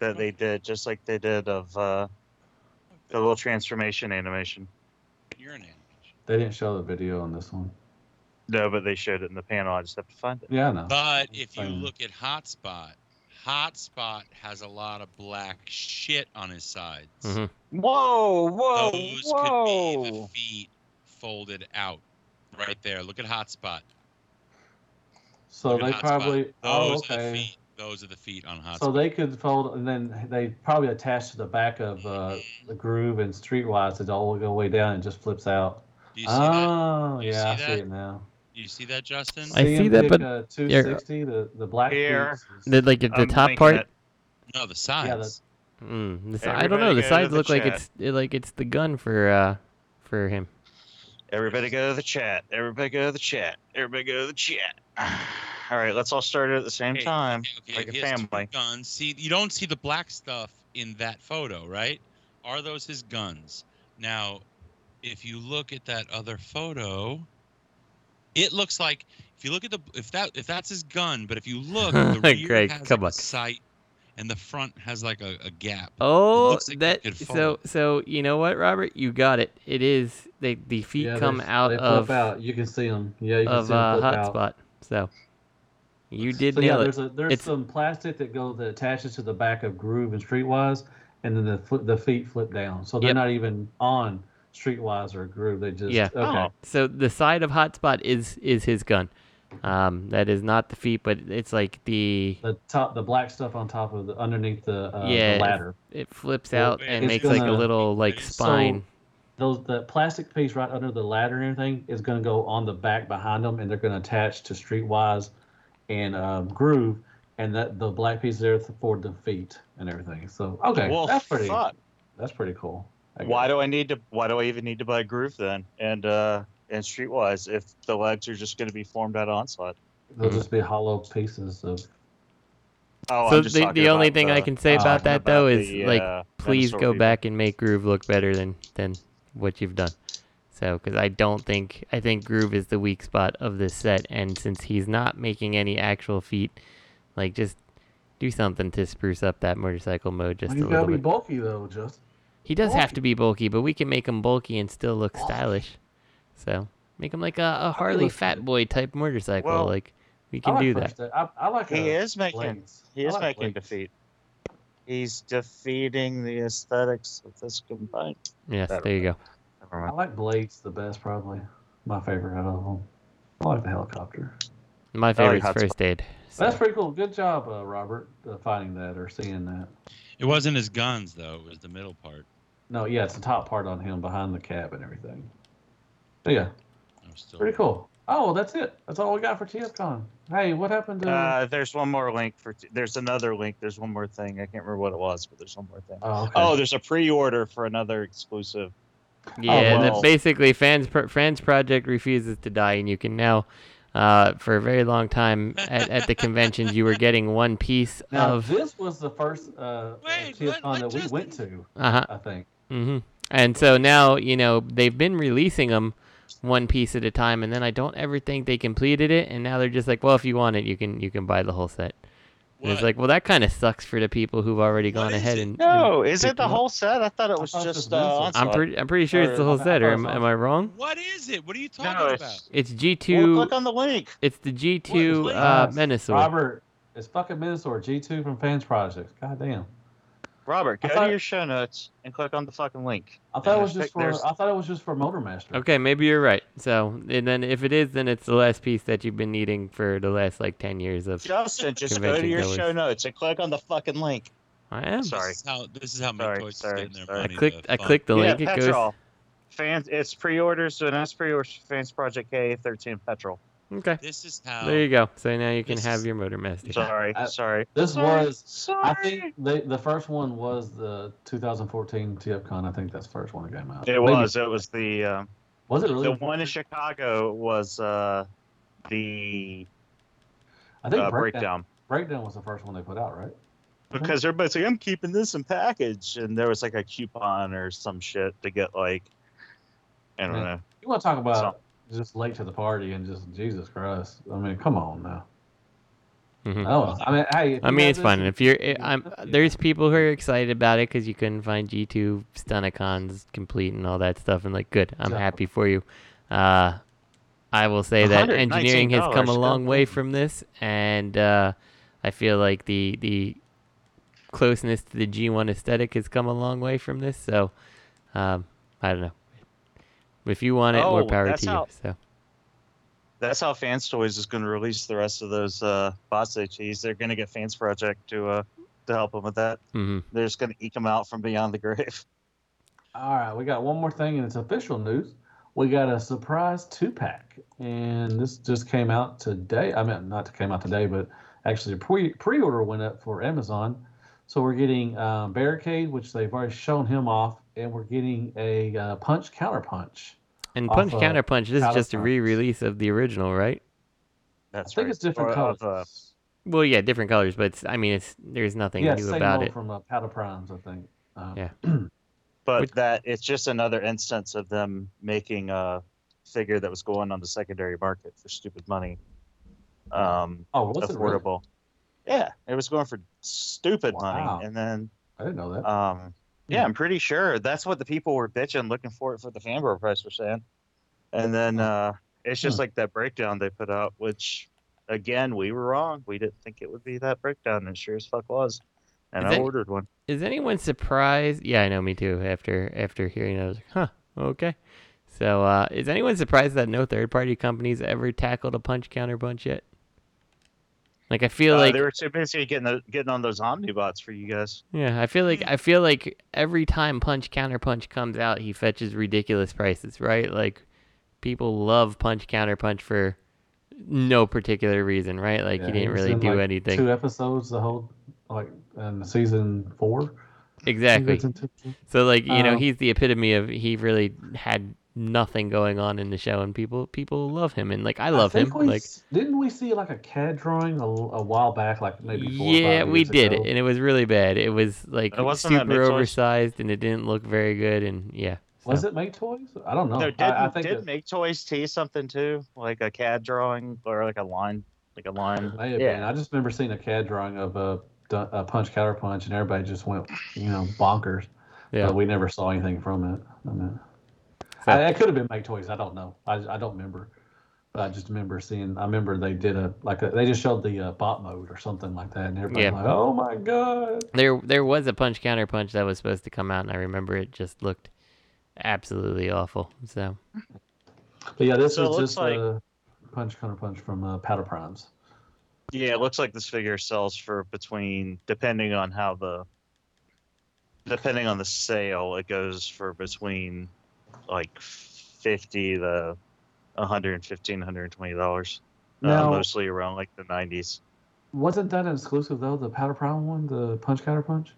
that they did, just like they did of uh, the little transformation animation? You're an animal. They didn't show the video on this one. No, but they showed it in the panel. I just have to find it. Yeah, I know. But if you Fine. look at Hotspot, Hotspot has a lot of black shit on his sides. Mm-hmm. Mhm. Whoa, whoa, Those could be the whoa! feet folded out, right there. Look at Hotspot. So Look at they Hotspot. probably. Oh, Those are the okay. feet. Those are the feet on Hotspot. So they could fold, and then they probably attach to the back of uh, Mm-hmm. the groove and streetwise. It all go way down and just flips out. Do you see that? Oh, Do you yeah, see that? I see it now. Do you see that, Justin? I see him that, pick, but- uh, 260, the the black Here. piece. The, like the, the I'm top blanking part. it. No, the sides. that's- Mm, the si- I don't Everybody know. The go to sides the look like chat. it's it- like it's the gun for uh for him. Everybody go to the chat. Everybody go to the chat. Everybody go to the chat. All right, let's all start it at the same Hey, time. Okay, Like a he has two family. Guns. See, you don't see the black stuff in that photo, right? Are those his guns? Now, if you look at that other photo, it looks like if you look at the if that if that's his gun, but if you look, the rear Greg, has come like on. a sight, and the front has like a, a gap. Oh, looks like it that could so fold. so you know what, Robert? You got it. It is they the feet Yeah, come they- out they flip of out. You can see them. Yeah, you can of see them uh, flip out. hotspot. So you did So yeah, nail it. there's a there's It's- some plastic that go that attaches to the back of Groove and Streetwise, and then the flip, the feet flip down, so they're Yep. not even on Streetwise or Groove. They just Yeah. Okay. So the side of hotspot is is his gun. Um, that is not the feet, but it's like the The top, the black stuff on top of the underneath the, uh, yeah the it- ladder. It, flips Well, out it- and it's makes like a gonna- little like so- spine. Those the plastic piece right under the ladder and everything is going to go on the back behind them, and they're going to attach to Streetwise and um, Groove, and that the black piece there for the feet and everything. So okay, Well, that's pretty. fuck. That's pretty cool. I guess. Why do I need to? Why do I even need to buy Groove then? And uh, and Streetwise, if the legs are just going to be formed out of onslaught. They'll just be hollow pieces of. Oh, so I'm just the, talking the only about thing I the- can say uh, about talking that though about is the, like, uh, please dinosaur go people. back and make Groove look better than than what you've done. So, because I don't think I think Groove is the weak spot of this set, and since he's not making any actual feet, like just do something to spruce up that motorcycle mode just You a gotta little be bit. bulky though, just. he does have to be bulky, but we can make him bulky and still look stylish. So make him like a, a Harley looks Fat good. Boy type motorcycle. Well, like we can I like do that. first day- I, I like. He uh, is making- legs. He I is like making legs. defeat. He's defeating the aesthetics of this combined. Yes, better. there you go. Never I mind. like blades the best, probably. My favorite out of them. I like the helicopter. My I like favorite's Hotspot. first aid. That's so- pretty cool. Good job, uh, Robert, uh, finding that or seeing that. It wasn't his guns though; it was the middle part. No, yeah, it's the top part on him behind the cab and everything. But yeah, I'm still pretty cool. Oh, well, that's it. That's all we got for TFCon. Hey, what happened to? Uh, there's one more link for. There's another link. There's one more thing. I can't remember what it was, but there's one more thing. oh, okay. Oh, there's a pre-order for another exclusive. Oh, Oh, Yeah, that well. basically, fans Pro- fans project refuses to die, and you can now, uh, for a very long time at, at the conventions, you were getting one piece now of, this was the first uh, Wait, TFCon let- let that we Justin- went to. uh huh, I think. hmm and so now you know they've been releasing them one piece at a time, and then I don't ever think they completed it, and now they're just like, well, if you want it, you can you can buy the whole set. And What? It's like, well, that kind of sucks for the people who've already What gone is ahead it? and. and No, is it picked the them up. whole set? I thought it I was thought it was just just uh, Vincent. I'm Onslaught. pretty. I'm pretty sure it's the Or- whole set. I thought Or it am, was am I wrong? What is it? What are you talking No, about? it's, It's G well, two. click on the link. It's the G What two is it? uh, Yes. Menasor. Robert, it's fucking Minosaur G2 from Fans Project. God damn. Robert, I go thought- to your show notes and click on the fucking link. I thought it And was there's- just for. there's- I thought it was just for Motormaster. Okay, maybe you're right. So, and then if it is, then it's the last piece that you've been needing for the last like ten years of. Justin, just go to convention your goers. show notes and click on the fucking link. I am. Sorry. This is how this is how Sorry, McCoy's sorry, getting their sorry. I money. clicked- to I fund- clicked the yeah, link, it goes- petrol. Fans, it's pre-orders and that's pre-orders for fans project K13 petrol. Okay. This is how There you go. So now you can This have is- your motor master. Sorry, I- sorry. This Sorry, was. Sorry. I think the the first one was the 2014 TFCon. I think that's the first one that came out. it Maybe- was. It was the um, Was it really? the one in Chicago was uh, the I think Uh-huh. uh, breakdown. breakdown Breakdown was the first one they put out, right? because everybody's like, "I'm keeping this in package," and there was like a coupon or some shit to get like, I don't Yeah. know. You want to talk about just late to the party and just Jesus Christ? I mean, come on now. Mhm. Oh, I mean, hey. if I you mean, got it's this- fun. If you're, i I'm, Yeah. there's people who are excited about it because you couldn't find G2 Stunicons complete and all that stuff, and like, good, I'm Exactly. happy for you. Uh, I will say that $119 engineering has come a go long way on. from this, and uh, I feel like the the closeness to the G1 aesthetic has come a long way from this. So, um, I don't know. If you want it, more Oh, power that's to how- you. So, That's how Fans Toys is going to release the rest of those uh, boss HEs. They're going to get Fans Project to uh, to help them with that. mhm. They're just going to eke them out from beyond the grave. All right, we got one more thing, and it's official news. We got a surprise two pack, and this just came out today. I mean, not came out today, but actually the pre pre order went up for Amazon. So we're getting uh, Barricade, which they've already shown him off, and we're getting a uh, Punch Counter Punch. and off Punch of Counter Punch, this is Counter just a Punch. re-release of the original, right? That's I think right. it's different Or of, colors. uh, Well, yeah, different colors, but it's, I mean, it's there's nothing yeah, new same about one it. from uh, Powder Primes, I think. Um, Yeah. but Which- that it's just another instance of them making a figure that was going on the secondary market for stupid money. Um, Oh, was it really? affordable. Yeah, it was going for stupid Wow. money, and then I didn't know that. um, yeah, I'm pretty sure that's what the people were bitching, looking for it for the Fanbro price were saying, and then uh, it's just Hmm. like that breakdown they put out, which again we were wrong. We didn't think it would be that breakdown, and it sure as fuck was. And Is I that- ordered one. Is anyone surprised? Yeah, I know, me too. After after hearing that, I was like, huh, okay. So, uh, is anyone surprised that no third-party companies ever tackled a punch counter punch yet? Like, I feel Uh, like they were too busy getting the, getting on those omnibots for you guys. yeah, I feel like I feel like every time punch counter punch comes out, he fetches ridiculous prices, right? Like, people love punch counter punch for no particular reason, right? Like, Yeah, he didn't was really in, do like, anything. Two episodes, the whole like in season four. Exactly. So like you know Um, he's the epitome of he really had nothing going on in the show and people people love him and like I love him think we like s- didn't we see like a CAD drawing a, a while back, like maybe four or yeah five we years did ago? it and it was really bad it was like It wasn't that super Mixoid? oversized and it didn't look very good and yeah so. Was it Make Toys? I don't know. No, Oh, I- did I, think did it Make Toys tee something too, like a CAD drawing or like a line, like a line. may have been. I just remember seeing a CAD drawing of a, a punch counter punch, and everybody just went, you know, bonkers. yeah But Oh, we never saw anything from it. I mean, So- I, it could have been Make Toys. I don't know. I, I don't remember. But I just remember seeing. I remember they did a like a, they just showed the uh, bot mode or something like that, and everybody Yeah. was like, oh my god. there there was a punch counter punch that was supposed to come out and I remember it just looked absolutely awful so But yeah, this So it is looks just like- uh, punch counter punch from uh, Powder Primes. Yeah, it looks like this figure sells for between, depending on how the, depending on the sale, it goes for between, like, fifty to, 115 dollars. uh, Now- mostly around like the nineties. Wasn't that an exclusive though? The Powder Prime one, the punch counter punch.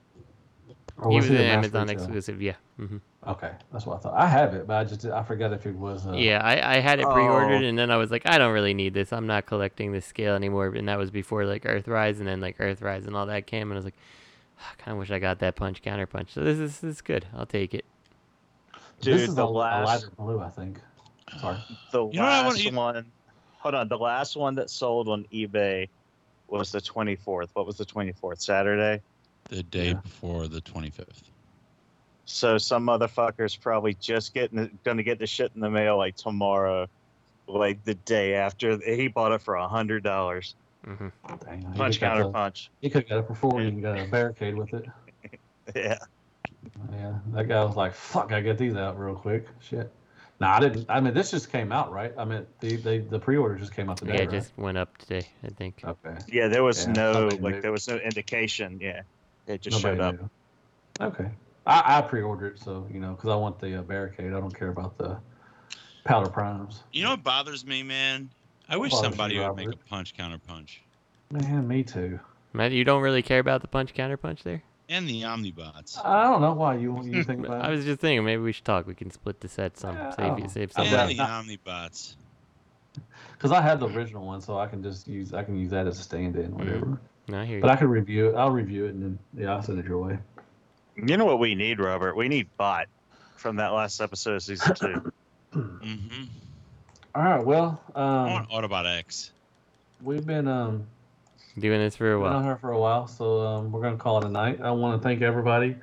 Or he was it an a mass Amazon retail? exclusive yeah hmm Okay, that's what I thought. I have it, but I just I forgot if it was. Uh, Yeah, I, I had it pre-ordered, Oh. and then I was like, I don't really need this. I'm not collecting this scale anymore. And that was before like Earthrise, and then like Earthrise and all that came, and I was like, I kind of wish I got that punch counter punch. So this is this is good. I'll take it. Dude, this is the a, a last, lighter blue, I think. Sorry. the You know what I wanna- last you- one. Hold on, the last one that sold on eBay was the twenty fourth. What was the twenty fourth? Saturday. the day Yeah. before the 25th. So some motherfucker's probably just getting gonna get the shit in the mail like tomorrow, like the day after. He bought it for a hundred dollars. hmm Dang, you Punch could got counter the- punch. You could have got it for forty and got a barricade with it. Yeah. Yeah, that guy was like, "Fuck, I get these out real quick." Shit. No, I didn't. I mean, this just came out, right? I mean, the the, the pre-order just came out today. yeah, it right? just went up today, I think. Okay. Yeah, there was Yeah, no nobody like knew. there was no indication. Yeah, it just Nobody showed up. knew. Okay. I, I pre-ordered it, so you know, because I want the uh, barricade. I don't care about the powder primes. You know what bothers me, man? I wish Bothers you, somebody would make a Robert? punch counter punch. Man, me too. Matt, you don't really care about the punch counter punch there? And the Omnibots. I don't know why you you think about. I was just thinking maybe we should talk. We can split the set some. Oh. Save, save some. and bet money. the not. Omnibots. Because I have the original one, so I can just use I can use that as a Mm, stand-in, whatever. No, I hear you. But I could review it. I'll review it and then yeah, I'll send it your way. You know what we need, Robert? We need bot from that last episode of season two. Mm-hmm. All right. Well, I um, want Autobot X. we've been um Doing this for a been on while. here for a while, so um, we're gonna call it a night. I want to thank everybody,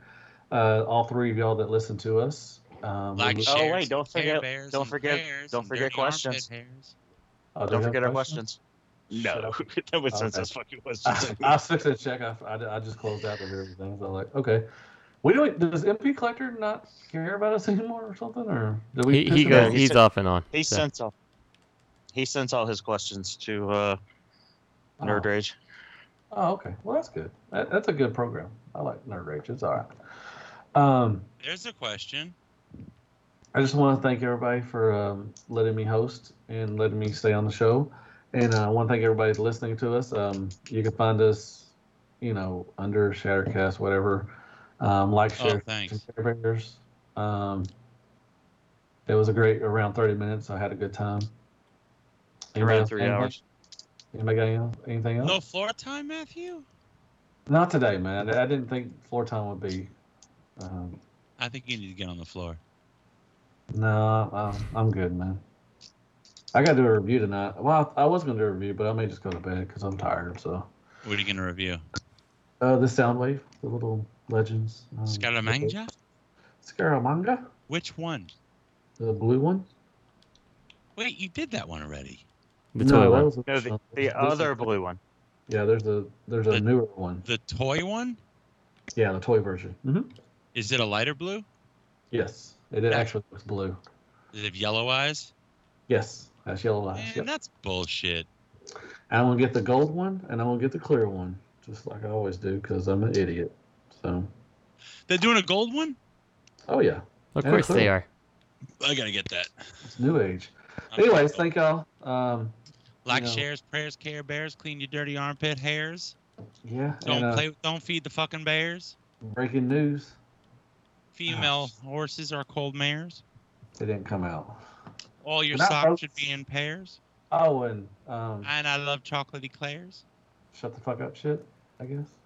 uh, all three of y'all that listened to us. Um, Like we- Oh, shares, wait, don't Care forget- Bears don't and forget- bears don't and forget dirty armpit questions. hairs. oh, do we Don't have forget our questions? Oh, questions. No, nobody sends us fucking questions. I, I was fixing to check. I, I, I just closed out of everything. So I'm like, okay, we don't. Does MP Collector not care about us anymore or something? Or do we? He, he piss him goes. off? he He's sent- off and on. He so. sends all. He sends all his questions to uh, Nerd Oh. Rage. Oh, okay. Well, that's good. That, that's a good program. I like Nerd Rage. It's all right. Um, There's a question. I just want to thank everybody for um, letting me host and letting me stay on the show. And uh, I want to thank everybody that's listening to us. Um, you can find us, you know, under Shattercast, whatever. Um, like, Oh, share, thanks. Care Bears. Um, it was a great around 30 minutes. I had a good time. Anybody Around else three got anything- hours. Anybody got any- anything else? No floor time, Matthew? Not today, man. I didn't think floor time would be. Um, I think you need to get on the floor. no, I'm, I'm good, man. I got to do a review tonight. Well, I I was going to do a review, but I may just go to bed because I'm tired. So, What are you going to review? Um, uh, the Soundwave, the little legends. Um, Scaramanga? Scaramanga, Which one? the blue one. Wait, you did that one already. The toy that one. was a- No, the, there's the a- other blue one. Yeah, there's a there's a The- newer one. The toy one? Yeah, the toy version. hmm Mm-hmm. Is it a lighter blue? Yes, it actually looks blue. Does it have yellow eyes? Yes, that's Uh, yellow eyes. Man, yep. that's bullshit. I'm gonna get the gold one, and I'm gonna get the clear one, just like I always do, because I'm an idiot. So, They're doing a gold one? oh yeah, Of Yeah, course they clear. are. I got to get that. it's new age. I'm Anyways, gonna thank y'all. Um, go. Like, you know. shares, prayers, care, bears, clean your dirty armpit hairs. yeah, Don't and, uh, play. Don't feed the fucking bears. breaking news. Female Ah. horses are cold mares. It didn't come out. All your Can I vote? socks should be in pairs. Oh, and um, And I love chocolate eclairs. shut the fuck up, shit. I guess.